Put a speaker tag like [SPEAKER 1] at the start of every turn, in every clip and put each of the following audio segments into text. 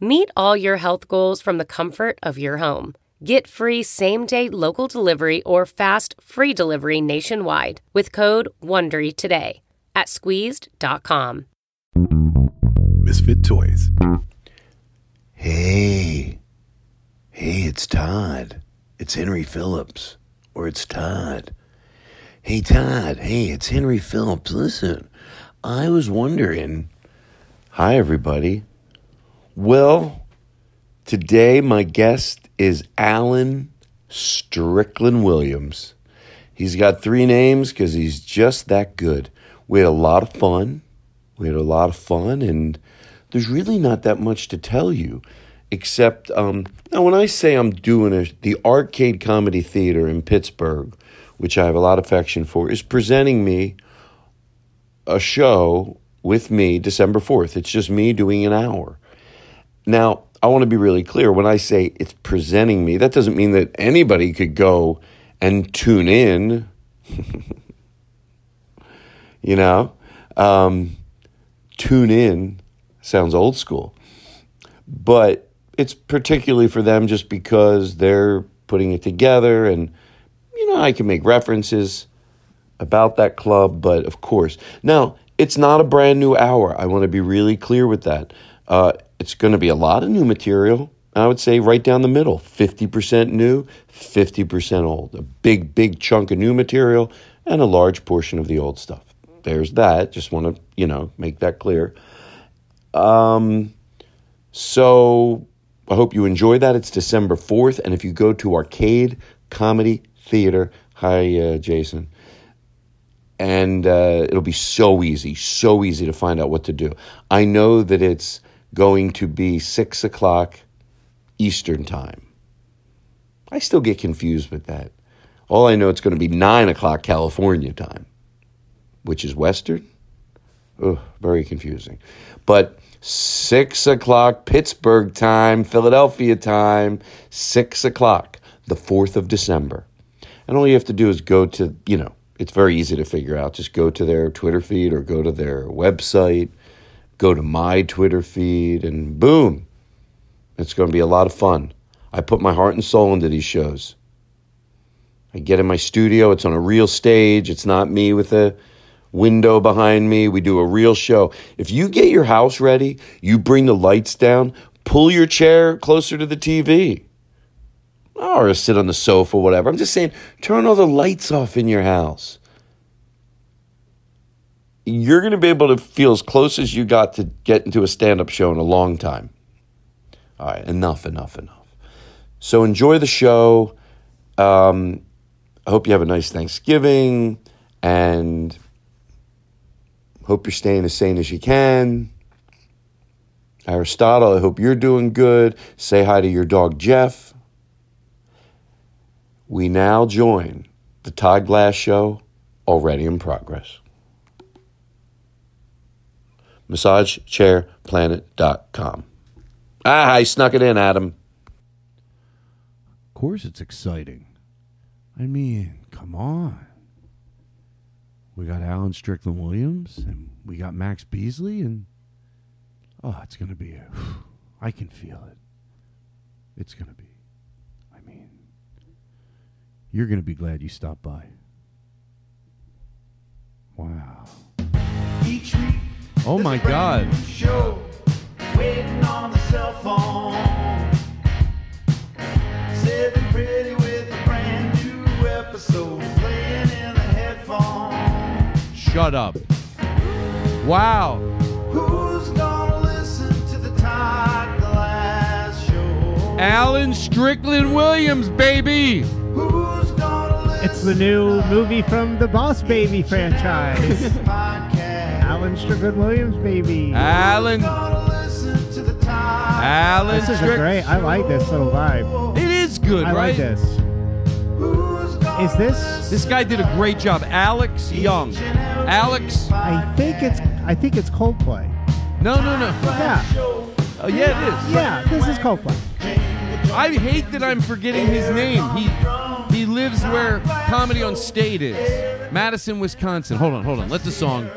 [SPEAKER 1] Meet all your health goals from the comfort of your home. Get free same day local delivery or fast free delivery nationwide with code WONDERY today at squeezed.com.
[SPEAKER 2] Misfit Toys.
[SPEAKER 3] Hey. Hey, it's Todd. It's Henry Phillips. Or it's Todd. Hey, Todd. Hey, it's Henry Phillips. Listen, I was wondering. Hi, everybody. Well, today my guest is Alan Strickland Williams. He's got three names because he's just that good. We had a lot of fun. We had a lot of fun, and there's really not that much to tell you, except um, now when I say I'm doing a, the Arcade Comedy Theater in Pittsburgh, which I have a lot of affection for, is presenting me a show with me December 4th. It's just me doing an hour. Now, I want to be really clear. When I say it's presenting me, that doesn't mean that anybody could go and tune in. you know, um, tune in sounds old school, but it's particularly for them just because they're putting it together and, you know, I can make references about that club, but of course. Now, it's not a brand new hour. I want to be really clear with that. Uh, it's going to be a lot of new material. I would say right down the middle 50% new, 50% old. A big, big chunk of new material and a large portion of the old stuff. There's that. Just want to, you know, make that clear. Um, So I hope you enjoy that. It's December 4th. And if you go to Arcade Comedy Theater, hi, uh, Jason. And uh, it'll be so easy, so easy to find out what to do. I know that it's going to be six o'clock Eastern time. I still get confused with that. All I know it's going to be nine o'clock California time, which is Western. Ugh, very confusing. But six o'clock Pittsburgh time, Philadelphia time, six o'clock, the 4th of December. And all you have to do is go to, you know, it's very easy to figure out. Just go to their Twitter feed or go to their website, go to my Twitter feed, and boom, it's going to be a lot of fun. I put my heart and soul into these shows. I get in my studio. It's on a real stage. It's not me with a window behind me. We do a real show. If you get your house ready, you bring the lights down, pull your chair closer to the TV, or sit on the sofa, whatever. I'm just saying, turn all the lights off in your house. You're going to be able to feel as close as you got to get into a stand up show in a long time. All right, enough, enough, enough. So enjoy the show. Um, I hope you have a nice Thanksgiving and hope you're staying as sane as you can. Aristotle, I hope you're doing good. Say hi to your dog, Jeff. We now join the Todd Glass Show, already in progress. MassageChairPlanet.com. Ah, I snuck it in, Adam.
[SPEAKER 2] Of course, it's exciting. I mean, come on. We got Alan Strickland Williams, and we got Max Beasley, and oh, it's gonna be. A, I can feel it. It's gonna be. I mean, you're gonna be glad you stopped by. Wow. Oh my God.
[SPEAKER 4] Show waiting on the cell phone. Sitting pretty with a brand new episode playing in the headphone.
[SPEAKER 2] Shut up. Wow.
[SPEAKER 4] Who's gonna listen to the Todd Glass show?
[SPEAKER 2] Alan Strickland Williams, baby.
[SPEAKER 4] Who's gonna listen
[SPEAKER 5] It's the new movie from the Boss Baby
[SPEAKER 4] to
[SPEAKER 5] franchise.
[SPEAKER 4] the podcast?
[SPEAKER 5] Alan Strickland Williams, baby.
[SPEAKER 2] Alan.
[SPEAKER 4] Gonna listen to the Todd
[SPEAKER 5] Ah.
[SPEAKER 6] Alan
[SPEAKER 5] This is a
[SPEAKER 6] Strick.
[SPEAKER 5] great. I like this little vibe.
[SPEAKER 6] It is good,
[SPEAKER 5] I
[SPEAKER 6] right?
[SPEAKER 5] like this. Is this?
[SPEAKER 6] This guy did a great job. Alex Young. Alex.
[SPEAKER 5] I think it's. I think it's Coldplay.
[SPEAKER 6] No, no, no.
[SPEAKER 5] Yeah.
[SPEAKER 6] Oh, yeah, it is.
[SPEAKER 5] Yeah. This is Coldplay.
[SPEAKER 6] I hate that I'm forgetting his name. He he lives where comedy on state is, Madison, Wisconsin. Hold on, hold on. Let the song.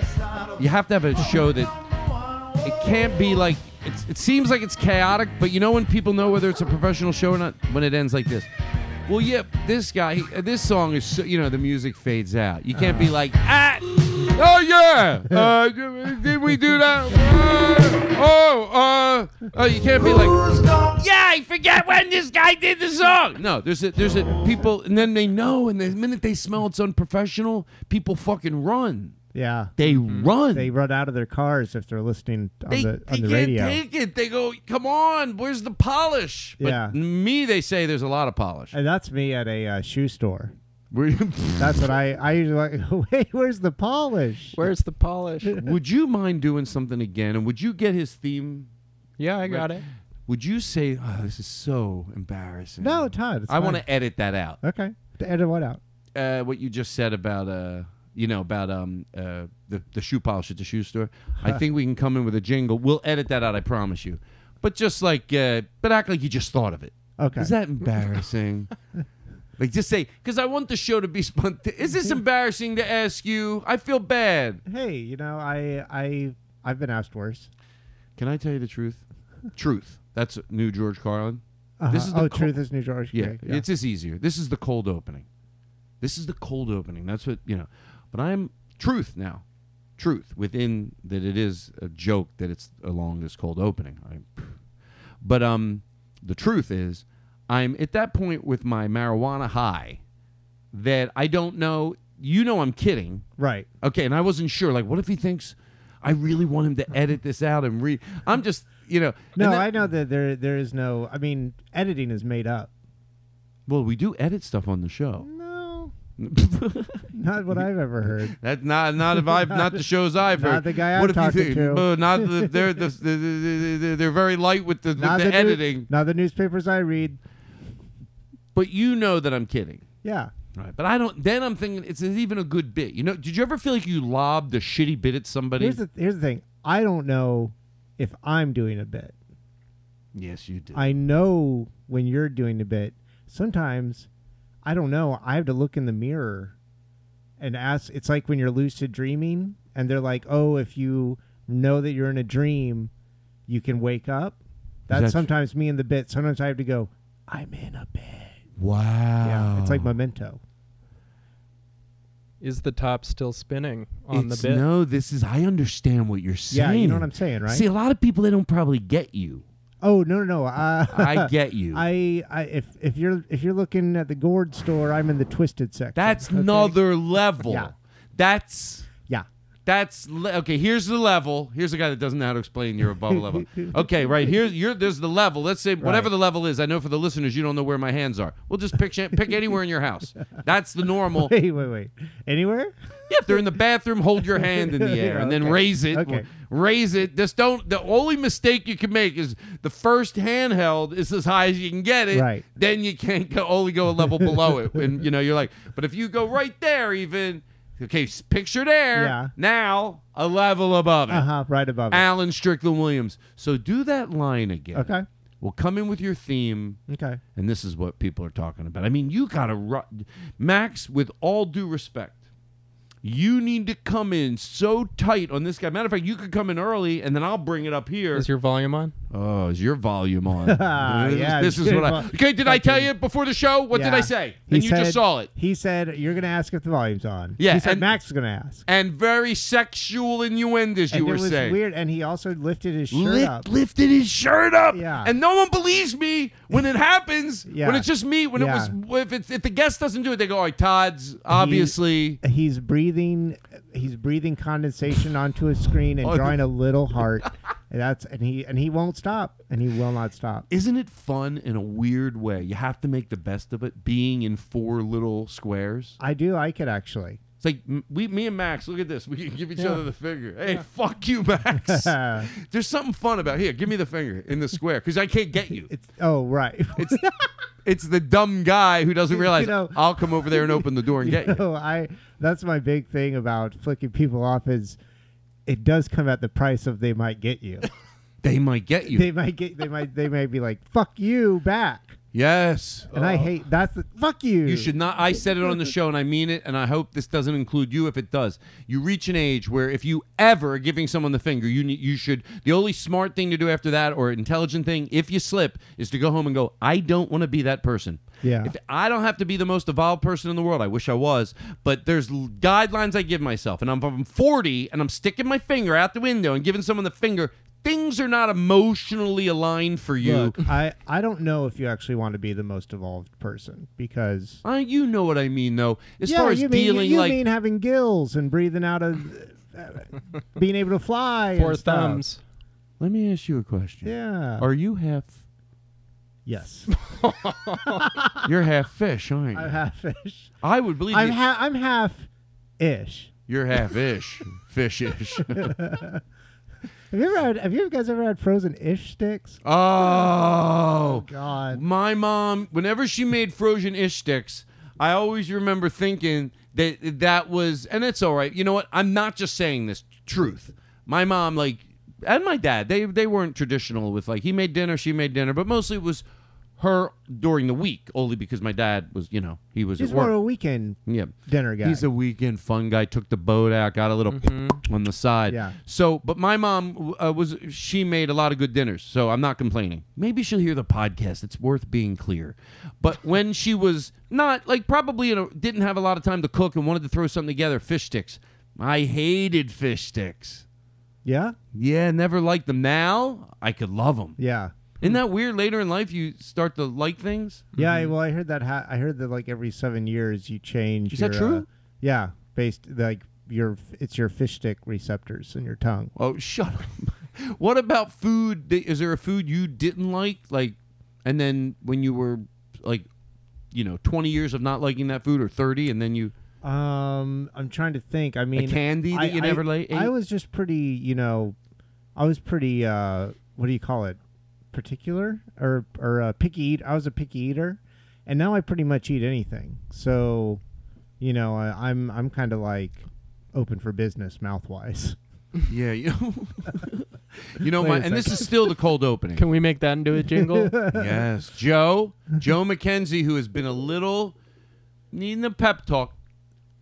[SPEAKER 6] You have to have a show that it can't be like. It's, it seems like it's chaotic, but you know when people know whether it's a professional show or not when it ends like this. Well, yep, this guy, he- this song is, so, you know, the music fades out. You can't be like, ah, oh yeah, uh, did we do that? Uh, oh, uh, oh, you can't be like, yeah, I forget when this guy did the song. No, there's a there's a people, and then they know, and the minute they smell it's unprofessional, people fucking run.
[SPEAKER 5] Yeah.
[SPEAKER 6] They run.
[SPEAKER 5] Mm-hmm. They run out of their cars if they're listening on
[SPEAKER 6] They-
[SPEAKER 5] the
[SPEAKER 6] they
[SPEAKER 5] on the
[SPEAKER 6] can't
[SPEAKER 5] radio.
[SPEAKER 6] take it. They go, come on, where's the polish? But
[SPEAKER 5] Yeah.
[SPEAKER 6] me, they say there's a lot of polish.
[SPEAKER 5] and that's me at a uh, shoe store.
[SPEAKER 6] Would
[SPEAKER 5] That's what I I usually like. Wait, where's the polish?
[SPEAKER 7] Where's the polish?
[SPEAKER 6] you mind doing something again? And would you get his theme?
[SPEAKER 7] Yeah, I got it.
[SPEAKER 6] Would you say, oh, this is so embarrassing?
[SPEAKER 5] No, Todd. It's
[SPEAKER 6] I want
[SPEAKER 5] fine.
[SPEAKER 6] to edit that out.
[SPEAKER 5] Okay. To edit what out?
[SPEAKER 6] uh, what you just said about uh, you know about um, uh, the the shoe polish at the shoe store. I think we can come in with a jingle. We'll edit that out, I promise you. But just like, uh, but act like you just thought of it.
[SPEAKER 5] Okay.
[SPEAKER 6] Is that embarrassing? like, just say because I want the show to be spontaneous. Is this embarrassing to ask you? I feel bad.
[SPEAKER 5] hey, you know, I I I've been asked worse.
[SPEAKER 6] Can I tell you the truth? truth. That's new George Carlin. This is the
[SPEAKER 5] oh,
[SPEAKER 6] co-
[SPEAKER 5] truth is New George.
[SPEAKER 6] Yeah,
[SPEAKER 5] Okay, yeah.
[SPEAKER 6] it's just easier. This is the cold opening. This is the cold opening. That's what you know. But I'm truth now. Truth within that it is a joke that it's along this cold opening. I, but um, the truth is, I'm at that point with my marijuana high that I don't know. You know, I'm kidding.
[SPEAKER 5] right.
[SPEAKER 6] Okay, and I wasn't sure. Like, what if he thinks I really want him to edit this out and re? I'm just, you know.
[SPEAKER 5] No,
[SPEAKER 6] and that-
[SPEAKER 5] I know that there there is no. I mean, editing is made up.
[SPEAKER 6] well, we do edit stuff on the show.
[SPEAKER 5] No, not what I've ever heard.
[SPEAKER 6] That's not not if I've not the shows I've
[SPEAKER 5] Not
[SPEAKER 6] heard.
[SPEAKER 5] the guy I'm
[SPEAKER 6] what if
[SPEAKER 5] talking
[SPEAKER 6] you think,
[SPEAKER 5] to.
[SPEAKER 6] uh, not the, they're the, the, the, the- they're very light with the, with
[SPEAKER 5] Not
[SPEAKER 6] the,
[SPEAKER 5] new-
[SPEAKER 6] editing.
[SPEAKER 5] not the newspapers I read.
[SPEAKER 6] But you know that I'm kidding.
[SPEAKER 5] Yeah.
[SPEAKER 6] Right. But I don't. Then I'm thinking, it's even a good bit. You know? Did you ever feel like you lobbed a shitty bit at somebody?
[SPEAKER 5] Here's the here's the thing. I don't know if I'm doing a bit.
[SPEAKER 6] yes, you did.
[SPEAKER 5] I know when you're doing a bit. Sometimes I don't know. I have to look in the mirror and ask. It's like when you're lucid dreaming, and they're like, "Oh, if you know that you're in a dream, you can wake up." That's
[SPEAKER 6] that tr-
[SPEAKER 5] sometimes me in the bit. Sometimes I have to go. I'm in a bit.
[SPEAKER 6] wow.
[SPEAKER 5] Yeah, it's
[SPEAKER 6] Oh.
[SPEAKER 5] like memento.
[SPEAKER 7] Is the top still spinning on
[SPEAKER 6] It's-
[SPEAKER 7] the bit?
[SPEAKER 6] No, this is. I understand what you're saying.
[SPEAKER 5] Yeah, you know what I'm saying, right?
[SPEAKER 6] See, a lot of people they don't probably get you.
[SPEAKER 5] oh no, no, no. Uh,
[SPEAKER 6] I get you.
[SPEAKER 5] I, I if if you're if you're looking at the gourd store, I'm in the twisted section.
[SPEAKER 6] That's
[SPEAKER 5] okay?
[SPEAKER 6] another level.
[SPEAKER 5] Yeah.
[SPEAKER 6] That's
[SPEAKER 5] Yeah.
[SPEAKER 6] That's le- okay. Here's the level. Here's a guy that doesn't know how to explain you're above a level. Okay, right here. You're there's the level. Let's say whatever the level is. I know for the listeners, you don't know where my hands are. We'll just pick pick anywhere in your house. That's the normal.
[SPEAKER 5] Wait, wait, wait. Anywhere?
[SPEAKER 6] Yeah, if they're in the bathroom, hold your hand in the air and then
[SPEAKER 5] Okay.
[SPEAKER 6] raise it.
[SPEAKER 5] Okay.
[SPEAKER 6] Raise it. Just don't. The only mistake you can make is the first hand held is as high as you can get it.
[SPEAKER 5] Right.
[SPEAKER 6] Then you can't go, only go a level below it, and you know you're like. But if you go right there, even okay, s- picture there.
[SPEAKER 5] Yeah.
[SPEAKER 6] Now a level above it.
[SPEAKER 5] Uh huh. Right above it.
[SPEAKER 6] Alan Strickland Williams. So do that line again.
[SPEAKER 5] Okay.
[SPEAKER 6] We'll come in with your theme.
[SPEAKER 5] Okay.
[SPEAKER 6] And this is what people are talking about. I mean, you got to, ru- Max, with all due respect, you need to come in so tight on this guy. Matter of fact, you could come in early and then I'll bring it up here.
[SPEAKER 7] Is your volume on?
[SPEAKER 6] oh, is your volume on? this,
[SPEAKER 5] Yeah,
[SPEAKER 6] this is what I.
[SPEAKER 5] good vo-
[SPEAKER 6] Okay, did I tell you before the show? What did
[SPEAKER 5] Yeah.
[SPEAKER 6] I say?
[SPEAKER 5] He
[SPEAKER 6] and you
[SPEAKER 5] said-
[SPEAKER 6] just saw it.
[SPEAKER 5] He said you're gonna ask if the volume's on.
[SPEAKER 6] Yeah,
[SPEAKER 5] He said
[SPEAKER 6] and-
[SPEAKER 5] Max is gonna ask.
[SPEAKER 6] And very sexual innuendos you
[SPEAKER 5] and
[SPEAKER 6] were
[SPEAKER 5] it was
[SPEAKER 6] saying.
[SPEAKER 5] weird. And he also lifted his shirt
[SPEAKER 6] Lift-
[SPEAKER 5] up.
[SPEAKER 6] lifted his shirt up.
[SPEAKER 5] Yeah.
[SPEAKER 6] And no one believes me when it happens.
[SPEAKER 5] Yeah.
[SPEAKER 6] When it's just me. When
[SPEAKER 5] Yeah.
[SPEAKER 6] it was if it's if the guest doesn't do it, they go, all right, Todd's obviously
[SPEAKER 5] He's breathing. He's breathing condensation onto his screen and
[SPEAKER 6] Oh.
[SPEAKER 5] drawing a little heart. and that's and he and he won't stop. And he will not stop.
[SPEAKER 6] Isn't it fun in a weird way? You have to make the best of it being in four little squares.
[SPEAKER 5] I do like it actually.
[SPEAKER 6] It's like m- we, me and Max. Look at this. We can give each other the finger. Hey, fuck you, Max. There's something fun about here. Give me the finger in the square because I can't get you.
[SPEAKER 5] It's oh right.
[SPEAKER 6] It's it's the dumb guy who doesn't realize
[SPEAKER 5] know-
[SPEAKER 6] I'll come over there and open the door and get you.
[SPEAKER 5] No, I that's my big thing about flicking people off is it does come at the price of they might get you.
[SPEAKER 6] They might get you.
[SPEAKER 5] they might get they might they might be like fuck you back.
[SPEAKER 6] yes.
[SPEAKER 5] And I hate that's the, fuck you.
[SPEAKER 6] Oh. You should not. I said it on the show, and I mean it. And I hope this doesn't include you. If it does, you reach an age where if you ever are giving someone the finger, you ne- you should. The only smart thing to do after that, or intelligent thing, if you slip, is to go home and go. I don't want to be that person.
[SPEAKER 5] Yeah.
[SPEAKER 6] If I don't have to be the most evolved person in the world. I wish I was, but there's l- guidelines I give myself, and I'm, I'm 40, and I'm sticking my finger out the window and giving someone the finger. Things are not emotionally aligned for you.
[SPEAKER 5] Look, I I don't know if you actually want to be the most evolved person because
[SPEAKER 6] Uh, you know what I mean, though. As
[SPEAKER 5] yeah,
[SPEAKER 6] far as
[SPEAKER 5] you mean
[SPEAKER 6] dealing,
[SPEAKER 5] you, you
[SPEAKER 6] like
[SPEAKER 5] mean having gills and breathing out of uh, being able to fly
[SPEAKER 7] Four
[SPEAKER 5] and stuff.
[SPEAKER 7] thumbs.
[SPEAKER 2] Let me ask you a question.
[SPEAKER 5] Yeah.
[SPEAKER 2] Are you half?
[SPEAKER 5] yes.
[SPEAKER 2] You're half fish, aren't
[SPEAKER 5] I'm
[SPEAKER 2] you?
[SPEAKER 5] half fish.
[SPEAKER 6] I would believe
[SPEAKER 5] I'm
[SPEAKER 6] you-
[SPEAKER 5] ha- I'm half ish.
[SPEAKER 6] you're half ish, fish ish.
[SPEAKER 5] Have you ever had, have you guys ever had frozen ish sticks?
[SPEAKER 6] oh,
[SPEAKER 5] God.
[SPEAKER 6] my mom, whenever she made frozen ish sticks, I always remember thinking that that was, and it's all right. You know what? I'm not just saying this truth. My mom, like, and my dad, they they weren't traditional with like he made dinner, she made dinner, but mostly it was her during the week, only because my dad was, you know, he was
[SPEAKER 5] He's
[SPEAKER 6] at
[SPEAKER 5] more
[SPEAKER 6] work.
[SPEAKER 5] of a weekend
[SPEAKER 6] yeah.
[SPEAKER 5] dinner guy.
[SPEAKER 6] He's a weekend fun guy. Took the boat out, got a little on the side.
[SPEAKER 5] Mm-hmm. Yeah.
[SPEAKER 6] So, but my mom uh, was she made a lot of good dinners, so I'm not complaining. Maybe she'll hear the podcast. It's worth being clear. But when she was not like probably you know didn't have a lot of time to cook and wanted to throw something together, fish sticks. I hated fish sticks.
[SPEAKER 5] yeah?
[SPEAKER 6] Yeah, never liked them. Now I could love them.
[SPEAKER 5] Yeah.
[SPEAKER 6] Isn't that weird? Later in life, you start to like things.
[SPEAKER 5] Yeah, I- well I heard that ha- I heard that like every 7 years you change
[SPEAKER 6] Is
[SPEAKER 5] your,
[SPEAKER 6] that
[SPEAKER 5] uh,
[SPEAKER 6] true?
[SPEAKER 5] yeah, based like your it's your fish stick receptors in your tongue.
[SPEAKER 6] Oh, shut up. What about food? that- Is there a food you didn't like? Like, and then when you were like, you know, 20 years of not liking that food or 30, and then you.
[SPEAKER 5] Um, I'm trying to think. I mean,
[SPEAKER 6] candy that
[SPEAKER 5] I,
[SPEAKER 6] you
[SPEAKER 5] I-
[SPEAKER 6] never like- eh?
[SPEAKER 5] I
[SPEAKER 6] ate?
[SPEAKER 5] was just pretty, you know, I was pretty. Uh, what do you call it? Particular or or uh, picky eat? I was a picky eater, and now I pretty much eat anything. So, you know, I, I'm I'm kind of like open for business mouth wise.
[SPEAKER 6] Yeah, you know. you know,
[SPEAKER 5] Wait
[SPEAKER 6] my,
[SPEAKER 5] a
[SPEAKER 6] and this
[SPEAKER 5] second.
[SPEAKER 6] is still the cold opening.
[SPEAKER 7] Can we make that into a jingle?
[SPEAKER 6] yes. Joe, Joe McKenzie, who has been a little needing a pep talk.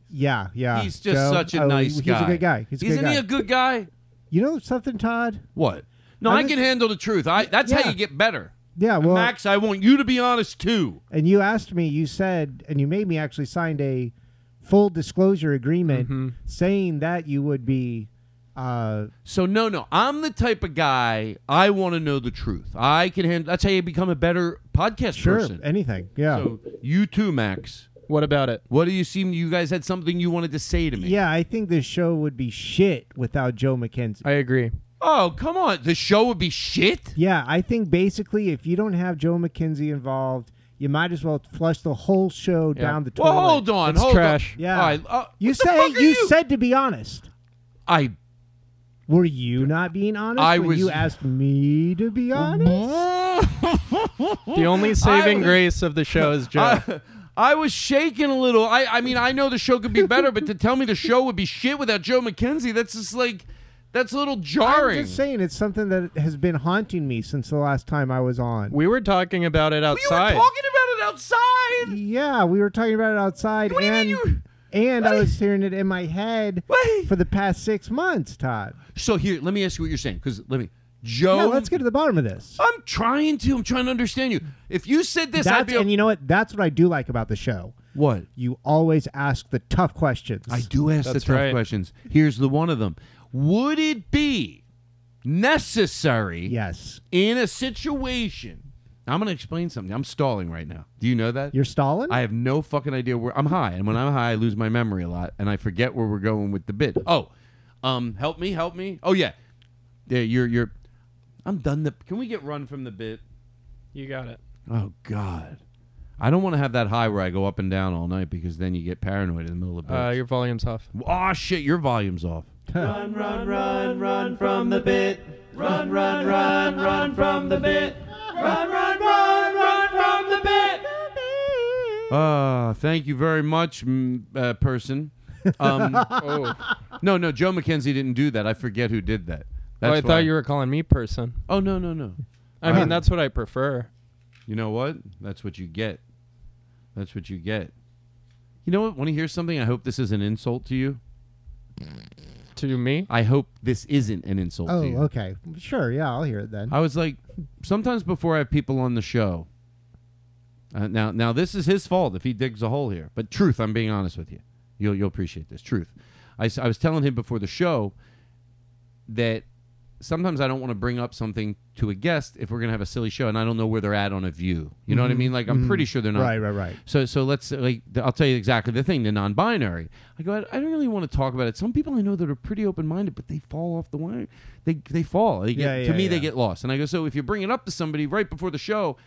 [SPEAKER 5] Yeah, yeah.
[SPEAKER 6] He's just
[SPEAKER 5] Joe-
[SPEAKER 6] such a
[SPEAKER 5] oh,
[SPEAKER 6] nice
[SPEAKER 5] he's
[SPEAKER 6] guy.
[SPEAKER 5] He's a good guy. He's a
[SPEAKER 6] Isn't
[SPEAKER 5] good guy.
[SPEAKER 6] he a good guy?
[SPEAKER 5] you know something, Todd?
[SPEAKER 6] What? No,
[SPEAKER 5] I'm
[SPEAKER 6] i
[SPEAKER 5] just-
[SPEAKER 6] can handle the truth. I That's
[SPEAKER 5] Yeah.
[SPEAKER 6] how you get better.
[SPEAKER 5] Yeah. Well,
[SPEAKER 6] Max, I want you to be honest too.
[SPEAKER 5] and you asked me you said and you made me actually signed a full disclosure agreement
[SPEAKER 6] Mm-hmm.
[SPEAKER 5] saying that you would be uh
[SPEAKER 6] So no, no, I'm the type of guy I want to know the truth. I can handle. That's how you become a better podcast
[SPEAKER 5] sure
[SPEAKER 6] person.
[SPEAKER 5] anything yeah
[SPEAKER 6] so you too, Max.
[SPEAKER 7] what about it?
[SPEAKER 6] What do you seem? You guys had something you wanted to say to me.
[SPEAKER 5] yeah i think this show would be shit without joe mckenzie
[SPEAKER 7] I agree.
[SPEAKER 6] Oh come on, the show would be shit.
[SPEAKER 5] yeah i think basically if you don't have joe mckenzie involved you might as well flush the whole show down the toilet
[SPEAKER 6] Well, hold on,
[SPEAKER 7] It's
[SPEAKER 6] hold
[SPEAKER 7] trash.
[SPEAKER 6] on.
[SPEAKER 5] yeah
[SPEAKER 6] All right, uh,
[SPEAKER 5] you
[SPEAKER 6] what the
[SPEAKER 5] say
[SPEAKER 6] fuck are
[SPEAKER 5] you, said to be honest
[SPEAKER 6] I.
[SPEAKER 5] were you not being honest
[SPEAKER 6] I
[SPEAKER 5] when
[SPEAKER 6] was-
[SPEAKER 5] you asked me to be honest
[SPEAKER 7] The only saving
[SPEAKER 6] I-
[SPEAKER 7] grace of the show is Joe.
[SPEAKER 6] I, I was shaking a little. I, I mean, I know the show could be better, but to tell me the show would be shit without Joe McKenzie, that's just like, that's a little jarring.
[SPEAKER 5] I'm just saying it's something that has been haunting me since the last time I was on.
[SPEAKER 7] we were talking about it
[SPEAKER 6] You were
[SPEAKER 7] outside.
[SPEAKER 6] talking about it outside.
[SPEAKER 5] yeah, we were talking about it outside,
[SPEAKER 6] What do you mean
[SPEAKER 5] and
[SPEAKER 6] you-
[SPEAKER 5] and I was hearing it in my head
[SPEAKER 6] Wait.
[SPEAKER 5] for the past six months, Todd.
[SPEAKER 6] So here, let me ask you what you're saying, because let me, Joe.
[SPEAKER 5] yeah, let's get to the bottom of this.
[SPEAKER 6] I'm trying to. I'm trying to understand you. If you said this, I'd
[SPEAKER 5] That's,
[SPEAKER 6] be. o-
[SPEAKER 5] and you know what? That's what I do like about the show.
[SPEAKER 6] what?
[SPEAKER 5] You always ask the tough questions.
[SPEAKER 6] I do ask the
[SPEAKER 7] e-, That's
[SPEAKER 6] tough
[SPEAKER 7] right.
[SPEAKER 6] questions. Here's the one of them. Would it be necessary
[SPEAKER 5] Yes,
[SPEAKER 6] in a situation? I'm going to explain something. I'm stalling right now. Do you know that?
[SPEAKER 5] you're stalling.
[SPEAKER 6] I have no fucking idea where I'm high, and when I'm high, I lose my memory a lot, and I forget where we're going with the bit. Oh, um, help me, help me. Oh yeah, yeah. You're you're. I'm done. The can we get run from the bit?
[SPEAKER 7] you got it.
[SPEAKER 6] Oh God, I don't want to have that high where I go up and down all night because then you get paranoid in the middle of the
[SPEAKER 7] Uh,
[SPEAKER 6] bed.
[SPEAKER 7] your volume's off.
[SPEAKER 6] oh shit, your volume's off.
[SPEAKER 4] Run, run, run, run from the bit. Run, run, run, run from the bit. Run, run, run, run from the bit.
[SPEAKER 6] Uh, thank you very much, m- uh, person. Um,
[SPEAKER 7] Oh.
[SPEAKER 6] No, no, Joe McKenzie didn't do that. I forget who did that.
[SPEAKER 7] Oh,
[SPEAKER 6] That's
[SPEAKER 7] I
[SPEAKER 6] why-
[SPEAKER 7] thought you were calling me person.
[SPEAKER 6] Oh no, no, no.
[SPEAKER 7] I mean, that's what I prefer.
[SPEAKER 6] You know what? That's what you get. That's what you get. You know what? Want to hear something? I hope this is an insult to you.
[SPEAKER 7] To me?
[SPEAKER 6] I hope this isn't an insult
[SPEAKER 5] Oh,
[SPEAKER 6] to you.
[SPEAKER 5] okay. Sure. Yeah, I'll hear it then.
[SPEAKER 6] I was like, sometimes before I have people on the show. Uh, now, now this is his fault if he digs a hole here. But truth, I'm being honest with you. You'll you'll appreciate this truth. I, s- I was telling him before the show that sometimes I don't want to bring up something to a guest if we're gonna have a silly show, and I don't know where they're at on a view. You know what I mean? Like I'm pretty sure they're not
[SPEAKER 5] Mm-hmm. right, right, right.
[SPEAKER 6] so so let's like th- I'll tell you exactly the thing the non-binary. I go I, I don't really want to talk about it. Some people I know that are pretty open-minded, but they fall off the wire. They they fall. They get,
[SPEAKER 5] Yeah, yeah,
[SPEAKER 6] to me they
[SPEAKER 5] yeah.
[SPEAKER 6] get lost. And I go so if you bring it up to somebody right before the show,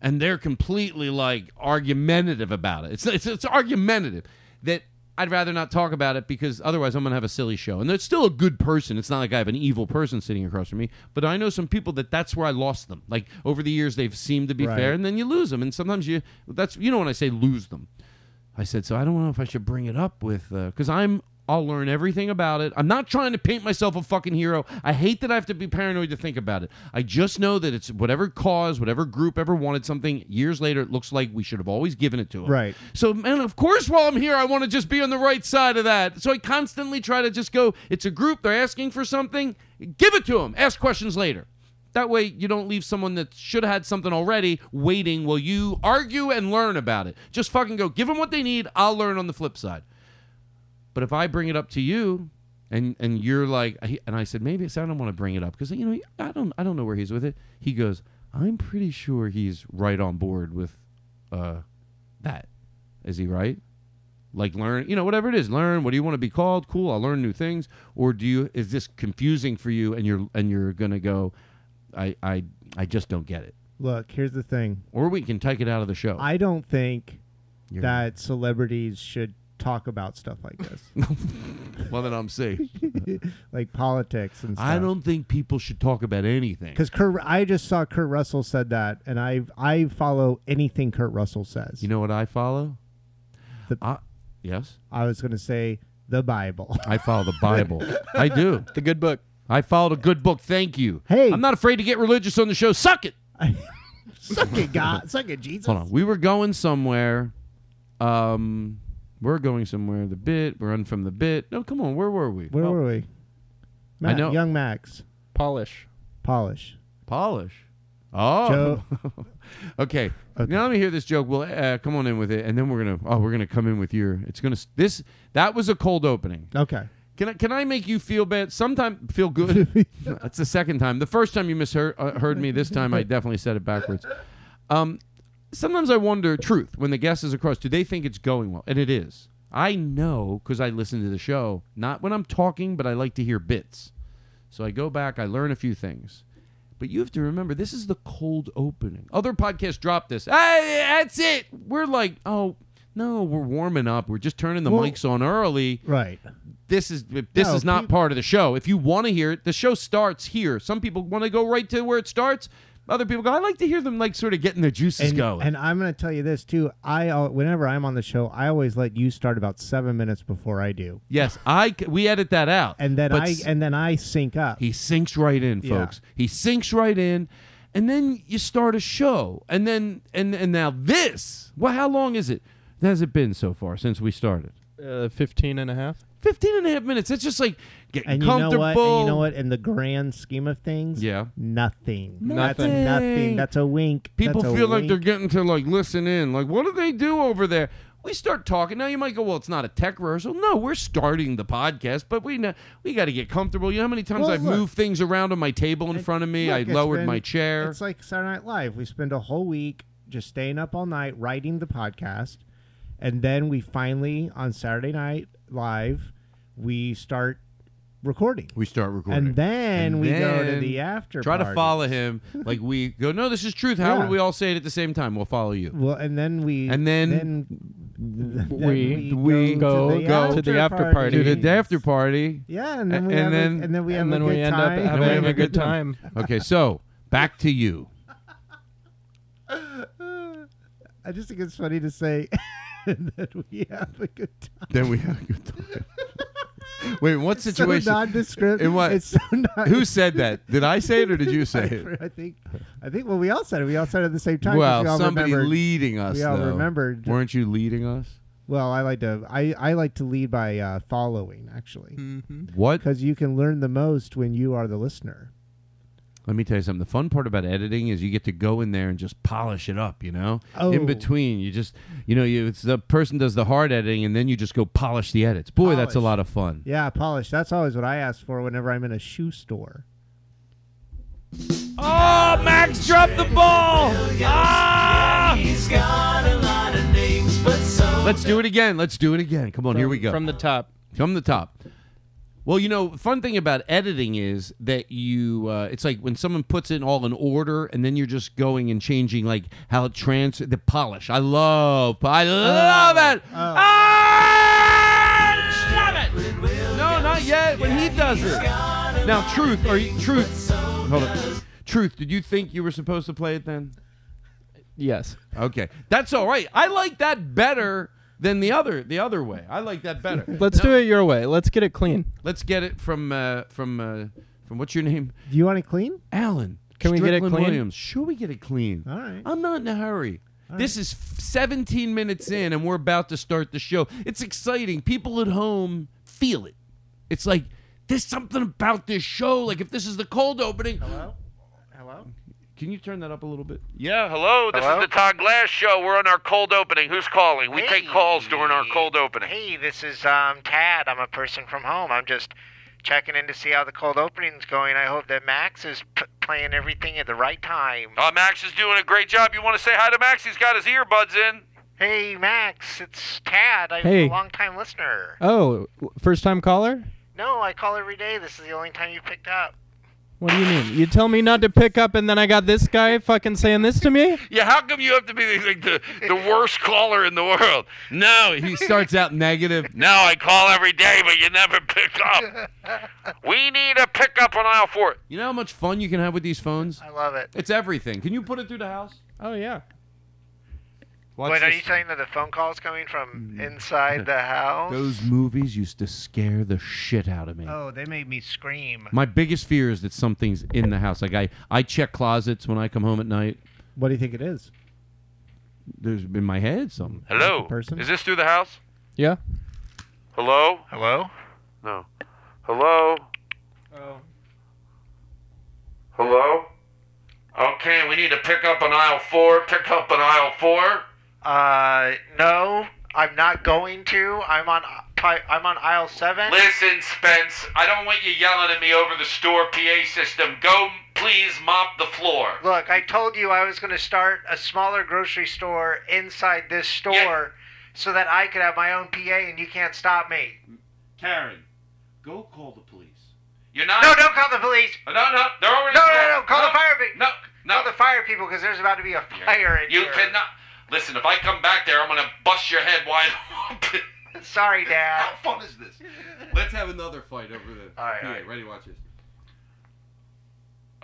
[SPEAKER 6] and they're completely like argumentative about it. It's it's, it's argumentative that. I'd rather not talk about it because otherwise I'm going to have a silly show. And they're still a good person. It's not like I have an evil person sitting across from me. But I know some people that that's where I lost them. Like over the years, they've seemed to be
[SPEAKER 5] Right.
[SPEAKER 6] fair, and then you lose them. And sometimes you that's you know when I say lose them, I said, so I don't know if I should bring it up with, because I'm, I'll learn everything about it. I'm not trying to paint myself a fucking hero. I hate that I have to be paranoid to think about it. I just know that it's whatever cause, whatever group ever wanted something, years later, it looks like we should have always given it to them.
[SPEAKER 5] Right.
[SPEAKER 6] So, man, of course, while I'm here, I want to just be on the right side of that. So I constantly try to just go, it's a group, they're asking for something, give it to them, ask questions later. That way, you don't leave someone that should have had something already waiting while you argue and learn about it. Just fucking go, give them what they need. I'll learn on the flip side. But if I bring it up to you, and and you're like, and I said maybe it's, I don't want to bring it up because you know I don't I don't know where he's with it. He goes, I'm pretty sure he's right on board with, uh, that. Is he right? Like learn, you know, whatever it is, learn. What do you want to be called? Cool, I'll learn new things. Or do you? Is this confusing for you? And you're and you're gonna go, I I I just don't get it.
[SPEAKER 5] Look, here's the thing.
[SPEAKER 6] Or we can take it out of the show.
[SPEAKER 5] I don't think
[SPEAKER 6] You're-
[SPEAKER 5] that celebrities should talk about stuff like this,
[SPEAKER 6] well, then I'm safe.
[SPEAKER 5] like politics and stuff.
[SPEAKER 6] I don't think people should talk about anything.
[SPEAKER 5] Because Kurt, I just saw Kurt Russell said that, and I I follow anything Kurt Russell says.
[SPEAKER 6] You know what I follow?
[SPEAKER 5] The-
[SPEAKER 6] I, yes,
[SPEAKER 5] I was going to say the Bible.
[SPEAKER 6] I follow the Bible. I do.
[SPEAKER 7] The good book.
[SPEAKER 6] I followed a good book. Thank you.
[SPEAKER 5] Hey.
[SPEAKER 6] I'm not afraid to get religious on the show. Suck it.
[SPEAKER 5] suck it, God. Suck it, Jesus.
[SPEAKER 6] Hold on. We were going somewhere. Um, we're going somewhere. The bit. We're on from the bit. No, come on. Where were we?
[SPEAKER 5] Where
[SPEAKER 6] Oh,
[SPEAKER 5] were we? Matt,
[SPEAKER 6] know-
[SPEAKER 5] Young Max,
[SPEAKER 7] Polish.
[SPEAKER 5] Polish.
[SPEAKER 6] Polish. Oh.
[SPEAKER 5] Okay.
[SPEAKER 6] okay. Now let me hear this joke. We'll uh, come on in with it, and then we're gonna. Oh, we're gonna come in with your. It's gonna. s- This. That was a cold opening.
[SPEAKER 5] Okay.
[SPEAKER 6] Can I can I make you feel bad? Sometime feel good. That's the second time. The first time you misheard uh, heard me. This time I definitely said it backwards. Um, sometimes I wonder, truth, when the guest is across, do they think it's going well? And it is. I know because I listen to the show. Not when I'm talking, but I like to hear bits. So I go back. I learn a few things. But you have to remember, this is the cold opening. Other podcasts drop this. Hey, that's it. We're like, oh no, we're warming up. We're just turning the
[SPEAKER 5] Well-
[SPEAKER 6] mics on early
[SPEAKER 5] Right.
[SPEAKER 6] this is this
[SPEAKER 5] No,
[SPEAKER 6] is not
[SPEAKER 5] peop-
[SPEAKER 6] part of the show. If you want to hear it, the show starts here. Some people want to go right to where it starts. Other people go. I like to hear them like sort of getting their juices
[SPEAKER 5] And,
[SPEAKER 6] going.
[SPEAKER 5] and I'm going to tell you this too. I al- whenever I'm on the show, I always let you start about seven minutes before I do,
[SPEAKER 6] yes, I c- we edit that out.
[SPEAKER 5] and then
[SPEAKER 6] But
[SPEAKER 5] I
[SPEAKER 6] s-
[SPEAKER 5] and then I sync up.
[SPEAKER 6] he sinks right in,
[SPEAKER 5] Yeah.
[SPEAKER 6] folks. He sinks right in, and then you start a show, and then and and now this. Well, how long is it? Has it been so far since we started?
[SPEAKER 7] Uh, 15 and a half.
[SPEAKER 6] 15 and a half minutes. It's just like getting
[SPEAKER 5] and you know
[SPEAKER 6] comfortable.
[SPEAKER 5] what? And you know what? In the grand scheme of things,
[SPEAKER 6] Yeah.
[SPEAKER 5] nothing.
[SPEAKER 6] Nothing.
[SPEAKER 5] That's nothing. That's a wink.
[SPEAKER 6] People
[SPEAKER 5] That's a
[SPEAKER 6] feel like
[SPEAKER 5] wink.
[SPEAKER 6] they're getting to like listen in. Like, what do they do over there? We start talking. Now you might go, well, it's not a tech rehearsal. No, we're starting the podcast, but we know, we got to get comfortable. You know how many times
[SPEAKER 5] Well,
[SPEAKER 6] I've
[SPEAKER 5] look.
[SPEAKER 6] moved things around on my table in front of me?
[SPEAKER 5] Look,
[SPEAKER 6] I
[SPEAKER 5] it's
[SPEAKER 6] lowered
[SPEAKER 5] been-
[SPEAKER 6] my chair.
[SPEAKER 5] It's like Saturday Night Live. We spend a whole week just staying up all night writing the podcast, and then we finally on Saturday Night Live we start recording.
[SPEAKER 2] We start recording.
[SPEAKER 5] And then
[SPEAKER 6] And
[SPEAKER 5] we go to
[SPEAKER 6] then
[SPEAKER 5] the after
[SPEAKER 6] Try to
[SPEAKER 5] party.
[SPEAKER 6] follow him. Like we go, no, this is truth. How
[SPEAKER 5] Yeah.
[SPEAKER 6] would we all say it at the same time? We'll follow you.
[SPEAKER 5] Well, and then we
[SPEAKER 6] And then
[SPEAKER 5] then
[SPEAKER 7] we-
[SPEAKER 6] we
[SPEAKER 7] go- go to the after party.
[SPEAKER 6] To the after party.
[SPEAKER 5] Yeah, and then
[SPEAKER 6] A-
[SPEAKER 5] we
[SPEAKER 6] and
[SPEAKER 5] have
[SPEAKER 6] then-
[SPEAKER 5] a, and then we have
[SPEAKER 7] and
[SPEAKER 5] a
[SPEAKER 7] then
[SPEAKER 5] good
[SPEAKER 7] we end
[SPEAKER 5] time.
[SPEAKER 7] up
[SPEAKER 6] we
[SPEAKER 7] having
[SPEAKER 6] have
[SPEAKER 7] a good time.
[SPEAKER 6] Okay, so back to you.
[SPEAKER 5] I just think it's funny to say that we have a good time.
[SPEAKER 2] then we had a good time.
[SPEAKER 6] Wait, in what situation?
[SPEAKER 5] So nondescript.
[SPEAKER 6] In what-
[SPEAKER 5] It's so non-
[SPEAKER 6] Who said that? Did I say it or did you say it?
[SPEAKER 5] I think, I think. Well, we all said it. We all said it at the same time. 'cause we
[SPEAKER 6] Well,
[SPEAKER 5] all
[SPEAKER 6] somebody
[SPEAKER 5] remembered-
[SPEAKER 6] leading us.
[SPEAKER 5] we all
[SPEAKER 6] though.
[SPEAKER 5] remembered-
[SPEAKER 6] Weren't you leading us?
[SPEAKER 5] Well, I like to. I, I like to lead by uh, following actually,
[SPEAKER 6] Mm. What?
[SPEAKER 5] because you can learn the most when you are the listener.
[SPEAKER 6] Let me tell you something. The fun part about editing is you get to go in there and just polish it up, you know?
[SPEAKER 5] Oh.
[SPEAKER 6] In between, you just, you know, you, it's the person does the hard editing and then you just go polish the edits. Boy, that's a
[SPEAKER 5] Polish.
[SPEAKER 6] lot of fun.
[SPEAKER 5] Yeah, polish. That's always what I ask for whenever I'm in a shoe store.
[SPEAKER 6] Oh, Max dropped the ball.
[SPEAKER 4] He's got a lot of names, but some
[SPEAKER 6] Let's do it again. Let's do it again. Come on, here we go.
[SPEAKER 7] From the top.
[SPEAKER 6] From the top. Well, you know, fun thing about editing is that you, uh, it's like when someone puts it all in order and then you're just going and changing like how it trans, the polish. I love, I love it. Ah! I love it. No, not yet. When he does it. Now, truth, are you, truth, hold on. Truth, did you think you were supposed to play it then?
[SPEAKER 7] Yes.
[SPEAKER 6] Okay, that's all right. I like that better than the other, the other way. I like that better.
[SPEAKER 7] Let's do it your way. Let's get it clean.
[SPEAKER 6] Let's get it from uh, from uh, from what's your name,
[SPEAKER 5] Do you want it clean?
[SPEAKER 6] Alan.
[SPEAKER 7] Can we get it
[SPEAKER 6] Strickland
[SPEAKER 7] clean?
[SPEAKER 6] Williams. Sure, we get it clean.
[SPEAKER 5] All right.
[SPEAKER 6] I'm not in a hurry. This is f- 17 minutes in, and we're about to start the show. It's exciting. People at home feel it. It's like there's something about this show. Like if this is the cold opening. Hello.
[SPEAKER 5] Hello.
[SPEAKER 6] Can you turn that up a little bit?
[SPEAKER 8] Yeah, hello. This is the Todd Glass Show. We're on our cold opening. Who's calling? We take calls during our cold opening.
[SPEAKER 9] Hey, this is um, Tad. I'm a person from home. I'm just checking in to see how the cold opening's going. I hope that Max is p- playing everything at the right time.
[SPEAKER 8] Uh, Max is doing a great job. You want to say hi to Max? He's got his earbuds in.
[SPEAKER 9] Hey, Max, it's Tad. I'm
[SPEAKER 7] Hey.
[SPEAKER 9] a long-time listener.
[SPEAKER 7] Oh, first time caller?
[SPEAKER 9] No, I call every day. This is the only time you picked up.
[SPEAKER 7] What do you mean? You tell me not to pick up, and then I got this guy fucking saying this to me?
[SPEAKER 8] Yeah, how come you have to be like the, the worst caller in the world? No,
[SPEAKER 6] He starts out negative.
[SPEAKER 8] no, I call every day, but you never pick up. we need a pickup on aisle four.
[SPEAKER 6] You know how much fun you can have with these phones?
[SPEAKER 9] I love it.
[SPEAKER 6] It's everything. Can you put it through the house?
[SPEAKER 7] Oh, yeah.
[SPEAKER 6] Watch
[SPEAKER 9] Wait, are
[SPEAKER 6] this.
[SPEAKER 9] you saying that the phone call's coming from
[SPEAKER 5] Mm.
[SPEAKER 9] inside the house?
[SPEAKER 6] Those movies used to scare the shit out of me.
[SPEAKER 9] Oh, they made me scream.
[SPEAKER 6] My biggest fear is that something's in the house. Like I, I check closets when I come home at night.
[SPEAKER 5] What do you think it is?
[SPEAKER 6] There's in my head something.
[SPEAKER 8] Hello.
[SPEAKER 5] person?
[SPEAKER 8] Is this through the house?
[SPEAKER 7] Yeah?
[SPEAKER 8] Hello?
[SPEAKER 9] Hello?
[SPEAKER 8] No. Hello? Hello? Okay, we need to pick up on aisle four. Pick up on aisle four.
[SPEAKER 9] Uh, no, I'm not going to. I'm on. I'm on aisle seven.
[SPEAKER 8] Listen, Spence, I don't want you yelling at me over the store PA system. Go, please, mop the floor.
[SPEAKER 9] Look, I told you I was going to start a smaller grocery store inside this store so that I could have my own PA and you can't stop me.
[SPEAKER 8] Karen, go call the police. You're not.
[SPEAKER 9] No, don't call the police.
[SPEAKER 8] No, no, they're already.
[SPEAKER 9] No, no, no, call the fire people.
[SPEAKER 8] No, no.
[SPEAKER 9] Call the fire people because there's about to be a fire in
[SPEAKER 8] You
[SPEAKER 9] here.
[SPEAKER 8] cannot. Listen, if I come back there, I'm going to bust your head wide open.
[SPEAKER 9] Sorry, Dad.
[SPEAKER 8] How fun is this?
[SPEAKER 6] Let's have another fight over the.
[SPEAKER 9] All right, PA. all right.
[SPEAKER 6] ready? Watch this.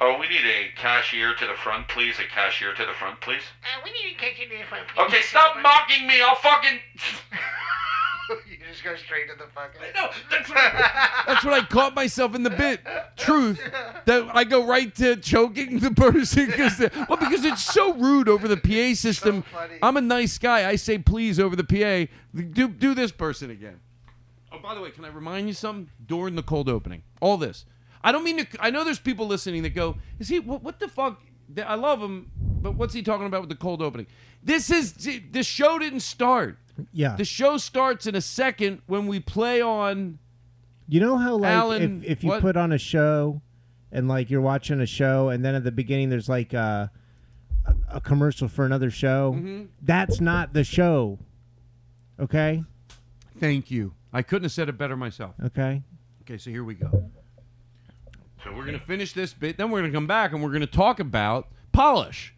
[SPEAKER 8] Oh, we need a cashier to the front, please. A cashier to the front, please.
[SPEAKER 9] Uh, we need to catch you if I
[SPEAKER 8] Okay, stop mocking me. I'll fucking.
[SPEAKER 9] you just go straight to the fucking.
[SPEAKER 8] No, that's what I-
[SPEAKER 6] That's when I caught myself in the bit. Truth. That I go right to choking the person because well because it's so rude over the PA system.
[SPEAKER 9] funny.
[SPEAKER 6] I'm a nice guy. I say please over the PA. Do do this person again. Oh, by the way, can I remind you something? During the cold opening, all this. I don't mean to. I know there's people listening that go, "Is he? What, what the fuck?" Th- I love him, but what's he talking about with the cold opening? This is the show didn't start.
[SPEAKER 5] Yeah.
[SPEAKER 6] The show starts in a second when we play on.
[SPEAKER 5] You know how like
[SPEAKER 6] Alan,
[SPEAKER 5] if, if you
[SPEAKER 6] what-
[SPEAKER 5] put on a show and like you're watching a show and then at the beginning there's like a, a, a commercial for another show.
[SPEAKER 6] Mm-hmm.
[SPEAKER 5] That's not the show. Okay?
[SPEAKER 6] Thank you. I couldn't have said it better myself.
[SPEAKER 5] Okay.
[SPEAKER 2] Okay, so here we go.
[SPEAKER 6] So we're gonna finish this bit, then we're gonna come back and we're gonna talk about polish.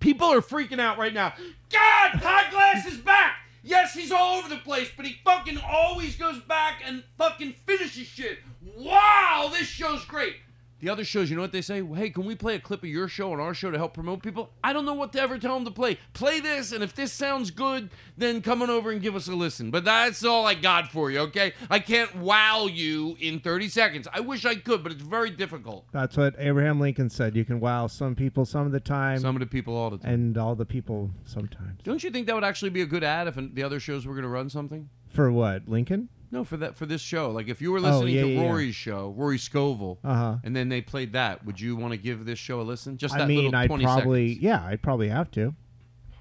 [SPEAKER 6] People are freaking out right now. God, Todd Glass is back. Yes, he's all over the place, but he fucking always goes back and fucking finishes shit. Wow, this show's great. The other shows, you know what they say? Hey, can we play a clip of your show on our show to help promote people? I don't know what to ever tell them to play. Play this, and if this sounds good, then come on over and give us a listen. But that's all I got for you, okay? I can't wow you in 30 seconds. I wish I could, but it's very difficult.
[SPEAKER 5] That's what Abraham Lincoln said. You can wow some people some of the time,
[SPEAKER 6] Some of the people all the time.
[SPEAKER 5] and all the people sometimes.
[SPEAKER 6] Don't you think that would actually be a good ad if the other shows were going to run something?
[SPEAKER 5] For what? Lincoln?
[SPEAKER 6] No, for that for this show. Like if you were listening
[SPEAKER 5] Oh, yeah,
[SPEAKER 6] to
[SPEAKER 5] yeah, yeah.
[SPEAKER 6] Rory's show, Rory Scovel,
[SPEAKER 5] Uh-huh.
[SPEAKER 6] and then they played that, would you want to give this show a listen? Just that
[SPEAKER 5] I mean,
[SPEAKER 6] little
[SPEAKER 5] I'd
[SPEAKER 6] 20
[SPEAKER 5] probably
[SPEAKER 6] seconds.
[SPEAKER 5] yeah, I'd probably have to.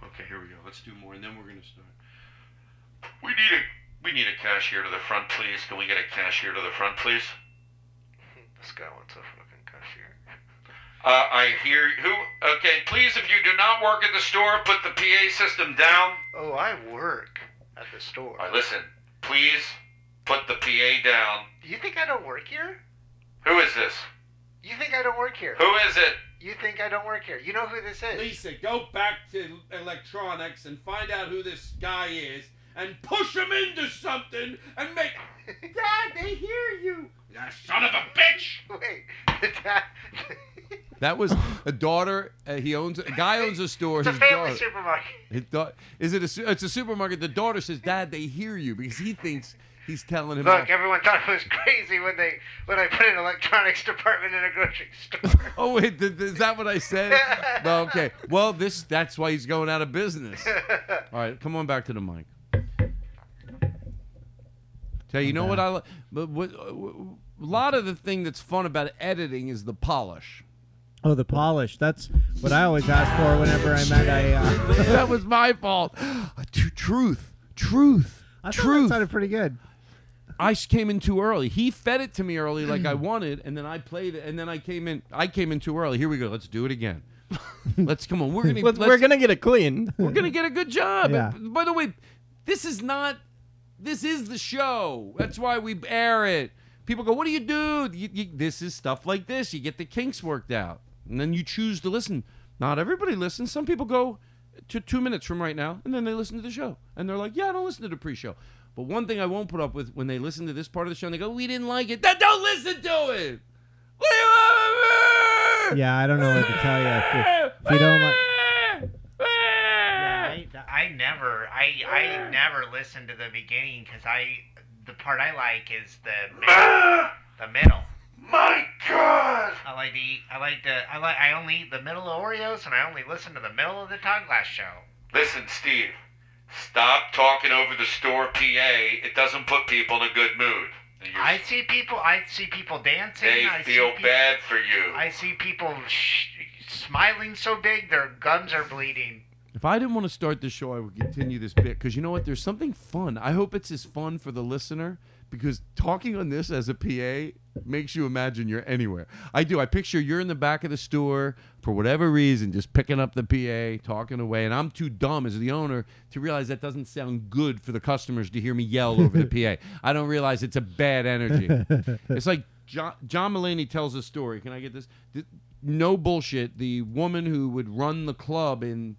[SPEAKER 8] Okay, here we go. Let's do more, and then we're gonna start. We need a we need a cashier to the front, please. Can we get a cashier to the front, please?
[SPEAKER 9] This guy wants a fucking cashier.
[SPEAKER 8] Uh, I hear who. Okay, please, if you do not work at the store, put the PA system down.
[SPEAKER 9] Oh, I work at the store.
[SPEAKER 8] All right, listen. Please put the PA down.
[SPEAKER 9] Do you think I don't work here?
[SPEAKER 8] Who is this?
[SPEAKER 9] You think I don't work here?
[SPEAKER 8] Who is it?
[SPEAKER 9] You think I don't work here? You know who this is?
[SPEAKER 6] Lisa, go back to electronics and find out who this guy is and push him into something and make Dad, they hear you.
[SPEAKER 8] Ah, son of a bitch!
[SPEAKER 9] Wait, the dad.
[SPEAKER 6] That was a daughter. Uh, he owns a guy owns a store.
[SPEAKER 9] it's a
[SPEAKER 6] his
[SPEAKER 9] family
[SPEAKER 6] daughter-
[SPEAKER 9] supermarket.
[SPEAKER 6] His da- is it a? su- It's a supermarket. The daughter says, "Dad, they hear you," because he thinks he's telling him.
[SPEAKER 9] Look,
[SPEAKER 6] off.
[SPEAKER 9] everyone thought it was crazy when they when I put an electronics department in a grocery store.
[SPEAKER 6] oh wait, th- th- is that what I said? no, okay. Well, this that's why he's going out of business. All right, come on back to the mic. Hey, you know what I? li- But what, a lot of the thing that's fun about editing is the polish.
[SPEAKER 5] Oh, the polish. That's what I always ask for whenever I'm at a. Uh,
[SPEAKER 6] that was my fault. Tr- Truth, truth,
[SPEAKER 5] I thought that
[SPEAKER 6] truth.
[SPEAKER 5] sounded pretty good.
[SPEAKER 6] I s- came in too early. He fed it to me early, like I wanted, and then I played it, and then I came in. I came in too early. Here we go. Let's do it again. let's come on. We're gonna.
[SPEAKER 7] Let's-
[SPEAKER 6] let's-
[SPEAKER 7] we're gonna get it clean.
[SPEAKER 6] we're gonna get a good job.
[SPEAKER 5] Yeah.
[SPEAKER 6] And b- By the way, this is not. This is the show. That's why we air it. People go, "What do you do?" You, you, this is stuff like this. You get the kinks worked out, and then you choose to listen. Not everybody listens. Some people go to two minutes from right now, and then they listen to the show, and they're like, "Yeah, I don't listen to the pre-show." But one thing I won't put up with when they listen to this part of the show, and they go, "We didn't like it." Then don't listen to it. What do you want from me?
[SPEAKER 5] Yeah, I don't know what to tell you. If you, if you don't like,
[SPEAKER 9] I, I never, I, I never listen to the beginning because I, the part I like is the middle, the middle.
[SPEAKER 8] Ah! My God!
[SPEAKER 9] I like to eat, I like to, I like, I only eat the middle of Oreos and I only listen to the middle of the Todd Glass show.
[SPEAKER 8] Listen, Steve. Stop talking over the store PA. It doesn't put people in a good mood. And you're-
[SPEAKER 9] I see people, I see people dancing.
[SPEAKER 8] they
[SPEAKER 9] I see
[SPEAKER 8] feel
[SPEAKER 9] peop-
[SPEAKER 8] bad for you.
[SPEAKER 9] I see people sh- smiling so big their gums are bleeding.
[SPEAKER 6] If I didn't want to start the show, I would continue this bit because you know what? There's something fun. I hope it's as fun for the listener because talking on this as a PA makes you imagine you're anywhere. I do. I picture you're in the back of the store for whatever reason, just picking up the PA, talking away, and I'm too dumb as the owner to realize that doesn't sound good for the customers to hear me yell over the PA. I don't realize it's a bad energy. it's like John, John Mulaney tells a story. Can I get this? Th- No bullshit. The woman who would run the club in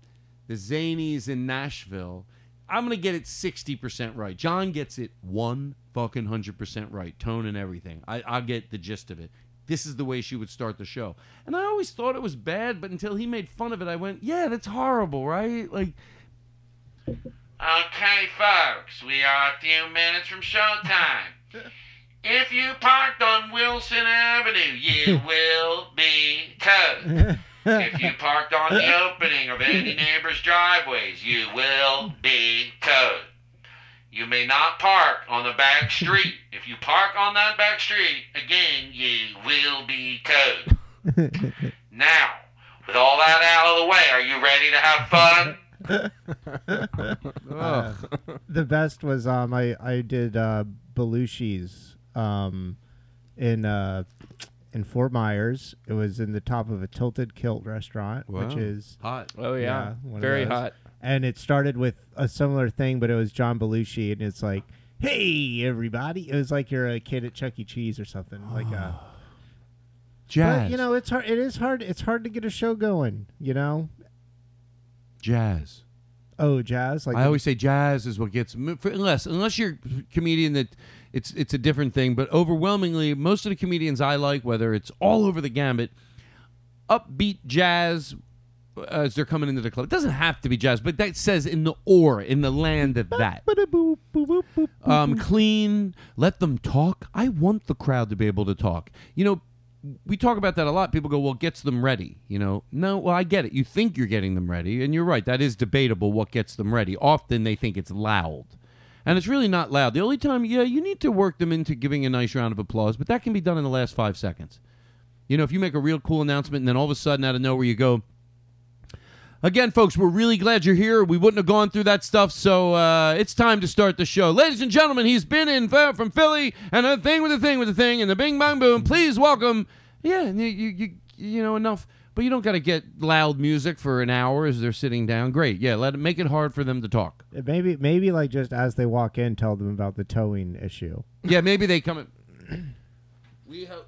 [SPEAKER 6] the Zanies in Nashville. I'm gonna get it 60% right. John gets it one fucking hundred percent right, tone and everything. I, I get the gist of it. This is the way she would start the show, and I always thought it was bad, but until he made fun of it, I went, "Yeah, that's horrible, right?" Like,
[SPEAKER 8] Okay, folks, we are a few minutes from showtime. If you parked on Wilson Avenue, you will be towed. If you parked on the opening of any neighbor's driveways, you will be towed. You may not park on the back street. If you park on that back street, again, you will be towed. Now, with all that out of the way, are you ready to have fun?
[SPEAKER 6] ugh.
[SPEAKER 5] uh, the best was um I I did uh, Belushi's um in uh in Fort Myers. It was in the top of a tilted kilt restaurant, which
[SPEAKER 6] Wow.
[SPEAKER 5] is
[SPEAKER 6] hot.
[SPEAKER 7] Oh yeah,
[SPEAKER 5] one of
[SPEAKER 7] very
[SPEAKER 5] those.
[SPEAKER 7] hot.
[SPEAKER 5] And it started with a similar thing, but it was John Belushi, and it's like, hey everybody. It was like you're a kid at Chuck E. Cheese or something. Like a
[SPEAKER 2] Jazz.
[SPEAKER 5] But you know, it's hard. It is hard. It's hard to get a show going. You know.
[SPEAKER 2] jazz.
[SPEAKER 5] Oh, jazz. Like
[SPEAKER 6] I always say jazz is what gets mo- for- unless unless you're a comedian that it's it's a different thing. But overwhelmingly, most of the comedians I like, whether it's all over the gambit, upbeat jazz uh, as they're coming into the club. It doesn't have to be jazz, but that says in the or in the land of that.
[SPEAKER 5] Ba-da-boop, boop, boop, boop.
[SPEAKER 6] Um, clean. Let them talk. I want the crowd to be able to talk. You know. We talk about that a lot. People go, "Well, it gets them ready." You know, no. Well, I get it. You think you're getting them ready, and you're right. That is debatable. What gets them ready? Often they think it's loud, and it's really not loud. The only time, yeah, you need to work them into giving a nice round of applause, but that can be done in the last five seconds. You know, if you make a real cool announcement, and then all of a sudden, out of nowhere, you go, Again, folks, we're really glad you're here. We wouldn't have gone through that stuff, so uh, it's time to start the show. Ladies and gentlemen, he's been in fa- from Philly, and a thing with a thing with a thing, and the bing bang boom. Please welcome. Yeah, you you you, you know enough, but you don't got to get loud music for an hour as they're sitting down. Great, yeah, let it make it hard for them to talk.
[SPEAKER 5] Maybe, maybe like just as they walk in, tell them about the towing issue.
[SPEAKER 6] Yeah, maybe they come. In. We have.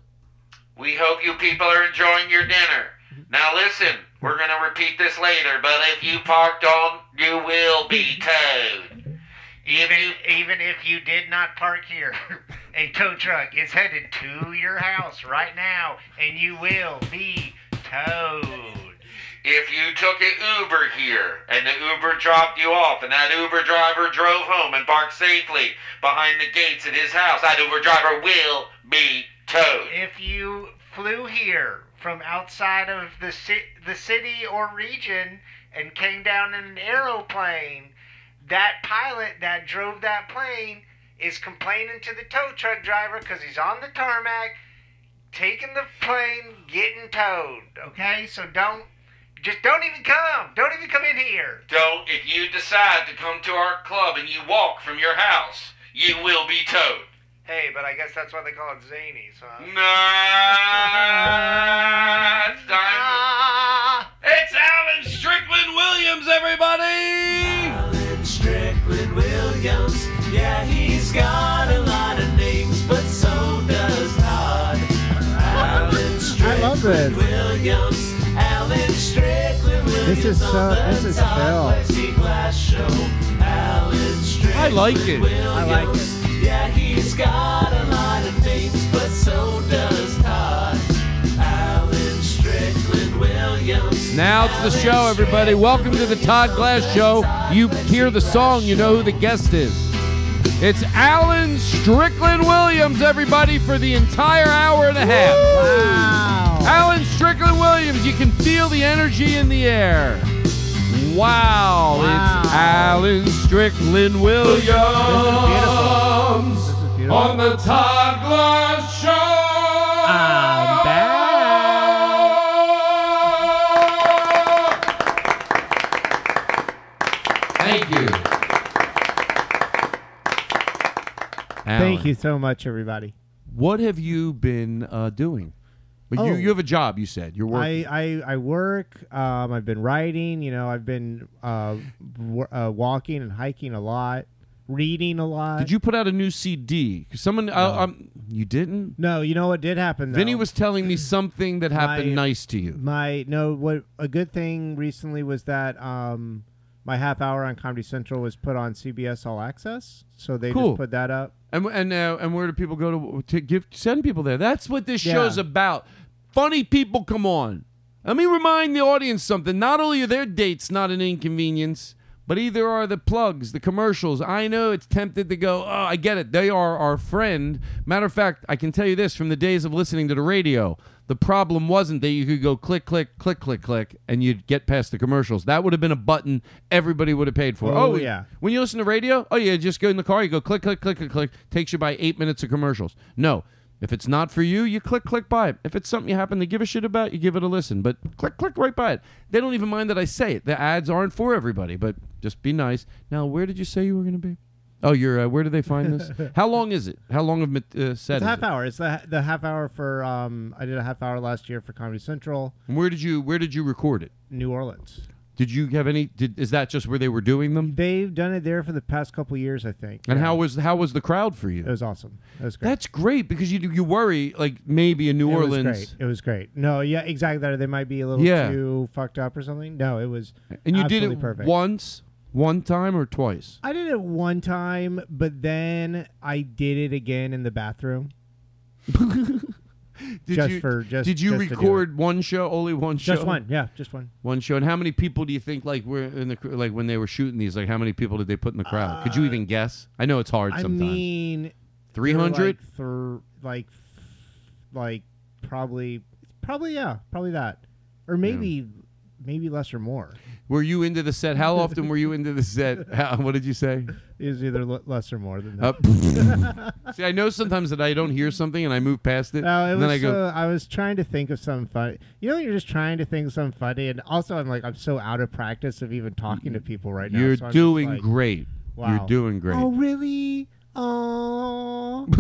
[SPEAKER 8] We hope you people are enjoying your dinner. Now listen, we're gonna repeat this later, but if you parked on, you will be towed. If
[SPEAKER 9] Even,
[SPEAKER 8] you
[SPEAKER 9] even if you did not park here, a tow truck is headed to your house right now, and you will be towed.
[SPEAKER 8] if you took an Uber here and the Uber dropped you off and that Uber driver drove home and parked safely behind the gates at his house, that Uber driver will be towed.
[SPEAKER 9] If you flew here from outside of the, ci- the city or region and came down in an aeroplane, that pilot that drove that plane is complaining to the tow truck driver because he's on the tarmac, taking the plane, getting towed. Okay, so don't just don't even come. Don't even come in here.
[SPEAKER 8] Don't if you decide to come to our club and you walk from your house, you will be towed.
[SPEAKER 9] Hey, but I guess that's why they call it zanies, huh?
[SPEAKER 8] No, it's time.
[SPEAKER 9] Ah.
[SPEAKER 8] It's Alan Strickland Williams, everybody.
[SPEAKER 4] Alan Strickland Williams. Yeah, he's got a lot of names, but so does Todd. Alan
[SPEAKER 5] I love
[SPEAKER 4] Strickland
[SPEAKER 5] this.
[SPEAKER 4] Williams. Alan Strickland Williams.
[SPEAKER 5] is so-
[SPEAKER 4] on the
[SPEAKER 5] this is
[SPEAKER 4] Todd
[SPEAKER 5] Phil.
[SPEAKER 4] Lacey Glass Show. Alan Strickland
[SPEAKER 6] I like it.
[SPEAKER 4] Williams.
[SPEAKER 5] I like it.
[SPEAKER 4] Yeah, he's got a lot of names, but so does Todd. Alan Strickland Williams.
[SPEAKER 6] Now it's the show,
[SPEAKER 4] Alan
[SPEAKER 6] everybody. Welcome to the Todd Glass Show. You hear the song, you know who the guest is. It's Alan Strickland Williams, everybody, for the entire hour and a half. Alan Strickland Williams, you can feel the energy in the air. Wow, it's Alan Strickland Williams
[SPEAKER 5] This is beautiful.
[SPEAKER 6] on the Todd Glass Show.
[SPEAKER 5] I'm
[SPEAKER 6] Thank you.
[SPEAKER 5] Thank
[SPEAKER 6] Alan,
[SPEAKER 5] you so much, everybody.
[SPEAKER 6] What have you been uh, doing? But
[SPEAKER 5] Oh.
[SPEAKER 6] you, you have a job. You said you're working.
[SPEAKER 5] I, I, I work. Um, I've been writing. You know, I've been uh, w- uh, walking and hiking a lot, reading a lot.
[SPEAKER 6] Did you put out a new CD? 'Cause Someone, I, um, you didn't.
[SPEAKER 5] No, you know what did happen. Though?
[SPEAKER 6] Vinny was telling me something that happened
[SPEAKER 5] My-
[SPEAKER 6] nice to you.
[SPEAKER 5] my no. What a good thing recently was that um, my half hour on Comedy Central was put on CBS All Access, so they
[SPEAKER 6] Cool.
[SPEAKER 5] just put that up.
[SPEAKER 6] And and uh, and where do people go to to give send people there? That's what this
[SPEAKER 5] Yeah.
[SPEAKER 6] show's about. Funny people come on. Let me remind the audience something. Not only are their dates not an inconvenience, but either are the plugs, the commercials. I know it's tempted to go, oh, I get it. They are our friend. Matter of fact, I can tell you this from the days of listening to the radio. The problem wasn't that you could go click, click, click, click, click, and you'd get past the commercials. That would have been a button everybody would have paid for.
[SPEAKER 5] Oh,
[SPEAKER 6] we-
[SPEAKER 5] yeah.
[SPEAKER 6] when you listen to radio, oh yeah, just go in the car, you go click, click, click, click, click. Takes you by eight minutes of commercials. No. If it's not for you, you click, click by it. If it's something you happen to give a shit about, you give it a listen. But click, click right by it. They don't even mind that I say it. The ads aren't for everybody, but just be nice. Now, where did you say you were going to be? Oh, you're. Uh, where do they find this? How long is it? How long have uh, said?
[SPEAKER 5] It's half hour. It's the the half hour for um. I did a half hour last year for Comedy Central,
[SPEAKER 6] Where did you Where did you record it?
[SPEAKER 5] New Orleans.
[SPEAKER 6] Did you have any? Did, is that just where they were doing them?
[SPEAKER 5] They've done it there for the past couple years, I think.
[SPEAKER 6] And
[SPEAKER 5] Yeah.
[SPEAKER 6] how was how was the crowd for
[SPEAKER 5] It
[SPEAKER 6] you?
[SPEAKER 5] was awesome. That was great.
[SPEAKER 6] That's great because you you worry like maybe in New
[SPEAKER 5] It was
[SPEAKER 6] Orleans,
[SPEAKER 5] great. It was great. No, yeah, exactly. That they might be a little
[SPEAKER 6] Yeah.
[SPEAKER 5] too fucked up or something. No, it was.
[SPEAKER 6] and you did
[SPEAKER 5] absolutely
[SPEAKER 6] it
[SPEAKER 5] perfect.
[SPEAKER 6] once, one time or twice.
[SPEAKER 5] I did it one time, but then I did it again in the bathroom.
[SPEAKER 6] Did
[SPEAKER 5] Just
[SPEAKER 6] you
[SPEAKER 5] for- just-
[SPEAKER 6] did you
[SPEAKER 5] just to do
[SPEAKER 6] record one show only one show
[SPEAKER 5] Just one, yeah, just one.
[SPEAKER 6] one show and how many people do you think like were in the cr- like when they were shooting these like how many people did they put in the crowd? Could you even guess? I know it's hard
[SPEAKER 5] Uh, I
[SPEAKER 6] sometimes.
[SPEAKER 5] mean,
[SPEAKER 6] Three hundred.
[SPEAKER 5] like, thr- like, like probably, probably yeah, probably that, or maybe, maybe less or more.
[SPEAKER 6] Were you into the set? How often were you into the set? How, what did you say?
[SPEAKER 5] It was either l- less or more than that.
[SPEAKER 6] Uh, See, I know sometimes that I don't hear something and I move past it,
[SPEAKER 5] No, it
[SPEAKER 6] and
[SPEAKER 5] was.
[SPEAKER 6] then I go,
[SPEAKER 5] uh, I was trying to think of something funny. You know, when you're just trying to think of something funny, and also I'm like, I'm so out of practice of even talking to people right now.
[SPEAKER 6] "You're
[SPEAKER 5] so I'm just
[SPEAKER 6] doing
[SPEAKER 5] like,
[SPEAKER 6] great.
[SPEAKER 5] wow.
[SPEAKER 6] You're doing great."
[SPEAKER 5] Oh really? Oh.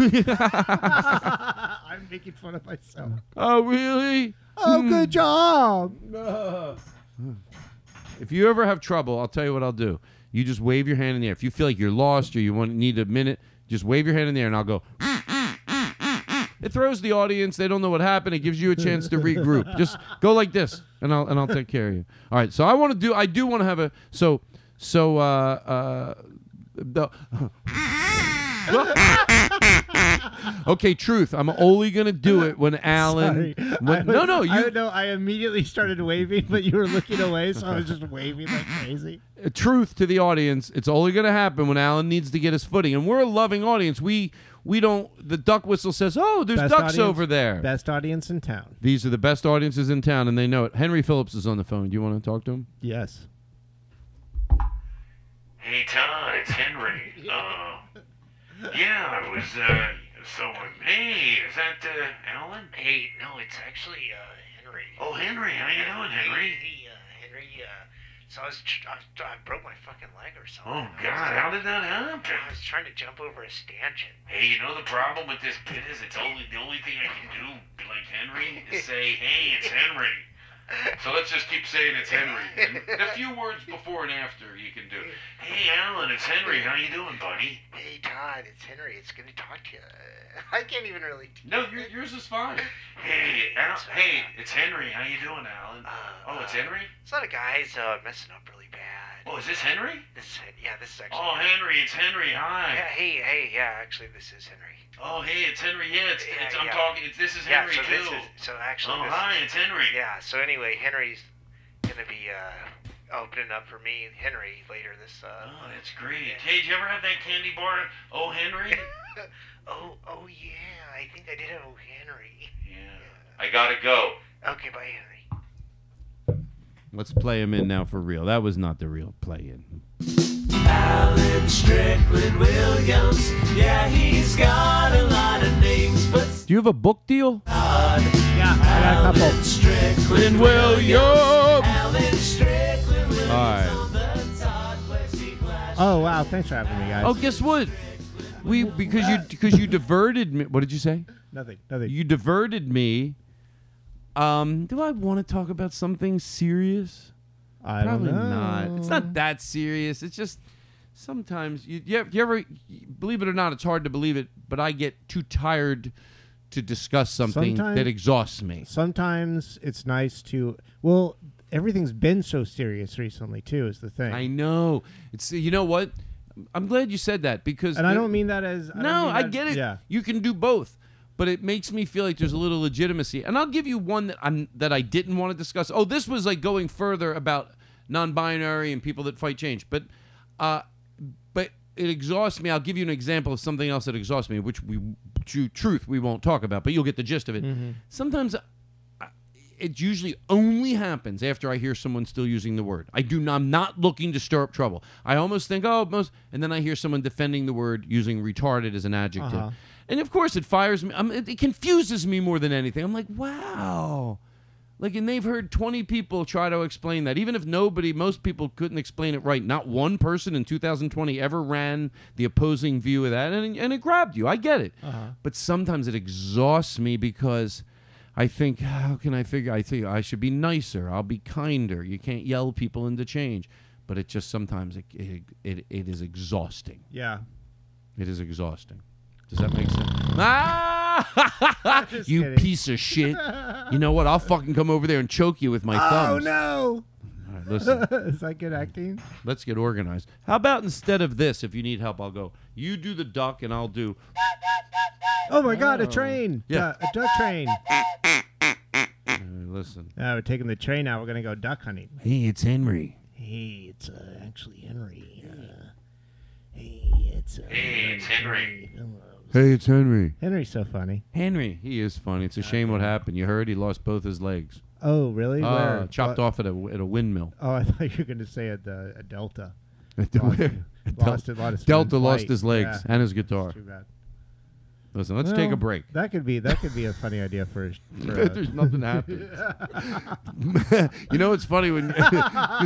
[SPEAKER 5] I'm making fun of myself.
[SPEAKER 6] Oh, really?
[SPEAKER 5] Oh, good job.
[SPEAKER 6] If you ever have trouble, I'll tell you what I'll do. You just wave your hand in the air. If you feel like you're lost or you want need a minute, just wave your hand in the air, and I'll go. "Ah, It throws the audience. They don't know what happened. It gives you a chance to regroup. Just go like this, and I'll and I'll take care of you. All right. So I want to do. I do want to have a. So so uh uh. The, okay, truth. I'm only gonna do it when Alan.
[SPEAKER 5] Sorry.
[SPEAKER 6] when-
[SPEAKER 5] I
[SPEAKER 6] no, no.
[SPEAKER 5] was-
[SPEAKER 6] You
[SPEAKER 5] I, no, I immediately started waving, but you were looking away, so I was just waving like crazy.
[SPEAKER 6] truth to the audience. It's only going to happen when Alan needs to get his footing, and we're a loving audience. We we don't. The duck whistle says, "Oh, there's
[SPEAKER 5] Best
[SPEAKER 6] ducks
[SPEAKER 5] audience-
[SPEAKER 6] over there."
[SPEAKER 5] Best audience in town.
[SPEAKER 6] These are the best audiences in town, and they know it. Henry Phillips is on the phone. Do you want to talk to him?
[SPEAKER 5] Yes.
[SPEAKER 8] Hey, Todd, it's Henry. Uh, yeah, I was, uh, someone. Hey, is that, uh, Alan?
[SPEAKER 9] Hey, no, it's actually uh, Henry.
[SPEAKER 8] Oh, Henry, how you doing, Henry?
[SPEAKER 9] Hey, uh, Henry. Uh, so I was, tr- I was, I broke my fucking leg or something.
[SPEAKER 8] Oh,
[SPEAKER 9] I was-
[SPEAKER 8] God, how did that happen?
[SPEAKER 9] I was trying to jump over a stanchion.
[SPEAKER 8] Hey, you know the problem with this pit is it's only the only thing I can do, like Henry, is say, hey, it's Henry. So let's just keep saying it's Henry. And the few words before and after you can do. Hey, Alan, it's Henry. How you doing, buddy?
[SPEAKER 9] Hey, Todd, it's Henry. It's good to talk to you. I can't even really.
[SPEAKER 6] No, yours is fine.
[SPEAKER 8] Hey, Al- hey, it's Henry. How you doing, Alan?
[SPEAKER 9] Uh,
[SPEAKER 8] Oh, it's
[SPEAKER 9] uh,
[SPEAKER 8] Henry.
[SPEAKER 9] It's not a guy's uh, messing up really bad.
[SPEAKER 8] Oh, is this Henry?
[SPEAKER 9] This is, Hen- yeah, this is actually.
[SPEAKER 8] Oh, Henry, it's Henry.
[SPEAKER 9] Yeah,
[SPEAKER 8] Hi.
[SPEAKER 9] hey, hey, yeah, actually, this is Henry.
[SPEAKER 8] Oh, hey, it's Henry. Yeah, it's,
[SPEAKER 9] Yeah,
[SPEAKER 8] it's I'm
[SPEAKER 9] yeah.
[SPEAKER 8] talking. It's, this is
[SPEAKER 9] yeah,
[SPEAKER 8] Henry
[SPEAKER 9] so this
[SPEAKER 8] too.
[SPEAKER 9] is so actually.
[SPEAKER 8] Oh,
[SPEAKER 9] this
[SPEAKER 8] hi, it's Henry.
[SPEAKER 9] Yeah, so anyway, Henry's gonna be uh, opening up for me and Henry later this uh
[SPEAKER 8] Oh, that's great. Hey, did you ever have that candy bar? Oh, Henry.
[SPEAKER 9] Oh oh yeah, I think I did have oh Henry.
[SPEAKER 8] Yeah. I gotta go.
[SPEAKER 9] Okay, bye Henry.
[SPEAKER 6] Let's play him in now for real. That was not the real play in.
[SPEAKER 4] Alan Strickland Williams. Yeah, he's got a lot of names, but
[SPEAKER 6] Do you have a book deal?
[SPEAKER 5] Yeah, I got a couple.
[SPEAKER 4] Strickland
[SPEAKER 6] William.
[SPEAKER 4] Alan Strickland Williams
[SPEAKER 6] right.
[SPEAKER 4] on the Todd Plessy Glass.
[SPEAKER 5] Oh wow, thanks for having me, guys.
[SPEAKER 6] Oh, guess what? We because you because you diverted me. What did you say?
[SPEAKER 5] Nothing, nothing.
[SPEAKER 6] You diverted me. Um, do I want to talk about something serious?
[SPEAKER 5] I don't
[SPEAKER 6] Probably
[SPEAKER 5] know.
[SPEAKER 6] not. It's not that serious. It's just sometimes you you, you ever believe it or not, it's hard to believe it, but I get too tired to discuss something
[SPEAKER 5] Sometime-
[SPEAKER 6] that exhausts me.
[SPEAKER 5] Sometimes it's nice to. Well, everything's been so serious recently too. Is the thing.
[SPEAKER 6] I know. It's you know what? I'm glad you said that because
[SPEAKER 5] and I
[SPEAKER 6] the-
[SPEAKER 5] don't mean that as. I don't
[SPEAKER 6] no,
[SPEAKER 5] mean
[SPEAKER 6] I
[SPEAKER 5] that-
[SPEAKER 6] get it.
[SPEAKER 5] Yeah.
[SPEAKER 6] You can do both, but it makes me feel like there's a little legitimacy. And I'll give you one that I'm that I didn't want to discuss. Oh, this was like going further about non-binary and people that fight change, but uh, but it exhausts me. I'll give you an example of something else that exhausts me, which we true truth we won't talk about, but you'll get the gist of it.
[SPEAKER 5] Mm-hmm.
[SPEAKER 6] Sometimes it usually only happens after I hear someone still using the word. I do not, I'm not looking to stir up trouble. I almost think, oh, most, and then I hear someone defending the word using retarded as an adjective. And of course, it fires me. i it, it confuses me more than anything. I'm like, wow. Like, and they've heard 20 people try to explain that. Even if nobody, most people couldn't explain it right. Not one person in 2020 ever ran the opposing view of that. And, and it grabbed you. I get it. But sometimes it exhausts me because I think, how can I figure? I think I should be nicer. I'll be kinder. You can't yell people into change. But it just sometimes it, it, it, it is exhausting.
[SPEAKER 5] Yeah.
[SPEAKER 6] It is exhausting. Does that make sense? Ah! you
[SPEAKER 5] kidding.
[SPEAKER 6] piece of shit. You know what? I'll fucking come over there and choke you with my
[SPEAKER 5] Oh
[SPEAKER 6] thumbs.
[SPEAKER 5] no!
[SPEAKER 6] All right, listen,
[SPEAKER 5] Is that good acting?
[SPEAKER 6] let's get organized. How about instead of this, if you need help, I'll go. You do the duck and I'll do.
[SPEAKER 5] Oh my god, a train!
[SPEAKER 6] Yeah.
[SPEAKER 5] Uh, a duck train.
[SPEAKER 6] Uh, listen.
[SPEAKER 5] Now we're taking the train out. We're gonna go duck hunting.
[SPEAKER 2] Hey, it's Henry.
[SPEAKER 5] Hey, it's uh, actually Henry. Uh, hey, it's uh,
[SPEAKER 8] Hey, it's Henry.
[SPEAKER 2] Hey, it's Henry.
[SPEAKER 5] Henry's so funny.
[SPEAKER 6] Henry, he is funny. It's a shame what happened. You heard he lost both his legs.
[SPEAKER 5] Oh really?
[SPEAKER 6] Ah,
[SPEAKER 5] Where?
[SPEAKER 6] chopped
[SPEAKER 5] What-
[SPEAKER 6] off at a, at a windmill.
[SPEAKER 5] Oh, I thought you were gonna say at the a Delta.
[SPEAKER 6] Where-
[SPEAKER 5] Lost it. Lost
[SPEAKER 6] Delta lost his legs
[SPEAKER 5] Yeah.
[SPEAKER 6] and his guitar.
[SPEAKER 5] Too bad.
[SPEAKER 6] Listen, let's
[SPEAKER 5] Well,
[SPEAKER 6] take a break.
[SPEAKER 5] That could be that could be a funny idea for. for uh,
[SPEAKER 6] There's nothing happened. you know what's funny when this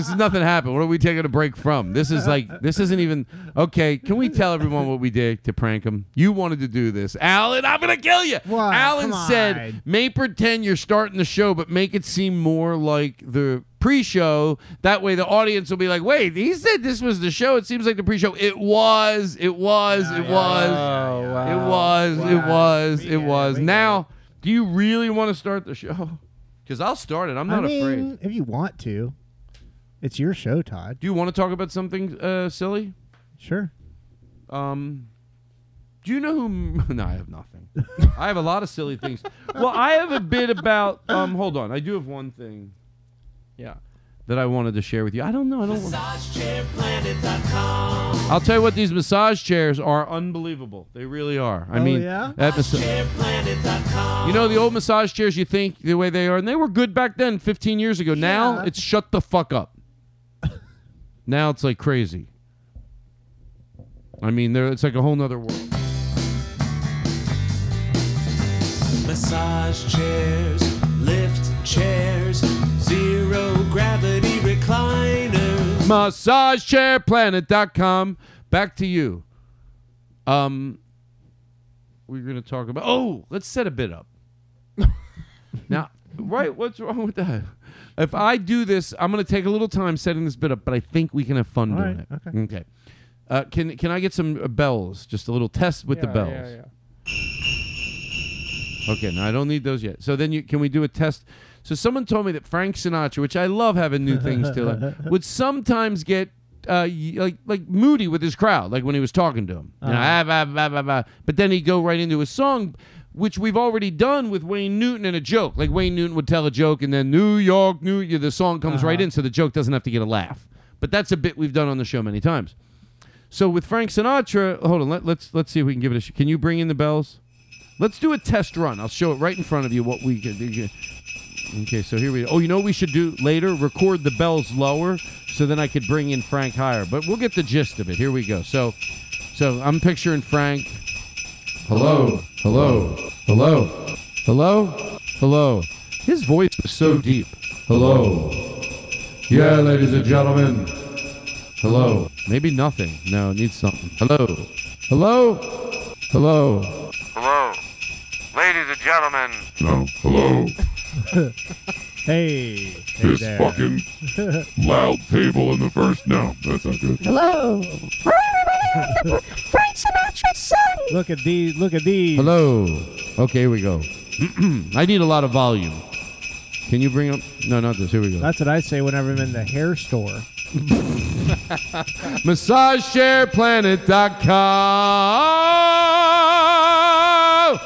[SPEAKER 6] is nothing happened. What are we taking a break from? This is like this isn't even okay. Can we tell everyone what we did to prank him? You wanted to do this, Alan. I'm gonna kill you.
[SPEAKER 5] What?
[SPEAKER 6] Alan
[SPEAKER 5] Come
[SPEAKER 6] said,
[SPEAKER 5] on.
[SPEAKER 6] "May pretend you're starting the show, but make it seem more like the." pre-show that way the audience will be like wait he said this was the show it seems like the pre-show it was it was it
[SPEAKER 5] yeah,
[SPEAKER 6] was
[SPEAKER 7] Oh, wow.
[SPEAKER 6] it was, it
[SPEAKER 5] Wow.
[SPEAKER 6] was,
[SPEAKER 5] We
[SPEAKER 6] it
[SPEAKER 5] get it,
[SPEAKER 6] was.
[SPEAKER 5] we get
[SPEAKER 6] Now, do you really want to start the show? Because I'll start it. I'm
[SPEAKER 5] I
[SPEAKER 6] not
[SPEAKER 5] mean,
[SPEAKER 6] afraid.
[SPEAKER 5] if you want to, it's your show, Todd.
[SPEAKER 6] Do you want to talk about something uh, silly?
[SPEAKER 5] Sure.
[SPEAKER 6] Um, do you know who? No, I have nothing. I have a lot of silly things. Well, I have a bit about. Um, hold on. I do have one thing. Yeah. That I wanted to share with you. I don't know. I don't. Want... I'll tell you what. These massage chairs are unbelievable. They really are. I
[SPEAKER 5] Oh,
[SPEAKER 6] mean,
[SPEAKER 5] yeah?
[SPEAKER 6] that massa- You know the old massage chairs. You think the way they are, and they were good back then, 15 years ago. Now
[SPEAKER 5] Yeah.
[SPEAKER 6] it's shut the fuck up. now it's like crazy. I mean, there it's like a whole nother world.
[SPEAKER 4] Massage chairs, lift chairs, zero gravity recliners.
[SPEAKER 6] MassageChairPlanet.com. Back to you. Um, we're gonna talk about. Oh, let's set a bit up. now, right? What's wrong with that? If I do this, I'm gonna take a little time setting this bit up, but I think we can have fun
[SPEAKER 5] All
[SPEAKER 6] doing
[SPEAKER 5] right,
[SPEAKER 6] it. Okay. Uh, can can I get some uh, bells? Just a little test with the
[SPEAKER 7] Yeah,
[SPEAKER 6] bells.
[SPEAKER 7] yeah, yeah.
[SPEAKER 6] Okay, no, I don't need those yet. So then, you can we do a test? So someone told me that Frank Sinatra, which I love having new things to learn, would sometimes get uh, y- like like moody with his crowd, like when he was talking to him. You know, ah, bah, bah, bah, bah. But then he'd go right into his song, which we've already done with Wayne Newton and a joke. Like Wayne Newton would tell a joke, and then New York, New York, the song comes right in, so the joke doesn't have to get a laugh. But that's a bit we've done on the show many times. So with Frank Sinatra, hold on, let, let's let's see if we can give it a. Sh- can you bring in the bells? Let's do a test run. I'll show it right in front of you what we can do. Okay, so here we Oh, you know what we should do later? Record the bells lower so then I could bring in Frank higher. But we'll get the gist of it. Here we go. So so I'm picturing Frank. Hello. Hello. Hello. Hello. Hello. His voice was so deep. Hello. Yeah, ladies and gentlemen. Hello. Maybe nothing. No, it needs something. Hello. Hello. Hello.
[SPEAKER 8] Hello. Ladies and gentlemen,
[SPEAKER 10] No, hello.
[SPEAKER 5] Hey, hey
[SPEAKER 10] This
[SPEAKER 5] there.
[SPEAKER 10] fucking loud table in the first. No, that's not good.
[SPEAKER 5] Look at these. Look at these.
[SPEAKER 6] Hello. Okay, here we go. I need a lot of volume. Can you bring up? No, not this. Here we go.
[SPEAKER 5] That's what I say whenever I'm in the hair store.
[SPEAKER 6] MassageChairPlanet.com.